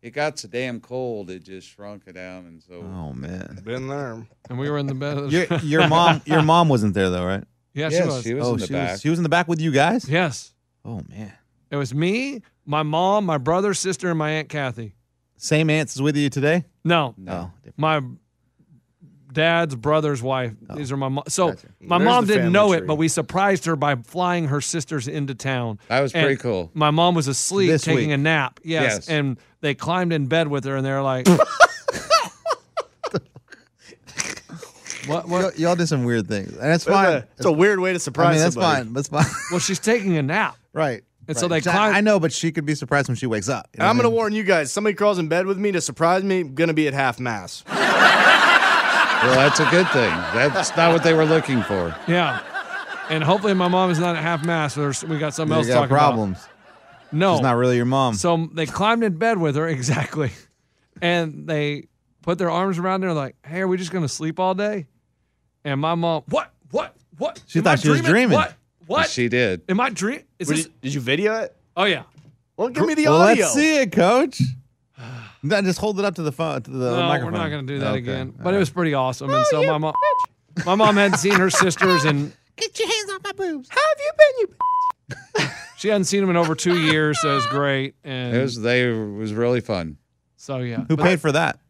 Speaker 13: It got so damn cold, it just shrunk it down, and so
Speaker 3: Oh man,
Speaker 2: Been there.
Speaker 5: And we were in the bed. Of the
Speaker 3: your your mom your mom wasn't there though, right?
Speaker 5: yeah, she
Speaker 13: Yes,
Speaker 5: was.
Speaker 13: she was
Speaker 3: oh,
Speaker 13: in the
Speaker 3: she
Speaker 13: back.
Speaker 3: was she was in the back with you guys.
Speaker 5: Yes,
Speaker 3: Oh man,
Speaker 5: it was me, my mom, my brother, sister, and my aunt Kathy.
Speaker 3: same aunts is with you today.
Speaker 5: No,
Speaker 3: No,
Speaker 5: my dad's brother's wife.
Speaker 3: Oh.
Speaker 5: These are my mom. So my
Speaker 2: There's
Speaker 5: mom
Speaker 2: the
Speaker 5: didn't
Speaker 2: family
Speaker 5: know it,
Speaker 2: tree.
Speaker 5: but we surprised her by flying her sisters into town.
Speaker 13: that was
Speaker 5: And
Speaker 13: pretty cool.
Speaker 5: My mom was asleep
Speaker 3: This
Speaker 5: taking
Speaker 3: week.
Speaker 5: a nap. Yes,
Speaker 13: Yes.
Speaker 5: and they climbed in bed with her, and they're like, "What?
Speaker 3: y'all,
Speaker 5: What?
Speaker 3: y'all did some weird things, and that's
Speaker 2: It's,
Speaker 3: fine.
Speaker 2: a, it's a weird way to
Speaker 3: I
Speaker 2: surprise
Speaker 3: mean, that's
Speaker 2: somebody.
Speaker 3: fine. That's fine.
Speaker 5: Well, she's taking a nap."
Speaker 3: right.
Speaker 5: And so
Speaker 3: Right.
Speaker 5: they
Speaker 3: Which I-
Speaker 5: climb-
Speaker 3: I know, but she could be surprised when she wakes up. you know
Speaker 2: I'm
Speaker 3: what I
Speaker 2: gonna
Speaker 3: mean?
Speaker 2: warn you guys. Somebody crawls in bed with me to surprise me. I'm gonna be at half mass.
Speaker 13: Well, that's a good thing. That's not what they were looking for.
Speaker 5: Yeah. And hopefully my mom is not at half mast. Or we got something else
Speaker 3: You got
Speaker 5: talking
Speaker 3: problems.
Speaker 5: about. No,
Speaker 3: She's not really your mom.
Speaker 5: So they climbed in bed with her exactly, and they put their arms around her like, "Hey, are we just gonna sleep all day?" And my mom, what, what, what?
Speaker 3: She
Speaker 5: Am
Speaker 3: thought
Speaker 5: I
Speaker 3: she was dreaming.
Speaker 5: What? What?
Speaker 13: She did.
Speaker 5: Am I dream? Is
Speaker 2: Would
Speaker 5: this?
Speaker 2: you- did you video it?
Speaker 5: Oh yeah.
Speaker 2: Well, give me the
Speaker 3: Well,
Speaker 2: audio.
Speaker 3: let's see it, Coach. Then just hold it up to the phone to the
Speaker 5: No,
Speaker 3: microphone.
Speaker 5: we're not gonna do that
Speaker 3: Okay.
Speaker 5: again.
Speaker 3: All
Speaker 5: But it was pretty awesome.
Speaker 15: Oh,
Speaker 5: And so my mom, my mom hadn't seen her sisters, and
Speaker 15: Get your hands off my boobs.
Speaker 5: she hadn't seen them in over two years. So it was great. And
Speaker 13: It was they it was really fun.
Speaker 5: so yeah.
Speaker 3: Who
Speaker 5: But-
Speaker 3: paid for that?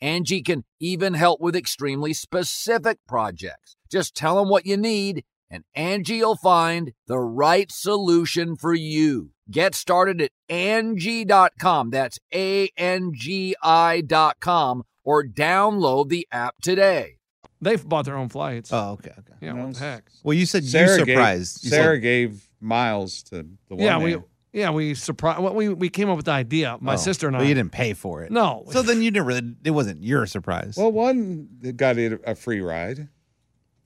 Speaker 14: Angie can even help with extremely specific projects. Just tell them what you need and Angie will find the right solution for you. Get started at Angie.com. That's A-N-G-I dot com or download the app today.
Speaker 5: They've bought their own flights.
Speaker 3: Oh, okay. okay.
Speaker 5: Yeah, what the heck?
Speaker 3: Well, you said
Speaker 13: Sarah
Speaker 3: you
Speaker 13: gave-
Speaker 3: surprised. You said-
Speaker 13: Sarah gave miles to the one.
Speaker 5: yeah, we
Speaker 13: man.
Speaker 5: yeah we surprised. Well, we we came up with the idea. My
Speaker 3: Oh,
Speaker 5: sister and I.
Speaker 3: But you didn't pay for it.
Speaker 5: No.
Speaker 3: So then you didn't really. It wasn't your surprise.
Speaker 13: Well, one got it a free ride.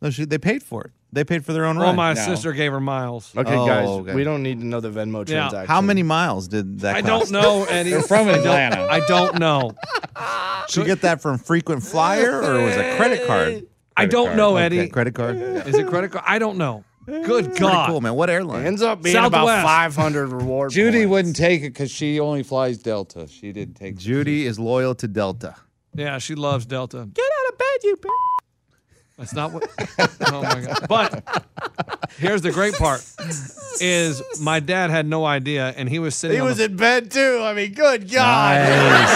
Speaker 3: No, she, they paid for it. They paid for their own
Speaker 5: Well,
Speaker 3: ride.
Speaker 5: my sister gave her miles.
Speaker 2: Okay,
Speaker 3: Oh,
Speaker 2: guys,
Speaker 3: okay.
Speaker 2: we don't need to know the Venmo
Speaker 5: Yeah.
Speaker 2: transaction.
Speaker 3: How many miles did that?
Speaker 5: I
Speaker 3: cost?
Speaker 5: don't know, Eddie.
Speaker 13: They're from
Speaker 5: I don't-
Speaker 13: Atlanta.
Speaker 5: I don't know.
Speaker 3: Did you get that from frequent flyer or was it credit card?
Speaker 5: I
Speaker 3: Credit
Speaker 5: don't
Speaker 3: card.
Speaker 5: know,
Speaker 3: Okay,
Speaker 5: Eddie.
Speaker 3: credit card. Eh,
Speaker 5: Is it credit card? I don't know. Good
Speaker 3: Pretty
Speaker 5: God.
Speaker 3: cool man. What airline?
Speaker 2: Ends up being
Speaker 5: Southwest.
Speaker 2: about 500 reward.
Speaker 13: Judy wouldn't take it because she only flies Delta. She didn't take the-
Speaker 3: Judy is loyal to Delta.
Speaker 5: Yeah, she loves Delta. Get out of bed, you bitch. That's not what. oh my god! But here's the great part: is my dad had no idea, and he was sitting.
Speaker 2: He
Speaker 5: on
Speaker 2: was
Speaker 5: the,
Speaker 2: in bed too. I mean, good God.
Speaker 3: Nice.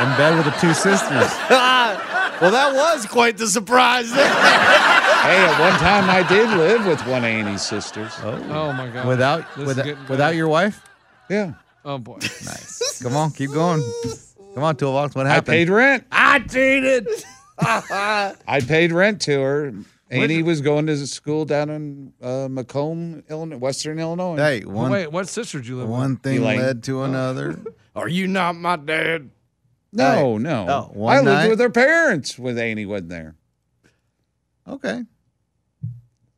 Speaker 3: In bed with the two sisters.
Speaker 2: well, that was quite the surprise. there.
Speaker 13: Hey, at one time I did live with one of Annie's sisters.
Speaker 5: oh my god!
Speaker 3: Without
Speaker 5: This is getting
Speaker 3: without,
Speaker 5: bad.
Speaker 3: without your wife?
Speaker 13: Yeah.
Speaker 5: Oh boy!
Speaker 3: Nice. Come on, keep going. Come on, Toolbox. What
Speaker 13: I
Speaker 3: happened? Ah!
Speaker 13: paid rent.
Speaker 2: I cheated.
Speaker 13: I paid rent to her. Annie was going to school down in uh, Macomb, Illinois, Western Illinois.
Speaker 3: Hey, one
Speaker 5: Wait, what sister did you live
Speaker 3: one thing
Speaker 13: Elaine.
Speaker 3: led
Speaker 2: Oh.
Speaker 3: to another.
Speaker 2: Are you not my dad?
Speaker 13: no,
Speaker 3: hey,
Speaker 13: no.
Speaker 3: no,
Speaker 2: Oh.
Speaker 3: one
Speaker 13: I lived
Speaker 3: night-
Speaker 13: with her parents when Annie wasn't there.
Speaker 3: Okay.
Speaker 5: with?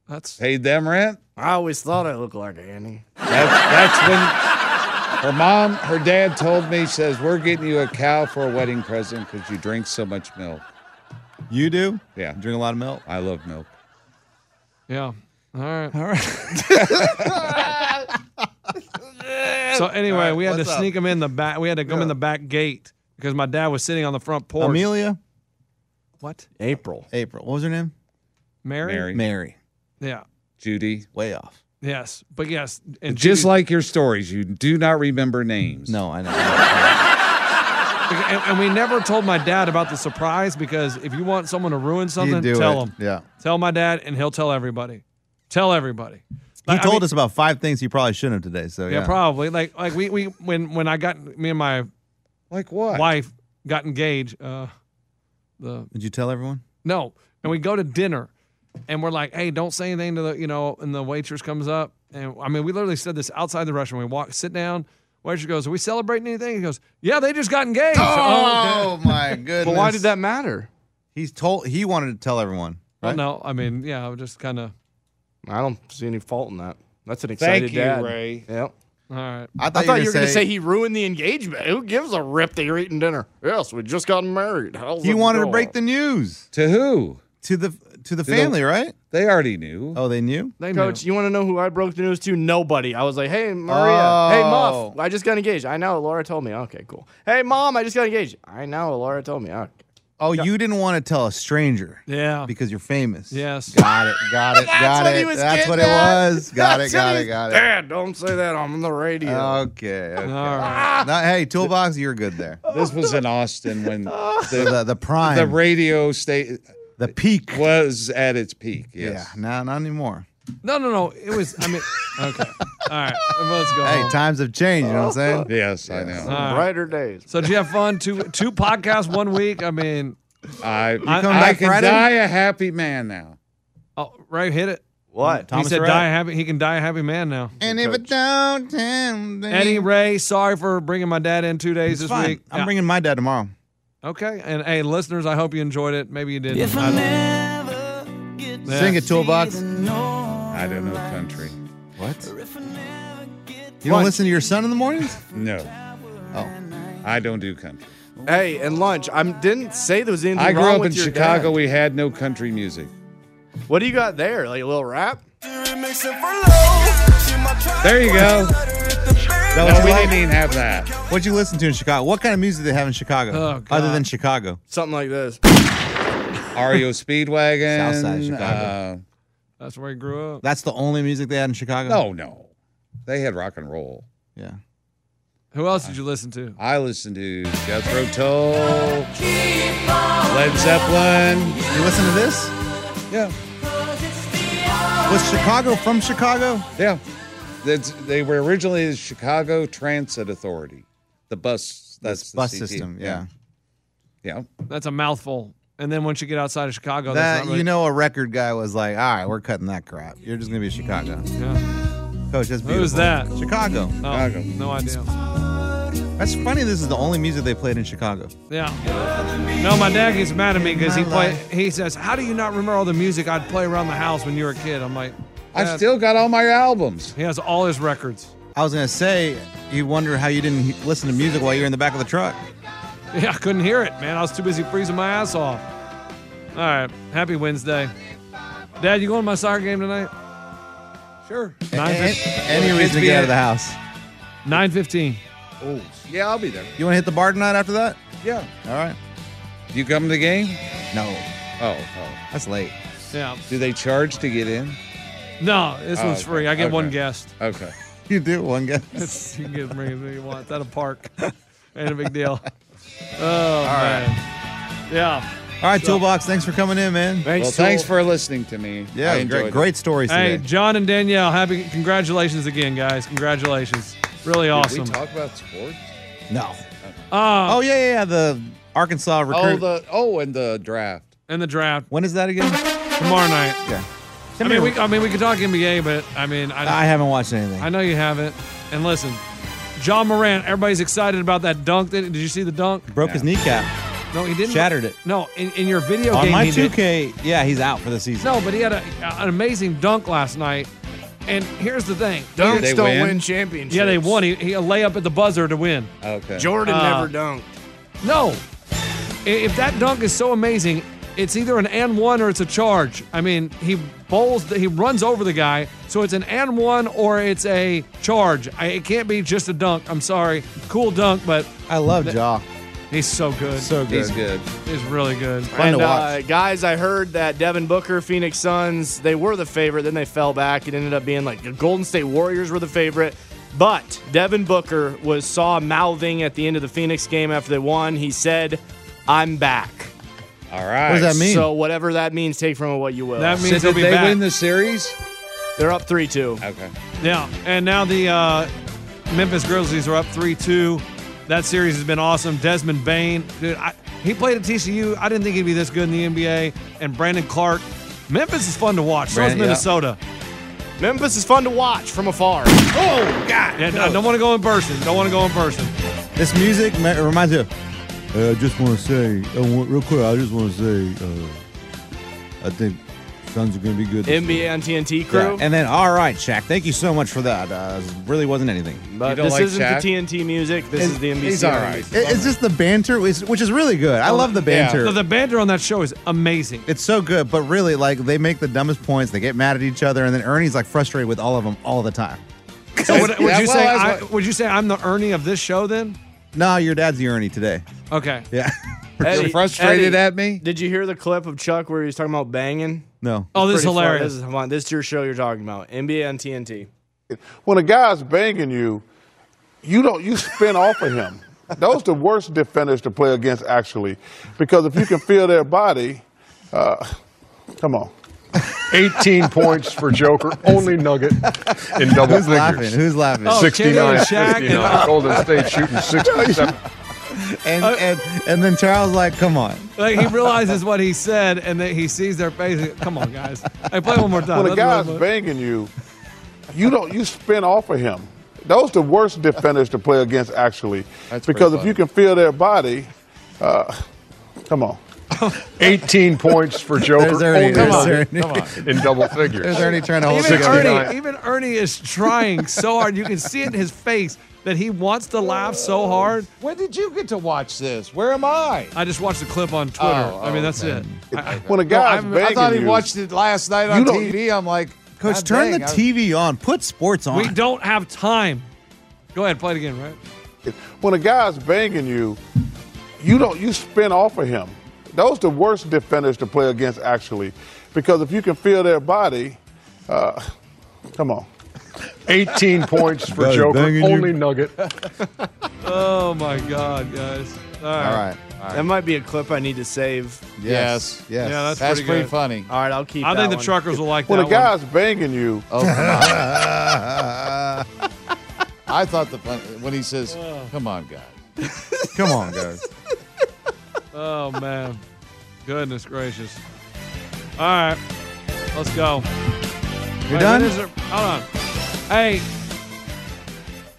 Speaker 5: That's
Speaker 13: Paid them rent.
Speaker 2: I always thought I looked like Annie.
Speaker 13: That's, that's when her mom, her dad told me, says, We're getting you a cow for a wedding present because you drink so much milk.
Speaker 3: You do?
Speaker 13: Yeah.
Speaker 3: Drink a lot of milk.
Speaker 13: I love milk.
Speaker 5: yeah. All right. All right. so anyway, we had to
Speaker 3: what's up?
Speaker 5: sneak him in the back. We had to come in the back gate because my dad was sitting on the front porch.
Speaker 3: Amelia,
Speaker 5: What?
Speaker 2: April.
Speaker 3: April. What was her name?
Speaker 5: Mary?
Speaker 13: Mary.
Speaker 3: Mary.
Speaker 5: Yeah.
Speaker 13: Judy.
Speaker 3: Way off.
Speaker 5: Yes. But yes. And
Speaker 13: Just
Speaker 5: Judy-
Speaker 13: like your stories, you do not remember names.
Speaker 3: No, I know.
Speaker 5: And, and we never told my dad about the surprise because if you want someone to ruin
Speaker 3: you
Speaker 5: something,
Speaker 3: do
Speaker 5: tell
Speaker 3: it.
Speaker 5: him.
Speaker 3: Yeah.
Speaker 5: Tell my dad, and he'll tell everybody. Tell everybody.
Speaker 3: He
Speaker 5: Like, I
Speaker 3: told
Speaker 5: mean-
Speaker 3: us about five things he probably shouldn't have today. So
Speaker 5: Yeah,
Speaker 3: yeah,
Speaker 5: probably. Like, like we, we when when I got me and my
Speaker 13: Like what?
Speaker 5: wife got engaged. Uh, the
Speaker 3: Did you tell everyone?
Speaker 5: No. And we go to dinner and we're like, hey, don't say anything to the, you know, and the waitress comes up. And I mean, we literally said this outside the restaurant. We walk, sit down. Waitress goes, are we celebrating anything? He goes, yeah, they just got engaged. Oh, okay.
Speaker 3: Oh, my goodness!
Speaker 2: But why did that matter?
Speaker 3: He's told he wanted to tell everyone.
Speaker 5: Well,
Speaker 3: Right?
Speaker 5: no, I mean, yeah, I was just kind of,
Speaker 2: I don't see any fault in that. That's an
Speaker 13: Thank
Speaker 2: excited
Speaker 13: you,
Speaker 2: dad.
Speaker 13: Ray.
Speaker 2: Yep.
Speaker 5: all right.
Speaker 3: I
Speaker 2: I
Speaker 3: thought,
Speaker 2: thought
Speaker 3: you were going to say,
Speaker 2: he ruined the engagement. Who gives a rip that you're eating dinner? Yes, we just got married. How's
Speaker 3: he
Speaker 2: it
Speaker 3: wanted to
Speaker 2: going?
Speaker 3: break the news
Speaker 13: To who?
Speaker 3: to the to the family, right?
Speaker 13: They already knew.
Speaker 3: Oh, they knew.
Speaker 5: They
Speaker 2: Coach,
Speaker 5: Coach,
Speaker 2: you want to know who I broke the news to? Nobody. I was like, hey, Maria. Hey,
Speaker 3: Oh.
Speaker 2: Muff. I just got engaged. I know. Laura told me. Okay, cool. Hey, Mom. I just got engaged. I know. Laura told me. Okay.
Speaker 3: Oh, you didn't want to tell a stranger
Speaker 5: Yeah.
Speaker 3: because you're famous.
Speaker 5: Yes.
Speaker 3: Got it. Got it. got
Speaker 2: what
Speaker 3: it.
Speaker 2: he was
Speaker 3: That's
Speaker 2: getting
Speaker 3: what
Speaker 2: at.
Speaker 3: it was. Got it.
Speaker 2: That's
Speaker 3: Got
Speaker 2: what
Speaker 3: it.
Speaker 2: he-
Speaker 3: Got it.
Speaker 2: Dad, don't say that on the radio.
Speaker 3: Okay. okay.
Speaker 5: All right.
Speaker 3: Now, hey, toolbox, you're good there.
Speaker 13: This was in Austin when the,
Speaker 3: The, the prime,
Speaker 13: the
Speaker 3: the,
Speaker 13: radio state
Speaker 3: peak.
Speaker 13: was at its peak. Yes.
Speaker 3: Yeah, no, not anymore.
Speaker 5: No, no, no. It was, I mean, okay. All right. Well, let's go.
Speaker 3: Hey,
Speaker 5: home.
Speaker 3: times have changed. You know what I'm saying?
Speaker 13: Yes, I know.
Speaker 5: All right.
Speaker 2: Brighter days.
Speaker 5: So did you have fun? Two two podcasts one week. I mean,
Speaker 13: I,
Speaker 5: come
Speaker 13: I
Speaker 3: back
Speaker 13: can
Speaker 3: Friday?
Speaker 13: die a happy man now.
Speaker 5: oh, Ray hit it.
Speaker 2: What?
Speaker 5: he said, "Die a happy." He can die a happy man now.
Speaker 3: And if it don't, then
Speaker 5: Eddie Ray, sorry for bringing my dad in two days
Speaker 3: It's
Speaker 5: this
Speaker 3: fine.
Speaker 5: week.
Speaker 3: I'm
Speaker 5: Yeah.
Speaker 3: bringing my dad tomorrow.
Speaker 5: Okay, and hey, listeners, I hope you enjoyed it. Maybe you didn't. I don't- Yeah.
Speaker 3: Sing a toolbox.
Speaker 13: I don't know country.
Speaker 3: What? You don't listen to your son in the mornings?
Speaker 13: No,
Speaker 3: Oh,
Speaker 13: I don't do country.
Speaker 2: hey, and lunch. I didn't say there was anything
Speaker 13: I grew
Speaker 2: wrong
Speaker 13: up
Speaker 2: with
Speaker 13: in
Speaker 2: your
Speaker 13: Chicago.
Speaker 2: dad.
Speaker 13: We had no country music.
Speaker 2: What do you got there? Like a little rap?
Speaker 13: There you go.
Speaker 3: No,
Speaker 13: we didn't even have that.
Speaker 3: What'd you listen to in Chicago? What kind of music do they have in Chicago?
Speaker 2: Oh,
Speaker 3: other
Speaker 2: God.
Speaker 3: than Chicago.
Speaker 2: Something like this.
Speaker 13: REO E Speedwagon. uh,
Speaker 3: Southside Chicago.
Speaker 5: Oh, That's where I grew up.
Speaker 3: That's the only music they had in Chicago?
Speaker 13: No, no. They had rock and roll.
Speaker 3: Yeah.
Speaker 5: Who else did you listen to?
Speaker 13: I listened to Jethro Tull, Led Zeppelin.
Speaker 3: You listen to this?
Speaker 13: Yeah.
Speaker 3: Was Chicago from Chicago?
Speaker 13: Yeah. That's, they were originally the Chicago Transit Authority. The bus. That's the
Speaker 3: bus
Speaker 13: CT.
Speaker 3: system, yeah.
Speaker 13: Yeah.
Speaker 5: That's a mouthful. And then once you get outside of Chicago, that's
Speaker 3: that
Speaker 5: not really-
Speaker 3: you know a record guy was like, all right, we're cutting that crap. You're just gonna be Chicago. Yeah. Coach, that's beautiful.
Speaker 5: Who's that?
Speaker 3: Chicago.
Speaker 5: Oh, No idea.
Speaker 3: That's funny. This is the only music they played in Chicago.
Speaker 5: Yeah. No, my dad gets mad at me because he
Speaker 3: My
Speaker 5: play.
Speaker 3: life.
Speaker 5: He says, "How do you not remember all the music I'd play around the house when you were a kid?" I'm like,
Speaker 13: I've
Speaker 5: "Dad,
Speaker 13: still got all my albums.
Speaker 5: He has all his records.
Speaker 3: I was gonna say, you wonder how you didn't he- listen to music while you're in the back of the truck.
Speaker 5: Yeah, I couldn't hear it, man. I was too busy freezing my ass off. All right, happy Wednesday, Dad. You going to my soccer game tonight? Sure. Nine
Speaker 3: A-
Speaker 5: fif-
Speaker 3: a- any reason to get out of the house.
Speaker 5: Nine fifteen.
Speaker 13: Oh, yeah, I'll be there.
Speaker 3: You want to hit the bar tonight after that?
Speaker 13: Yeah.
Speaker 3: All right.
Speaker 13: You come to the game?
Speaker 3: No,
Speaker 13: Oh, oh.
Speaker 3: that's late.
Speaker 5: Yeah.
Speaker 13: Do they charge to get in?
Speaker 5: No, this
Speaker 13: Oh,
Speaker 5: one's
Speaker 13: okay,
Speaker 5: free. I get one
Speaker 13: okay.
Speaker 5: guest.
Speaker 13: Okay.
Speaker 3: You do one guess.
Speaker 5: you can get as many as many you want. At a park, ain't a big deal. Oh man. Yeah.
Speaker 3: All right, Toolbox. Thanks for coming in, man.
Speaker 5: Thanks,
Speaker 13: well, thanks for listening to me. I
Speaker 3: Yeah,
Speaker 13: enjoyed
Speaker 3: great,
Speaker 13: it.
Speaker 3: great stories
Speaker 5: Hey,
Speaker 3: today.
Speaker 5: John and Danielle, happy congratulations again, guys. Congratulations. Really
Speaker 13: Did
Speaker 5: awesome.
Speaker 13: we talk about sports?
Speaker 3: No.
Speaker 5: Uh,
Speaker 3: Oh yeah, yeah, yeah. The Arkansas
Speaker 13: Oh,
Speaker 3: recruit.
Speaker 13: the oh, and the draft.
Speaker 5: and the draft
Speaker 3: when is that again?
Speaker 5: tomorrow night.
Speaker 3: Yeah.
Speaker 5: I mean, we, I mean, we could talk NBA, but I mean,
Speaker 3: I
Speaker 5: I,
Speaker 3: haven't watched anything.
Speaker 5: I know you haven't. And listen, John Moran, everybody's excited about that dunk. Did, did you see the dunk?
Speaker 3: Broke his kneecap.
Speaker 5: No, he didn't.
Speaker 3: Shattered it.
Speaker 5: No, in, in your video
Speaker 3: On
Speaker 5: game,
Speaker 3: my
Speaker 5: he did.
Speaker 3: 2K, yeah, he's out for the season.
Speaker 5: No, but he had a, an amazing dunk last night. And here's the thing.
Speaker 2: Dunks
Speaker 13: they
Speaker 2: don't
Speaker 13: win?
Speaker 2: win, championships.
Speaker 5: Yeah, they won. He, he a layup at the buzzer to win.
Speaker 13: Okay.
Speaker 2: Jordan
Speaker 5: Uh,
Speaker 2: never dunked.
Speaker 5: No. I- If that dunk is so amazing, it's either an and one or it's a charge. I mean, he bowls, he runs over the guy, so it's an and one or it's a charge. I, it can't be just a dunk. I'm sorry. Cool dunk, but
Speaker 3: I love Jaw.
Speaker 5: he's so good.
Speaker 3: So good.
Speaker 13: He's good.
Speaker 5: He's really good.
Speaker 3: Fun
Speaker 2: and
Speaker 3: to
Speaker 2: uh,
Speaker 3: watch.
Speaker 2: guys, I heard that Devin Booker, Phoenix Suns, they were the favorite. Then they fell back. It ended up being like the Golden State Warriors were the favorite. But Devin Booker was saw mouthing at the end of the Phoenix game after they won. He said, "I'm back."
Speaker 13: All right.
Speaker 3: What does that mean?
Speaker 2: So whatever that means, take from it what you will.
Speaker 5: That
Speaker 13: So
Speaker 5: means
Speaker 13: did
Speaker 5: he'll be
Speaker 13: they
Speaker 5: back.
Speaker 13: win the series?
Speaker 2: They're up three two.
Speaker 13: Okay.
Speaker 5: Yeah, and now the uh, Memphis Grizzlies are up 3 2. That series has been awesome. Desmond Bain, dude, I, he played at TCU. I didn't think he'd be this good in the NBA. And Brandon Clark. Memphis is fun to watch. So is
Speaker 3: Brandon, yeah.
Speaker 5: Minnesota.
Speaker 2: Memphis is fun to watch from afar.
Speaker 13: Oh God.
Speaker 5: Yeah, I don't want to go in person. Don't want to go in person.
Speaker 3: This music ma- reminds me of. Uh, I just want to say, uh, w- real quick, I just want to say, uh, I think Suns are going to be good. this year.
Speaker 2: NBA on TNT crew.
Speaker 3: Yeah, And then, all right, Shaq, thank you so much for that. Uh, really wasn't anything.
Speaker 2: but
Speaker 13: You don't
Speaker 2: this
Speaker 13: like
Speaker 2: isn't
Speaker 13: Shaq?
Speaker 2: the TNT music. This
Speaker 3: It's-
Speaker 2: is the NBC.
Speaker 13: he's all right. Oh,
Speaker 2: music.
Speaker 3: It- it's just the banter, which which is really good. I love the
Speaker 13: yeah.
Speaker 3: banter.
Speaker 5: So the banter on that show is amazing.
Speaker 3: It's so good, but really, like they make the dumbest points. They get mad at each other, and then Ernie's like frustrated with all of them all the time.
Speaker 5: So would, would
Speaker 13: Yeah,
Speaker 5: you
Speaker 13: well,
Speaker 5: say
Speaker 13: that's
Speaker 5: I,
Speaker 13: what-
Speaker 5: would you say I'm the Ernie of this show then?
Speaker 3: No, your dad's the Ernie today.
Speaker 5: Okay.
Speaker 3: Yeah.
Speaker 2: Eddie-
Speaker 13: You're frustrated
Speaker 2: Eddie,
Speaker 13: at me?
Speaker 2: Did you hear the clip of Chuck where he was talking about banging?
Speaker 3: No.
Speaker 5: Oh, this is
Speaker 2: Pretty funny.
Speaker 5: hilarious.
Speaker 2: This is, come on, this is your show you're talking about. NBA on TNT.
Speaker 18: when a guy's banging you, you don't you spin off of him. Those the worst defenders to play against actually, because if you can feel their body, uh, come on.
Speaker 19: 18 points for Joker, only Nugget in double
Speaker 3: Who's laughing?
Speaker 19: figures.
Speaker 3: Who's laughing?
Speaker 5: Oh, Kenny
Speaker 19: 69,
Speaker 5: and Shaq and- Uh,
Speaker 19: 59. Golden State shooting 67.
Speaker 3: And, and and then Charles like, come on.
Speaker 5: Like he realizes what he said and that he sees their faces. Come on, guys. Hey, play one more time.
Speaker 18: When a
Speaker 5: Let's move
Speaker 18: guy's
Speaker 5: on.
Speaker 18: banging you, you don't you spin off of him. Those the worst defenders to play against actually,
Speaker 13: That's pretty
Speaker 18: because if
Speaker 13: funny.
Speaker 18: you can feel their body, uh, come on.
Speaker 19: 18 points for Joker,
Speaker 3: There's Ernie.
Speaker 19: only
Speaker 3: There's
Speaker 19: Nugget
Speaker 3: Ernie.
Speaker 19: in double figures.
Speaker 3: There's Ernie trying to hold it
Speaker 5: even
Speaker 3: together.
Speaker 5: Ernie, even Ernie is trying so hard. You can see it in his face that he wants to laugh so hard.
Speaker 13: When did you get to watch this? Where am I?
Speaker 5: I just watched a clip on Twitter.
Speaker 13: Oh,
Speaker 5: I mean, that's
Speaker 13: okay.
Speaker 5: it. I- I-
Speaker 13: No, I'm- I thought he watched it last night on
Speaker 5: You don't-
Speaker 13: TV. I'm like,
Speaker 3: Coach,
Speaker 13: God
Speaker 3: turn
Speaker 13: dang,
Speaker 3: the
Speaker 13: I-
Speaker 3: TV on. Put sports on.
Speaker 5: We don't have time. Go ahead, play it again, right?
Speaker 18: When a guy's banging you, you don't you spin off of him. Those the worst defenders to play against actually, because if you can feel their body, uh, come on.
Speaker 19: 18 points for Joker, only Nugget.
Speaker 5: Oh my God, guys! All right.
Speaker 2: That might be a clip I need to save.
Speaker 13: Yes. Yes.
Speaker 5: Yeah, that's That's pretty pretty good. funny.
Speaker 2: All right, I'll keep.
Speaker 5: I think
Speaker 2: that
Speaker 5: the
Speaker 2: one. Oh,
Speaker 5: truckers will like
Speaker 18: When
Speaker 5: that
Speaker 18: a guy's banging you,
Speaker 13: I thought the fun, when he says,
Speaker 5: Oh.
Speaker 13: "Come on, guys,
Speaker 3: come on, guys."
Speaker 5: one. Oh man, goodness gracious! All right, let's go.
Speaker 3: You're
Speaker 5: Wait,
Speaker 3: done?
Speaker 5: when is it- Hold on. Hey,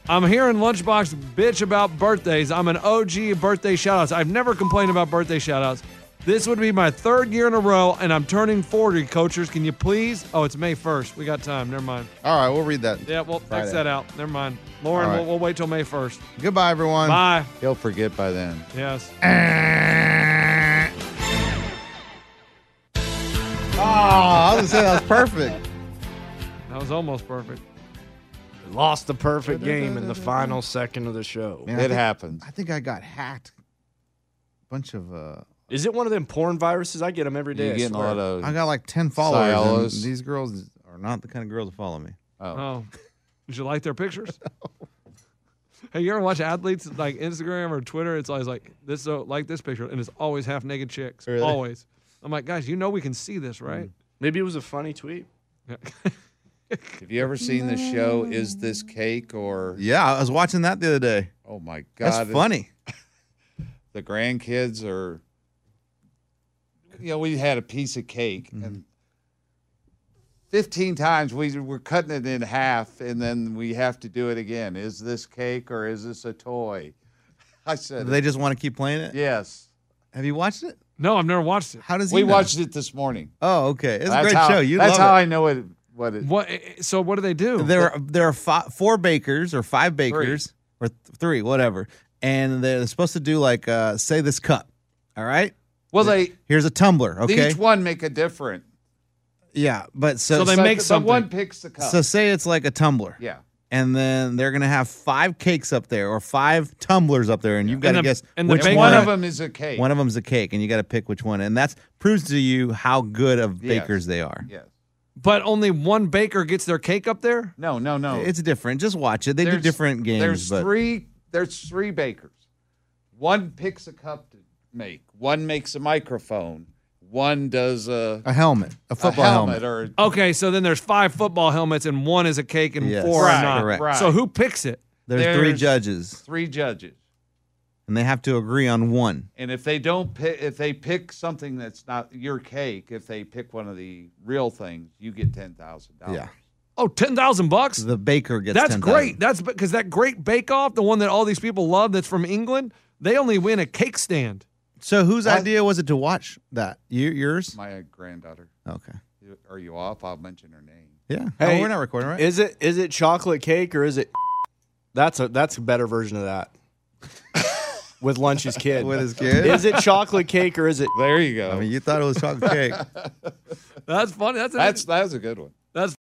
Speaker 5: I'm hearing Lunchbox bitch about birthdays. I'm an OG of birthday shoutouts. I've never complained about birthday shoutouts. This would be my third year in a row, and I'm turning 40, coachers. Can you please? Oh, it's May 1st. We got time. Never mind.
Speaker 3: All right, we'll read that.
Speaker 5: Yeah, we'll
Speaker 3: Friday.
Speaker 5: X that out. Never mind. Lauren,
Speaker 3: All right.
Speaker 5: we'll, we'll wait till May 1st.
Speaker 3: Goodbye, everyone.
Speaker 5: Bye.
Speaker 13: He'll forget by then.
Speaker 5: Yes.
Speaker 3: Oh, I was gonna say that was perfect.
Speaker 5: Ah! That was almost perfect.
Speaker 2: Lost the perfect game in the final second of the show.
Speaker 3: Man, I think- I think I got hacked. Bunch of uh,
Speaker 2: Is it one of them porn viruses? I get them every day. I swear.
Speaker 3: I got like ten followers. and
Speaker 13: Cyolos.
Speaker 3: These girls are not the kind of girls that follow me.
Speaker 5: Oh. Did you like their pictures? Hey, you ever watch athletes like Instagram or Twitter? It's always like this, so like this picture, and it's always half naked chicks.
Speaker 2: Really?
Speaker 5: Always. I'm like, guys, you know we can see
Speaker 3: Hmm.
Speaker 5: this, right?
Speaker 2: Maybe it was a funny tweet.
Speaker 13: Have you ever seen the show Is This Cake or
Speaker 3: Yeah, I was watching that the other day.
Speaker 13: Oh my god.
Speaker 3: That's funny.
Speaker 13: The grandkids are you know, we had a piece of cake
Speaker 3: Mm-hmm.
Speaker 13: and 15 times we were cutting it in half and then we have to do it again. Is this cake or is this a toy? I said
Speaker 3: They just want to keep playing it.
Speaker 13: Yes.
Speaker 3: Have you watched it?
Speaker 5: No, I've never watched it.
Speaker 3: How does he
Speaker 13: We
Speaker 3: know?
Speaker 13: watched it this morning.
Speaker 3: Oh, okay. It's
Speaker 13: That's
Speaker 3: a great
Speaker 13: how-
Speaker 3: show. You
Speaker 13: that's
Speaker 3: love
Speaker 13: how
Speaker 3: it.
Speaker 13: I know it what it
Speaker 5: What? eh, So what do they do?
Speaker 3: There are there are five, four bakers or five bakers or th- three, whatever, and they're supposed to do like uh, say this cup. All right.
Speaker 13: Well, they
Speaker 3: Here's a tumbler. Okay.
Speaker 13: each one make a different.
Speaker 3: yeah, but so
Speaker 13: It's like the- The one picks the cup.
Speaker 3: So say it's like a tumbler.
Speaker 13: yeah.
Speaker 3: and then they're gonna have five cakes up there or five tumblers up there, and you've got
Speaker 13: And
Speaker 3: to
Speaker 13: the-
Speaker 3: guess
Speaker 13: and the
Speaker 3: which
Speaker 13: baker-
Speaker 3: one,
Speaker 13: One of 'em is a cake.
Speaker 3: One of them's a cake, and you got to pick which one, and that's proves to you how good of
Speaker 13: Yes.
Speaker 3: bakers they are.
Speaker 13: Yes.
Speaker 5: But only one baker gets their cake up there.
Speaker 13: No, no, no.
Speaker 3: It's different. Just watch it. They do
Speaker 13: There's-
Speaker 3: different games.
Speaker 13: There's
Speaker 3: but
Speaker 13: three. There's three bakers. One picks a cup to make. One makes a microphone. One does a,
Speaker 3: a helmet, a football
Speaker 13: helmet,
Speaker 3: helmet.
Speaker 13: or
Speaker 5: Okay, so then there's five football helmets, and one is a cake, and
Speaker 3: Yes.
Speaker 5: four
Speaker 3: Right,
Speaker 5: are not.
Speaker 3: correct.
Speaker 5: So who picks it?
Speaker 3: There's, three
Speaker 13: there's-
Speaker 3: judges,
Speaker 13: three judges.
Speaker 3: and they have to agree on one.
Speaker 13: And if they don't pick, if they pick something that's not your cake, if they pick one of the real things, you get ten thousand
Speaker 3: Yeah,
Speaker 13: dollars.
Speaker 5: Oh, ten thousand bucks.
Speaker 3: the baker gets.
Speaker 5: That's
Speaker 3: 10,000.
Speaker 5: great. That's because that great Bake Off, the one that all these people love, that's from England. They only win a cake stand.
Speaker 3: So whose
Speaker 13: What?
Speaker 3: idea was it to watch that? You yours?
Speaker 13: My granddaughter.
Speaker 3: Okay.
Speaker 13: Are you off? I'll mention her name.
Speaker 3: Yeah.
Speaker 2: Hey,
Speaker 3: no, we're not recording, right?
Speaker 2: Is it is it chocolate cake or is it? That's a that's a better version of that. With lunch's kid.
Speaker 3: With his kid?
Speaker 2: Is it chocolate cake or is it?
Speaker 13: There you go.
Speaker 3: I mean, you thought it was chocolate cake.
Speaker 5: That's funny. That's an
Speaker 13: That's that's a good one.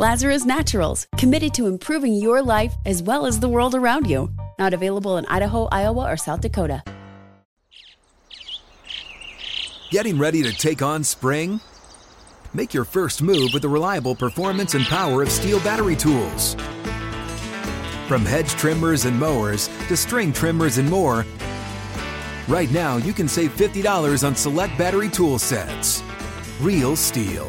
Speaker 12: Lazarus Naturals, committed to improving your life as well as the world around you. Not available in Idaho, Iowa, or South Dakota.
Speaker 19: Getting ready to take on spring? Make your first move with the reliable performance and power of steel battery tools. From hedge trimmers and mowers to string trimmers and more, right now you can save $50 on select battery tool sets. Real steel.